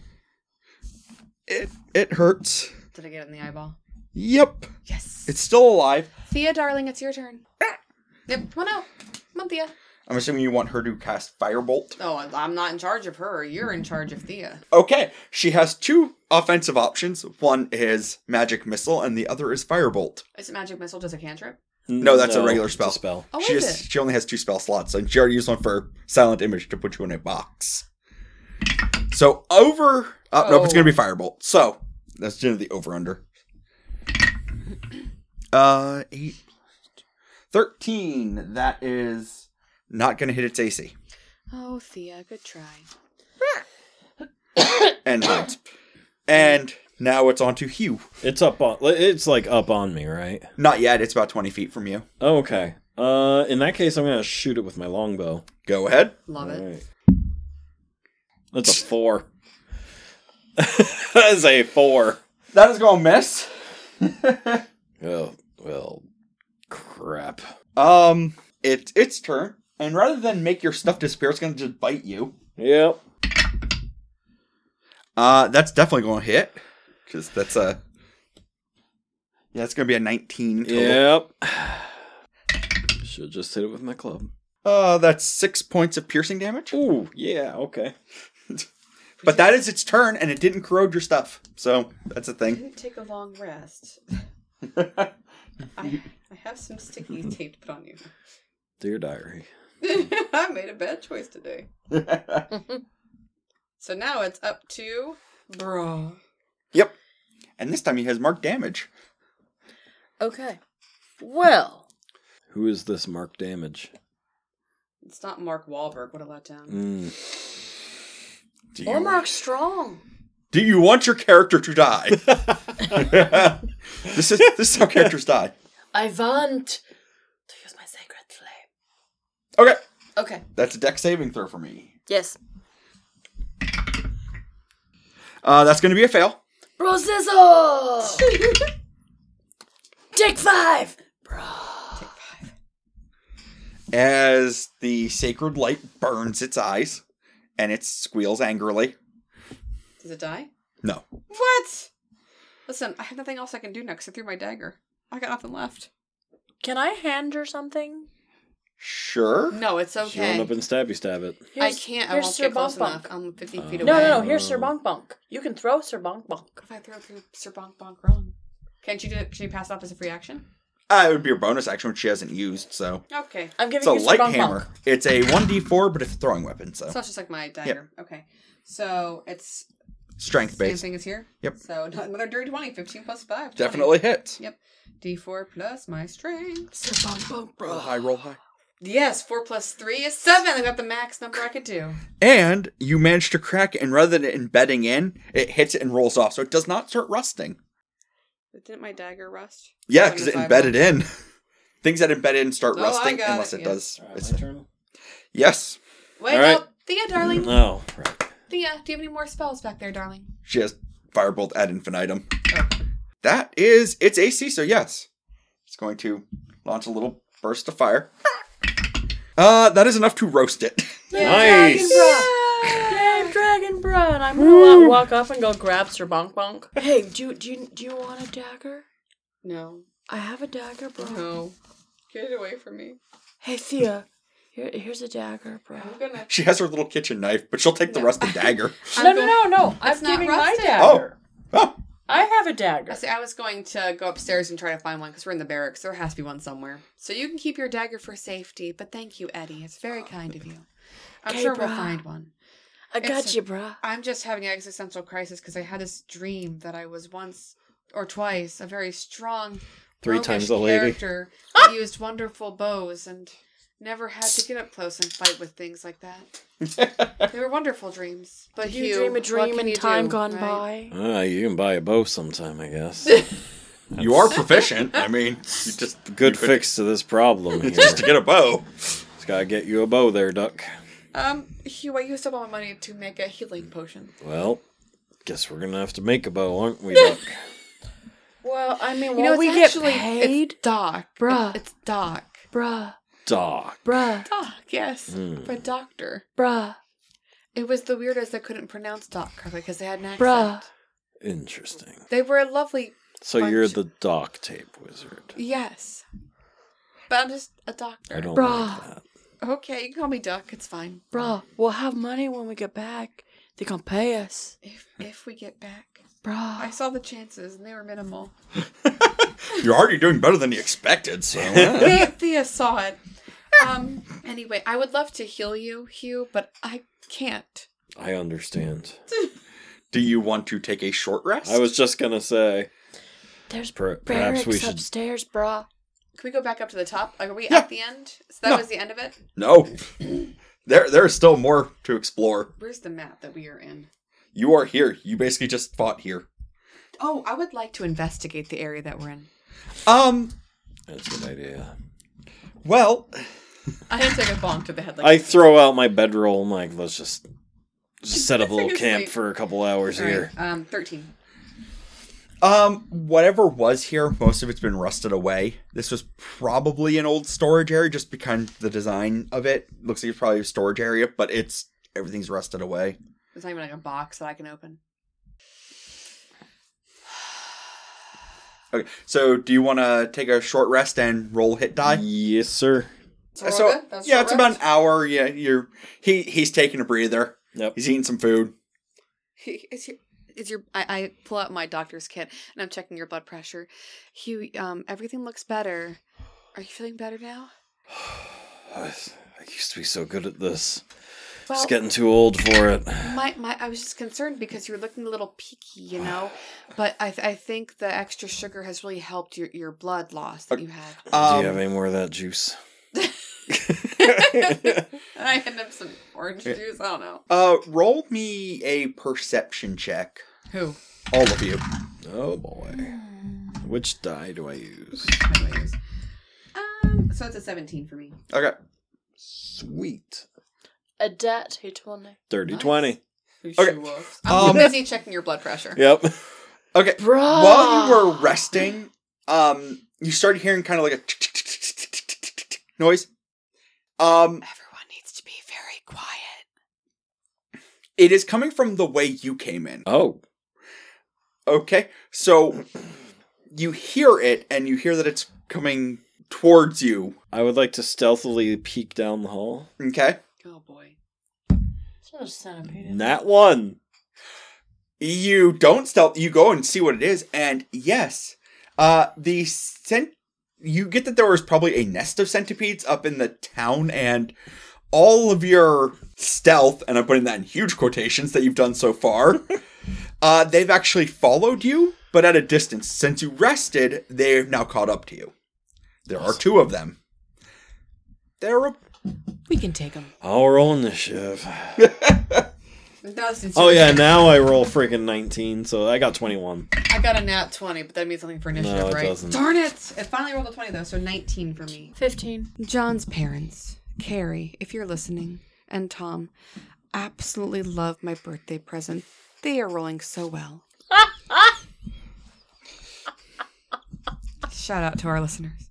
Speaker 3: It it hurts.
Speaker 2: Did I get it in the eyeball?
Speaker 3: Yep.
Speaker 2: Yes.
Speaker 3: It's still alive.
Speaker 2: Thea, darling, it's your turn. Yep, come on out. Come on, Thea.
Speaker 3: Ah. I'm assuming you want her to cast Firebolt.
Speaker 2: Oh, I- I'm not in charge of her. You're in charge of Thea.
Speaker 3: Okay, she has two offensive options. One is Magic Missile, and the other is Firebolt.
Speaker 2: Is it magic missile just a cantrip?
Speaker 3: No, that's a regular
Speaker 1: it's
Speaker 3: spell.
Speaker 1: spell.
Speaker 2: Oh,
Speaker 3: she
Speaker 2: is
Speaker 3: just she only has two spell slots, and she already used one for Silent Image to put you in a box. So over. Uh, Nope, it's
Speaker 6: Oh.
Speaker 3: going to be Firebolt. So that's just the over under. Uh, eight, 13. That is not going to hit its AC.
Speaker 2: Oh, Thea, good try.
Speaker 3: And hides. And now it's on to Hugh.
Speaker 1: It's up on. It's like up on me, right? Oh,
Speaker 3: Not yet. It's about 20 feet from you.
Speaker 1: Okay. Uh, in that case, I'm gonna shoot it with my longbow.
Speaker 3: Go ahead.
Speaker 2: Love it.
Speaker 1: Alright. That's a four. that is a four.
Speaker 3: That is going to miss.
Speaker 1: Oh well, crap.
Speaker 3: Um, it's its turn. And rather than make your stuff disappear, it's going to just bite you.
Speaker 1: Yep.
Speaker 3: Uh, that's definitely going to hit because that's a yeah, it's going to be a nineteen. Total.
Speaker 1: Yep. Should just hit it with my club.
Speaker 3: Uh, that's six points of piercing damage.
Speaker 1: Ooh, yeah. Okay.
Speaker 3: But that is its turn, and it didn't corrode your stuff, so that's a thing.
Speaker 2: didn't take a long rest. I, I have some sticky tape to put on you.
Speaker 1: Dear diary.
Speaker 2: I made a bad choice today. So now it's up to bra.
Speaker 3: yep. And this time he has marked damage.
Speaker 4: Okay. Well,
Speaker 1: Who is this mark damage?
Speaker 2: It's not Mark Wahlberg. What a letdown.
Speaker 1: Mm.
Speaker 3: Do
Speaker 4: or
Speaker 3: you,
Speaker 4: Mark Strong.
Speaker 3: do you want your character to die? this is this is how characters die.
Speaker 6: I want to use my sacred flame.
Speaker 3: Okay,
Speaker 6: Okay.
Speaker 3: that's a deck saving throw for me.
Speaker 4: Yes.
Speaker 3: Uh, that's going to be a fail.
Speaker 4: Brosizzle! Take five!
Speaker 3: as the sacred light burns its eyes and it squeals angrily.
Speaker 2: Does it die?
Speaker 3: No.
Speaker 2: What? Listen, I have nothing else I can do next. I threw my dagger. I got nothing left.
Speaker 4: Can I hand her something?
Speaker 3: Sure.
Speaker 2: No, it's
Speaker 1: Just Run
Speaker 2: okay.
Speaker 1: up and stabby stab it.
Speaker 2: I can't. I won't get close enough. I'm 50 feet
Speaker 1: Uh,
Speaker 2: away.
Speaker 4: No, no, no.
Speaker 1: Wait.
Speaker 4: Here's Sir Bonk Bonk. You can throw Sir Bonk Bonk.
Speaker 2: What if I throw through Sir Bonk Bonk wrong? Can't you do it? Can you pass it off as a free action?
Speaker 3: Uh, it would be a bonus action, which she hasn't used, so.
Speaker 2: Okay.
Speaker 4: I'm giving
Speaker 3: It's a
Speaker 4: you Sir
Speaker 3: light
Speaker 4: Bonk
Speaker 3: hammer.
Speaker 4: Bonk.
Speaker 3: It's a 1d4, but it's a throwing weapon, so.
Speaker 2: So it's just like my dagger. Okay. So it's
Speaker 3: Strength
Speaker 2: same
Speaker 3: base.
Speaker 2: thing as here.
Speaker 3: Yep.
Speaker 2: So another dirty 20, 15 plus 5. 20.
Speaker 3: Definitely hits.
Speaker 2: Yep. D4 plus my strength.
Speaker 4: Sir Bonk Bonk.
Speaker 3: Roll high, roll high.
Speaker 2: Yes, 4 plus 3 is 7. I got the max number I could do.
Speaker 3: And you manage to crack it, and rather than it embedding in, it hits it and rolls off, so it does not start rusting.
Speaker 2: But didn't my dagger rust?
Speaker 3: Yeah,
Speaker 2: Seven
Speaker 3: because
Speaker 2: to
Speaker 3: it
Speaker 2: five
Speaker 3: embedded in. Things that embed in start
Speaker 2: Oh, I
Speaker 3: rusting
Speaker 2: got
Speaker 3: unless
Speaker 2: it,
Speaker 3: it,
Speaker 2: yeah.
Speaker 3: does. it's-
Speaker 1: turn.
Speaker 3: yes.
Speaker 2: Wait,
Speaker 1: All right.
Speaker 2: no. Thea, darling.
Speaker 1: Oh, right.
Speaker 2: Thea, do you have any more spells back there, darling?
Speaker 3: She has Firebolt ad infinitum. That is its AC, so yes. It's going to launch a little burst of fire. Uh, that is enough to roast it.
Speaker 1: Nice.
Speaker 4: Yay, Dragon Bro! And I'm gonna wa- walk up and go grab Sir Bonk Bonk. Hey, do you, do you, do you want a dagger?
Speaker 2: No.
Speaker 4: I have a dagger, bro.
Speaker 2: No. Get it away from me.
Speaker 4: Hey, Thea. Here, here's a dagger, bro.
Speaker 2: I'm gonna.
Speaker 3: She has her little kitchen knife, but she'll take the rusted dagger.
Speaker 2: I'm
Speaker 4: no,
Speaker 2: go-
Speaker 4: no, no, no. I'm
Speaker 2: It's not
Speaker 4: giving
Speaker 2: rusted.
Speaker 4: my dagger.
Speaker 3: Oh,
Speaker 4: I have a dagger.
Speaker 2: I see, I was going to go upstairs and try to find one because we're in the barracks. There has to be one somewhere. So you can keep your dagger for safety, but thank you, Eddie. It's very kind of you. I'm
Speaker 4: Okay,
Speaker 2: sure we'll
Speaker 4: brah.
Speaker 2: find one.
Speaker 4: I got
Speaker 2: It's a-
Speaker 4: you, bro.
Speaker 2: I'm just having an existential crisis because I had this dream that I was once or twice a very strong,
Speaker 1: Three
Speaker 2: roguish
Speaker 1: times a lady. Ah!
Speaker 2: character that used wonderful bows and never had to get up close and fight with things like that. they were wonderful dreams. But
Speaker 4: Did you
Speaker 2: Hugh,
Speaker 4: dream a
Speaker 2: what
Speaker 4: dream
Speaker 2: can
Speaker 4: in
Speaker 2: you
Speaker 4: time
Speaker 2: do,
Speaker 4: gone
Speaker 2: right?
Speaker 4: by?
Speaker 1: Ah, you can buy a bow sometime, I guess.
Speaker 3: Oh, you are proficient. I mean, you just
Speaker 1: Good fix to this problem here.
Speaker 3: just to get a bow.
Speaker 1: Just gotta get you a bow there, Duck.
Speaker 2: Um, Hugh, I used up all my money to make a healing potion.
Speaker 1: Well, guess we're gonna have to make a bow, aren't we, Duck?
Speaker 4: Well, I mean,
Speaker 2: You know,
Speaker 4: we
Speaker 2: it's
Speaker 4: get
Speaker 2: actually
Speaker 4: paid,
Speaker 2: it's Doc,
Speaker 4: Bruh.
Speaker 2: It- It's Doc,
Speaker 4: bruh,
Speaker 1: Doc.
Speaker 4: bruh,
Speaker 2: Doc. Yes,
Speaker 1: Hmm.
Speaker 2: for doctor.
Speaker 4: bruh.
Speaker 2: It was the weirdos that couldn't pronounce Doc correctly because they had an accent.
Speaker 4: Bruh.
Speaker 1: Interesting.
Speaker 2: They were lovely.
Speaker 1: So you're the dock tape wizard.
Speaker 2: Yes, but I'm just a doctor.
Speaker 1: I don't
Speaker 4: Bruh.
Speaker 1: like that.
Speaker 2: Okay, you can call me Doc. It's fine.
Speaker 4: Bruh, we'll have money when we get back. They gonna pay us.
Speaker 2: If if we get back, I
Speaker 4: Bruh.
Speaker 2: saw the chances and they were minimal.
Speaker 3: You're already doing better than you expected, so. yeah.
Speaker 2: Thea, Thea saw it. Um. Anyway, I would love to heal you, Hugh, but I can't.
Speaker 1: I understand.
Speaker 3: Do you want to take a short rest?
Speaker 1: I was just gonna say.
Speaker 4: There's
Speaker 1: per-
Speaker 4: barracks
Speaker 1: Perhaps we should.
Speaker 4: upstairs, brah.
Speaker 2: Can we go back up to the top? Like, are we
Speaker 3: Yeah.
Speaker 2: at the end? So that
Speaker 3: No.
Speaker 2: was the end of it.
Speaker 3: No. there there's still more to explore.
Speaker 2: Where's the map that we are in?
Speaker 3: You are here. You basically just fought here.
Speaker 2: Oh, I would like to investigate the area that we're in.
Speaker 3: Um,
Speaker 1: That's a good idea.
Speaker 3: well,
Speaker 2: I had to take a bonk to the head. Like,
Speaker 1: I throw out my bedroll. I'm like, let's just, just set up a little
Speaker 2: Just
Speaker 1: camp
Speaker 2: like-
Speaker 1: for a couple hours
Speaker 2: All right,
Speaker 1: here.
Speaker 2: um, thirteen.
Speaker 3: um whatever was here, most of it's been rusted away. This was probably an old storage area just because the design of it looks like it's probably a storage area, but it's everything's rusted away.
Speaker 2: It's not even like a box that I can open.
Speaker 3: Okay. So, do you want to take a short rest and roll hit die?
Speaker 1: Yes, sir.
Speaker 6: So we're
Speaker 3: so
Speaker 6: good? That's
Speaker 3: yeah,
Speaker 6: short
Speaker 3: it's about an
Speaker 6: rest?
Speaker 3: hour. Yeah, you're he he's taking a breather.
Speaker 1: Yep.
Speaker 3: He's eating some food.
Speaker 2: Is your is your I, I pull out my doctor's kit and I'm checking your blood pressure. Hugh, um, everything looks better. Are you feeling better now?
Speaker 1: I, I used to be so good at this.
Speaker 2: Well,
Speaker 1: Just getting too old for it.
Speaker 2: my, my I was just concerned because you were looking a little peaky, you know. But I th- I think the extra sugar has really helped your your blood loss that you had.
Speaker 1: Do
Speaker 3: Um,
Speaker 1: you have any more of that juice?
Speaker 2: I hand him some orange juice. I don't know
Speaker 3: Uh, roll me a perception check,
Speaker 2: who.
Speaker 3: all of you.
Speaker 1: Oh boy. Which die do I use?
Speaker 2: Um, so it's a seventeen for me.
Speaker 3: Okay.
Speaker 1: Sweet.
Speaker 4: A dirty twenty.
Speaker 1: Dirty
Speaker 2: Nice.
Speaker 1: 20.
Speaker 3: Okay.
Speaker 2: I'm
Speaker 3: Um,
Speaker 2: busy checking your blood pressure.
Speaker 1: Yep.
Speaker 3: Okay.
Speaker 4: Bruh.
Speaker 3: While you were resting, um, you started hearing kind of like a tick-tick-tick-tick-tick-tick-tick noise. Um,
Speaker 2: Everyone needs to be very quiet.
Speaker 3: it is coming from the way you came in.
Speaker 1: Oh.
Speaker 3: Okay. So you hear it, and you hear that it's coming towards you.
Speaker 1: I would like to stealthily peek down the hall.
Speaker 3: Okay.
Speaker 2: Oh boy.
Speaker 6: It's not a centipede.
Speaker 1: Nat one.
Speaker 3: You don't stealth. You go and see what it is, and yes, uh, the cent. You get that there was probably a nest of centipedes up in the town, and all of your stealth, and I'm putting that in huge quotations that you've done so far. uh, they've actually followed you, but at a distance. Since you rested, they've now caught up to you. There are two of them. They're a-
Speaker 2: We can take him.
Speaker 1: I'll roll initiative.
Speaker 2: No, since
Speaker 1: Oh yeah, now I roll freaking 19, so I got 21.
Speaker 2: I got a nat 20, but that means something for initiative,
Speaker 1: it
Speaker 2: right?
Speaker 1: doesn't.
Speaker 2: Darn it! It finally rolled a 20, though, so 19 for me.
Speaker 4: Fifteen.
Speaker 2: John's parents, Carrie, if you're listening, and Tom, absolutely love my birthday present. They are rolling so well. Shout out to our listeners.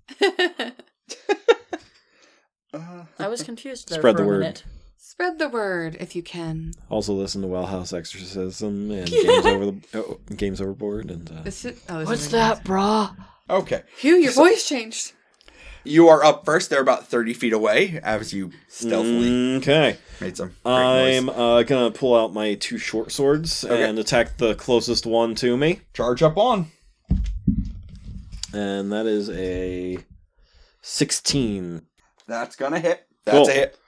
Speaker 4: I was confused there
Speaker 1: Spread
Speaker 4: for
Speaker 1: the
Speaker 4: a
Speaker 1: word.
Speaker 4: minute.
Speaker 2: Spread the word if you can.
Speaker 1: Also listen to Wellhouse Exorcism and Games Over the oh, Games Overboard and uh,
Speaker 2: This is, oh, this
Speaker 4: What's
Speaker 2: is-
Speaker 4: that, brah?
Speaker 3: okay.
Speaker 2: Hugh, your voice changed.
Speaker 3: You are up first. They're about thirty feet away as you stealthily
Speaker 1: Okay.
Speaker 3: made some. great noise.
Speaker 1: I'm uh, gonna pull out my two short swords and attack the closest one to me,
Speaker 3: charge up on.
Speaker 1: and that is a sixteen,
Speaker 3: That's gonna hit. That's
Speaker 1: Cool.
Speaker 3: a hit.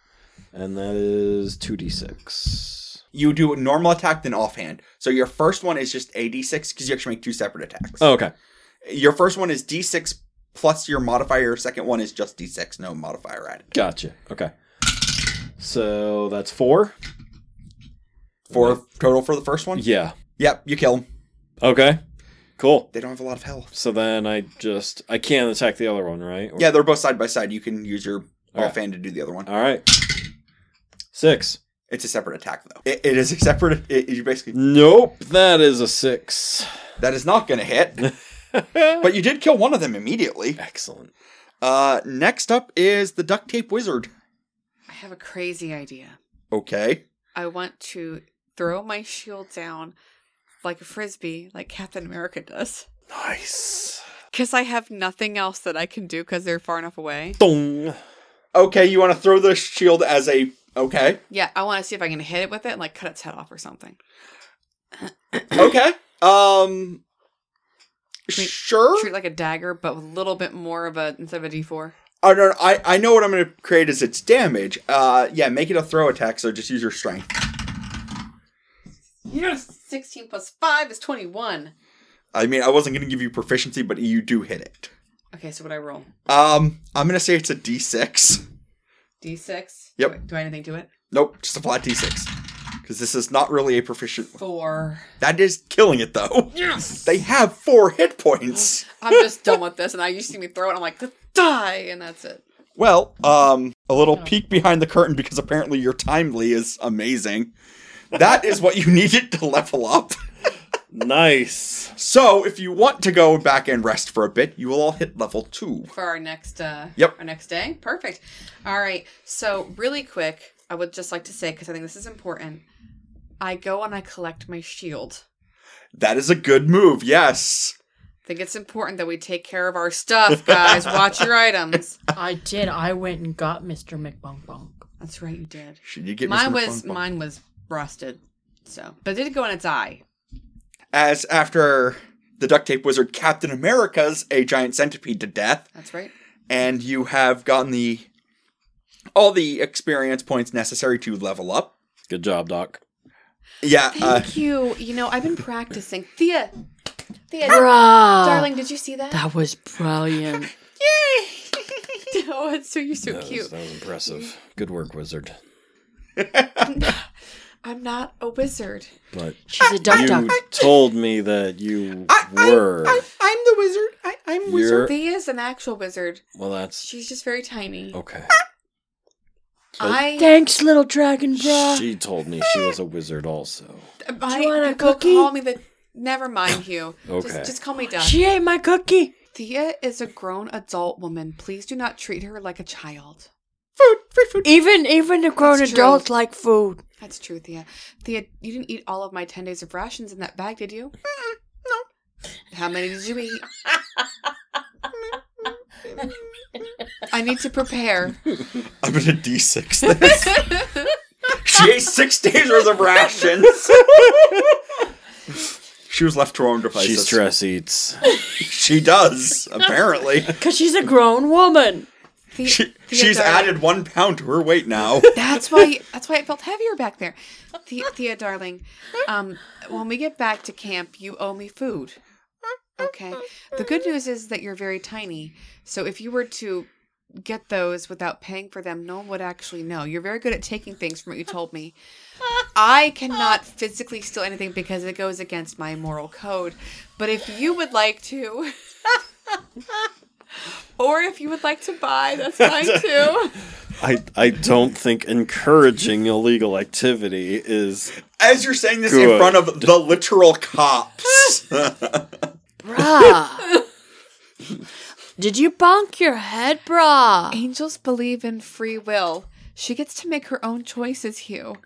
Speaker 1: and that is two d six.
Speaker 3: You do a normal attack then offhand. So your first one is just a d6 because you actually make two separate attacks.
Speaker 1: Oh, okay.
Speaker 3: Your first one is d6 plus your modifier. Your second one is just d6, no modifier added.
Speaker 1: Gotcha. Okay. So that's four.
Speaker 3: For total for the first one.
Speaker 1: Yeah.
Speaker 3: Yep, you kill them.
Speaker 1: Okay. Cool.
Speaker 3: They don't have a lot of health.
Speaker 1: So then I just I can attack the other one, right? Or-
Speaker 3: Yeah, they're both side by side. You can use your
Speaker 1: All right.
Speaker 3: offhand to do the other one.
Speaker 1: All right. Six.
Speaker 3: It's a separate attack though. It, it is a separate. It, you basically
Speaker 1: Nope. That is a six.
Speaker 3: that is not gonna hit. but you did kill one of them immediately.
Speaker 1: Excellent.
Speaker 3: Uh, next up is the duct tape wizard.
Speaker 2: I have a crazy idea.
Speaker 3: Okay.
Speaker 2: I want to throw my shield down like a frisbee, like Captain America does.
Speaker 1: Nice.
Speaker 2: Because I have nothing else that I can do because they're far enough away.
Speaker 1: Dong.
Speaker 3: Okay, you want to throw the shield as a okay,
Speaker 2: Yeah, I want to see if I can hit it with it and like cut its head off or something.
Speaker 3: okay. Um,
Speaker 2: Treat-
Speaker 3: sure.
Speaker 2: Treat it like a dagger, but with a little bit more of a instead of a D4.
Speaker 3: Oh no, no, I I know what I'm going to create is its damage. Uh, yeah, make it a throw attack. So just use your strength. Yes.
Speaker 2: 16 plus 5 is 21.
Speaker 3: I mean, I wasn't going to give you proficiency, but you do hit it.
Speaker 2: Okay, so what I roll?
Speaker 3: Um, I'm going to say it's a d6.
Speaker 2: D6?
Speaker 3: Yep.
Speaker 2: Do I, do I anything to it?
Speaker 3: Nope, just a flat d6. Because this is not really a proficient.
Speaker 2: 4.
Speaker 3: That is killing it, though. Yes. They have four hit points.
Speaker 2: I'm just done with this, and I you see me throw it, I'm like, die, and that's it.
Speaker 3: Well, um, a little peek behind the curtain because apparently your timely is amazing. That is what you needed to level up.
Speaker 1: Nice.
Speaker 3: So, if you want to go back and rest for a bit, you will all hit level two.
Speaker 2: for our next uh
Speaker 3: Yep.
Speaker 2: our next day perfect all right so really quick i would just like to say because i think this is important i go and i collect my shield
Speaker 3: That is a good move, yes.
Speaker 2: i think it's important that we take care of our stuff guys watch your items
Speaker 4: I did. I went and got Mr. McBonk.
Speaker 2: that's right you did
Speaker 3: Should you get
Speaker 2: mine
Speaker 3: Mr.
Speaker 2: was
Speaker 3: Funk Bunk?
Speaker 2: mine was rusted so but it did go in its eye
Speaker 3: As after the duct tape wizard Captain America's a giant centipede to death,
Speaker 2: that's right
Speaker 3: and you have gotten the all the experience points necessary to level up.
Speaker 1: Good job, Doc.
Speaker 3: Yeah,
Speaker 2: thank
Speaker 3: uh,
Speaker 2: you you know i've been practicing thea thea darling did you see that
Speaker 4: That was brilliant.
Speaker 2: oh it's so you're so
Speaker 1: That was,
Speaker 2: cute
Speaker 1: that was impressive. Good work, wizard.
Speaker 2: i'm not a wizard
Speaker 1: But
Speaker 4: She's a duck
Speaker 1: you
Speaker 4: duck.
Speaker 1: told me that you were.
Speaker 3: I'm the wizard. I, I'm
Speaker 1: You're-
Speaker 2: thea is an actual wizard
Speaker 1: well, that's
Speaker 2: She's just very tiny.
Speaker 1: okay.
Speaker 3: Ah,
Speaker 2: I,
Speaker 4: Thanks, little dragon bra.
Speaker 1: She told me she was a wizard, also.
Speaker 2: I
Speaker 4: you want a
Speaker 2: people
Speaker 4: cookie?
Speaker 2: call me the. Never mind, Hugh.
Speaker 1: Okay.
Speaker 2: Just, just call me Duck.
Speaker 4: She ate my cookie.
Speaker 2: Thea is a grown adult woman. Please do not treat her like a child.
Speaker 3: Food, free food.
Speaker 4: Even even the grown
Speaker 2: That's true.
Speaker 4: adults like food.
Speaker 2: That's true, Thea. Thea, you didn't eat all of my ten days of rations in that bag, did you? No. How many did you eat? I need to prepare.
Speaker 3: I'm gonna d6 this. she ate six days worth of rations. she was left to her own devices.
Speaker 1: She stress eats.
Speaker 3: She does apparently.
Speaker 4: Cause she's a grown woman.
Speaker 2: Thea,
Speaker 3: She,
Speaker 2: Thea,
Speaker 3: she's
Speaker 2: darling.
Speaker 3: added one pound to her weight now.
Speaker 2: That's why. That's why it felt heavier back there. Thea, Thea darling, um, when we get back to camp, you owe me food. Okay. The good news is that you're very tiny, so if you were to get those without paying for them, no one would actually know. You're very good at taking things from what you told me. I cannot physically steal anything because it goes against my moral code. But if you would like to. Or if you would like to buy, that's fine too.
Speaker 1: I, I don't think encouraging illegal activity is.
Speaker 3: As you're saying this in
Speaker 1: Good.
Speaker 3: front of the literal cops.
Speaker 4: Brah. Did you bonk your head, brah?
Speaker 2: Angels believe in free will. She gets to make her own choices, Hugh.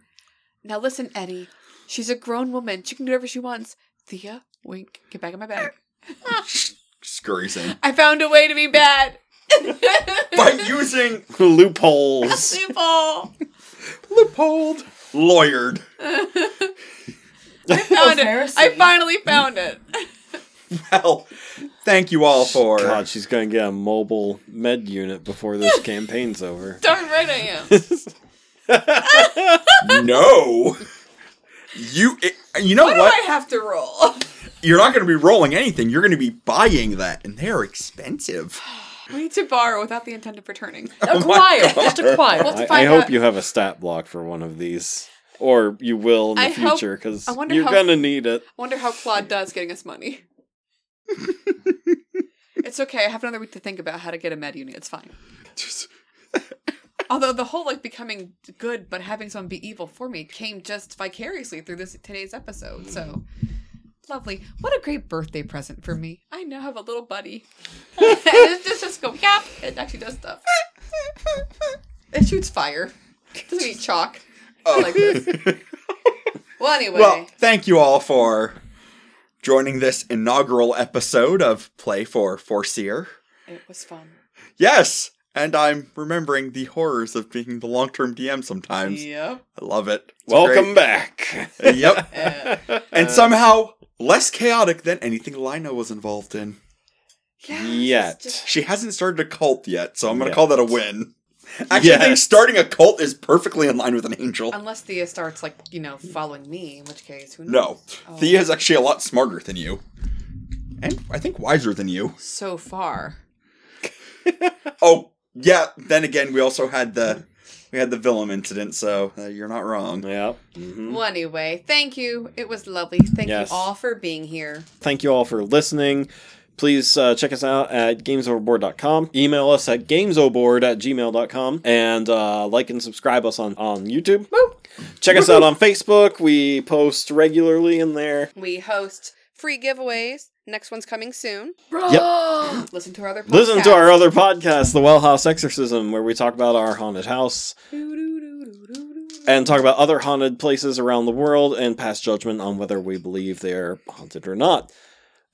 Speaker 2: Now listen, Eddie. She's a grown woman. She can do whatever she wants. Thea, wink, get back in my bag.
Speaker 3: Scurries in.
Speaker 2: I found a way to be bad.
Speaker 3: By using
Speaker 1: Loopholes.
Speaker 2: People,
Speaker 3: loophole lawyered.
Speaker 2: I found it. I
Speaker 6: Pharisee.
Speaker 2: finally found it.
Speaker 3: Well, thank you all for
Speaker 1: God, she's going to get a mobile med unit before this campaign's over.
Speaker 2: Darn right I am.
Speaker 3: no. You it, you know
Speaker 2: What do
Speaker 3: what?
Speaker 2: I have to roll?
Speaker 3: You're not going to be rolling anything. You're going to be buying that, and they're expensive.
Speaker 2: We need to borrow without the intent of returning.
Speaker 4: Acquire, just acquire.
Speaker 2: We'll have to
Speaker 1: I, I
Speaker 2: find
Speaker 1: hope
Speaker 2: out.
Speaker 1: you have a stat block for one of these. Or you will in the
Speaker 2: I hope-
Speaker 1: future, because
Speaker 2: I wonder
Speaker 1: you're
Speaker 2: how-
Speaker 1: going to need it.
Speaker 2: Wonder how Claude does getting us money. it's okay. I have another week to think about how to get a med unit. It's fine. Although the whole like becoming good but having someone be evil for me came just vicariously through this today's episode. So lovely. What a great birthday present for me. I now have a little buddy. and it just, just go yap. It actually does stuff. It shoots fire. Doesn't eat chalk. I like this. Well, anyway.
Speaker 3: Well, thank you all for joining this inaugural episode of Play for Foreseer.
Speaker 2: It was fun.
Speaker 3: Yes, and I'm remembering the horrors of being the long-term DM sometimes.
Speaker 2: Yep.
Speaker 3: I love it. It's
Speaker 1: Welcome back.
Speaker 3: great. yep. And somehow less chaotic than anything Lina was involved in.
Speaker 2: Yeah,
Speaker 1: Yet.
Speaker 2: it's just-
Speaker 3: She hasn't started a cult yet, so I'm going to
Speaker 1: Yet.
Speaker 3: call that a win. Actually, I think
Speaker 5: Yes.
Speaker 3: starting a cult is perfectly in line with an angel.
Speaker 2: Unless Thea starts like you know following me, in which case who knows?
Speaker 3: No,
Speaker 2: Oh.
Speaker 3: Thea's actually a lot smarter than you, and I think wiser than you.
Speaker 2: So far,
Speaker 3: Oh yeah. Then again, we also had the we had the Villum incident, so uh, you're not wrong.
Speaker 5: Yeah.
Speaker 1: Mm-hmm.
Speaker 2: well anyway, thank you. It was lovely. Thank
Speaker 5: Yes.
Speaker 2: you all for being here.
Speaker 1: Thank you all for listening. Please uh, check us out at gamesoverboard.com. Email us at gamesoverboard at gmail.com. And uh, like and subscribe us on, on YouTube. Check us out on Facebook. We post regularly in there.
Speaker 2: We host free giveaways. Next one's coming soon.
Speaker 4: Bro!
Speaker 2: Listen to our other. Podcast.
Speaker 1: Listen to our other podcast, The Well House Exorcism, where we talk about our haunted house and talk about other haunted places around the world and pass judgment on whether we believe they're haunted or not.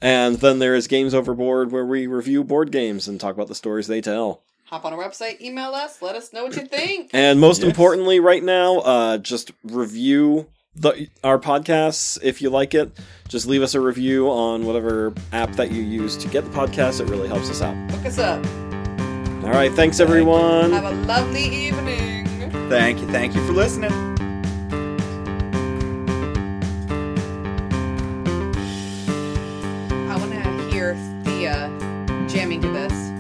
Speaker 1: And then there is Games Overboard, where we review board games and talk about the stories they tell.
Speaker 2: Hop on our website, email us, let us know what you think.
Speaker 1: And most
Speaker 5: Yes.
Speaker 1: importantly, right now, uh, just review the our podcasts if you like it. Just leave us a review on whatever app that you use to get the podcast. It really helps us out.
Speaker 2: Look us up.
Speaker 1: All right, thanks everyone.
Speaker 2: Have a lovely evening.
Speaker 3: Thank you, thank you for listening.
Speaker 2: I want to hear Thea jamming to this.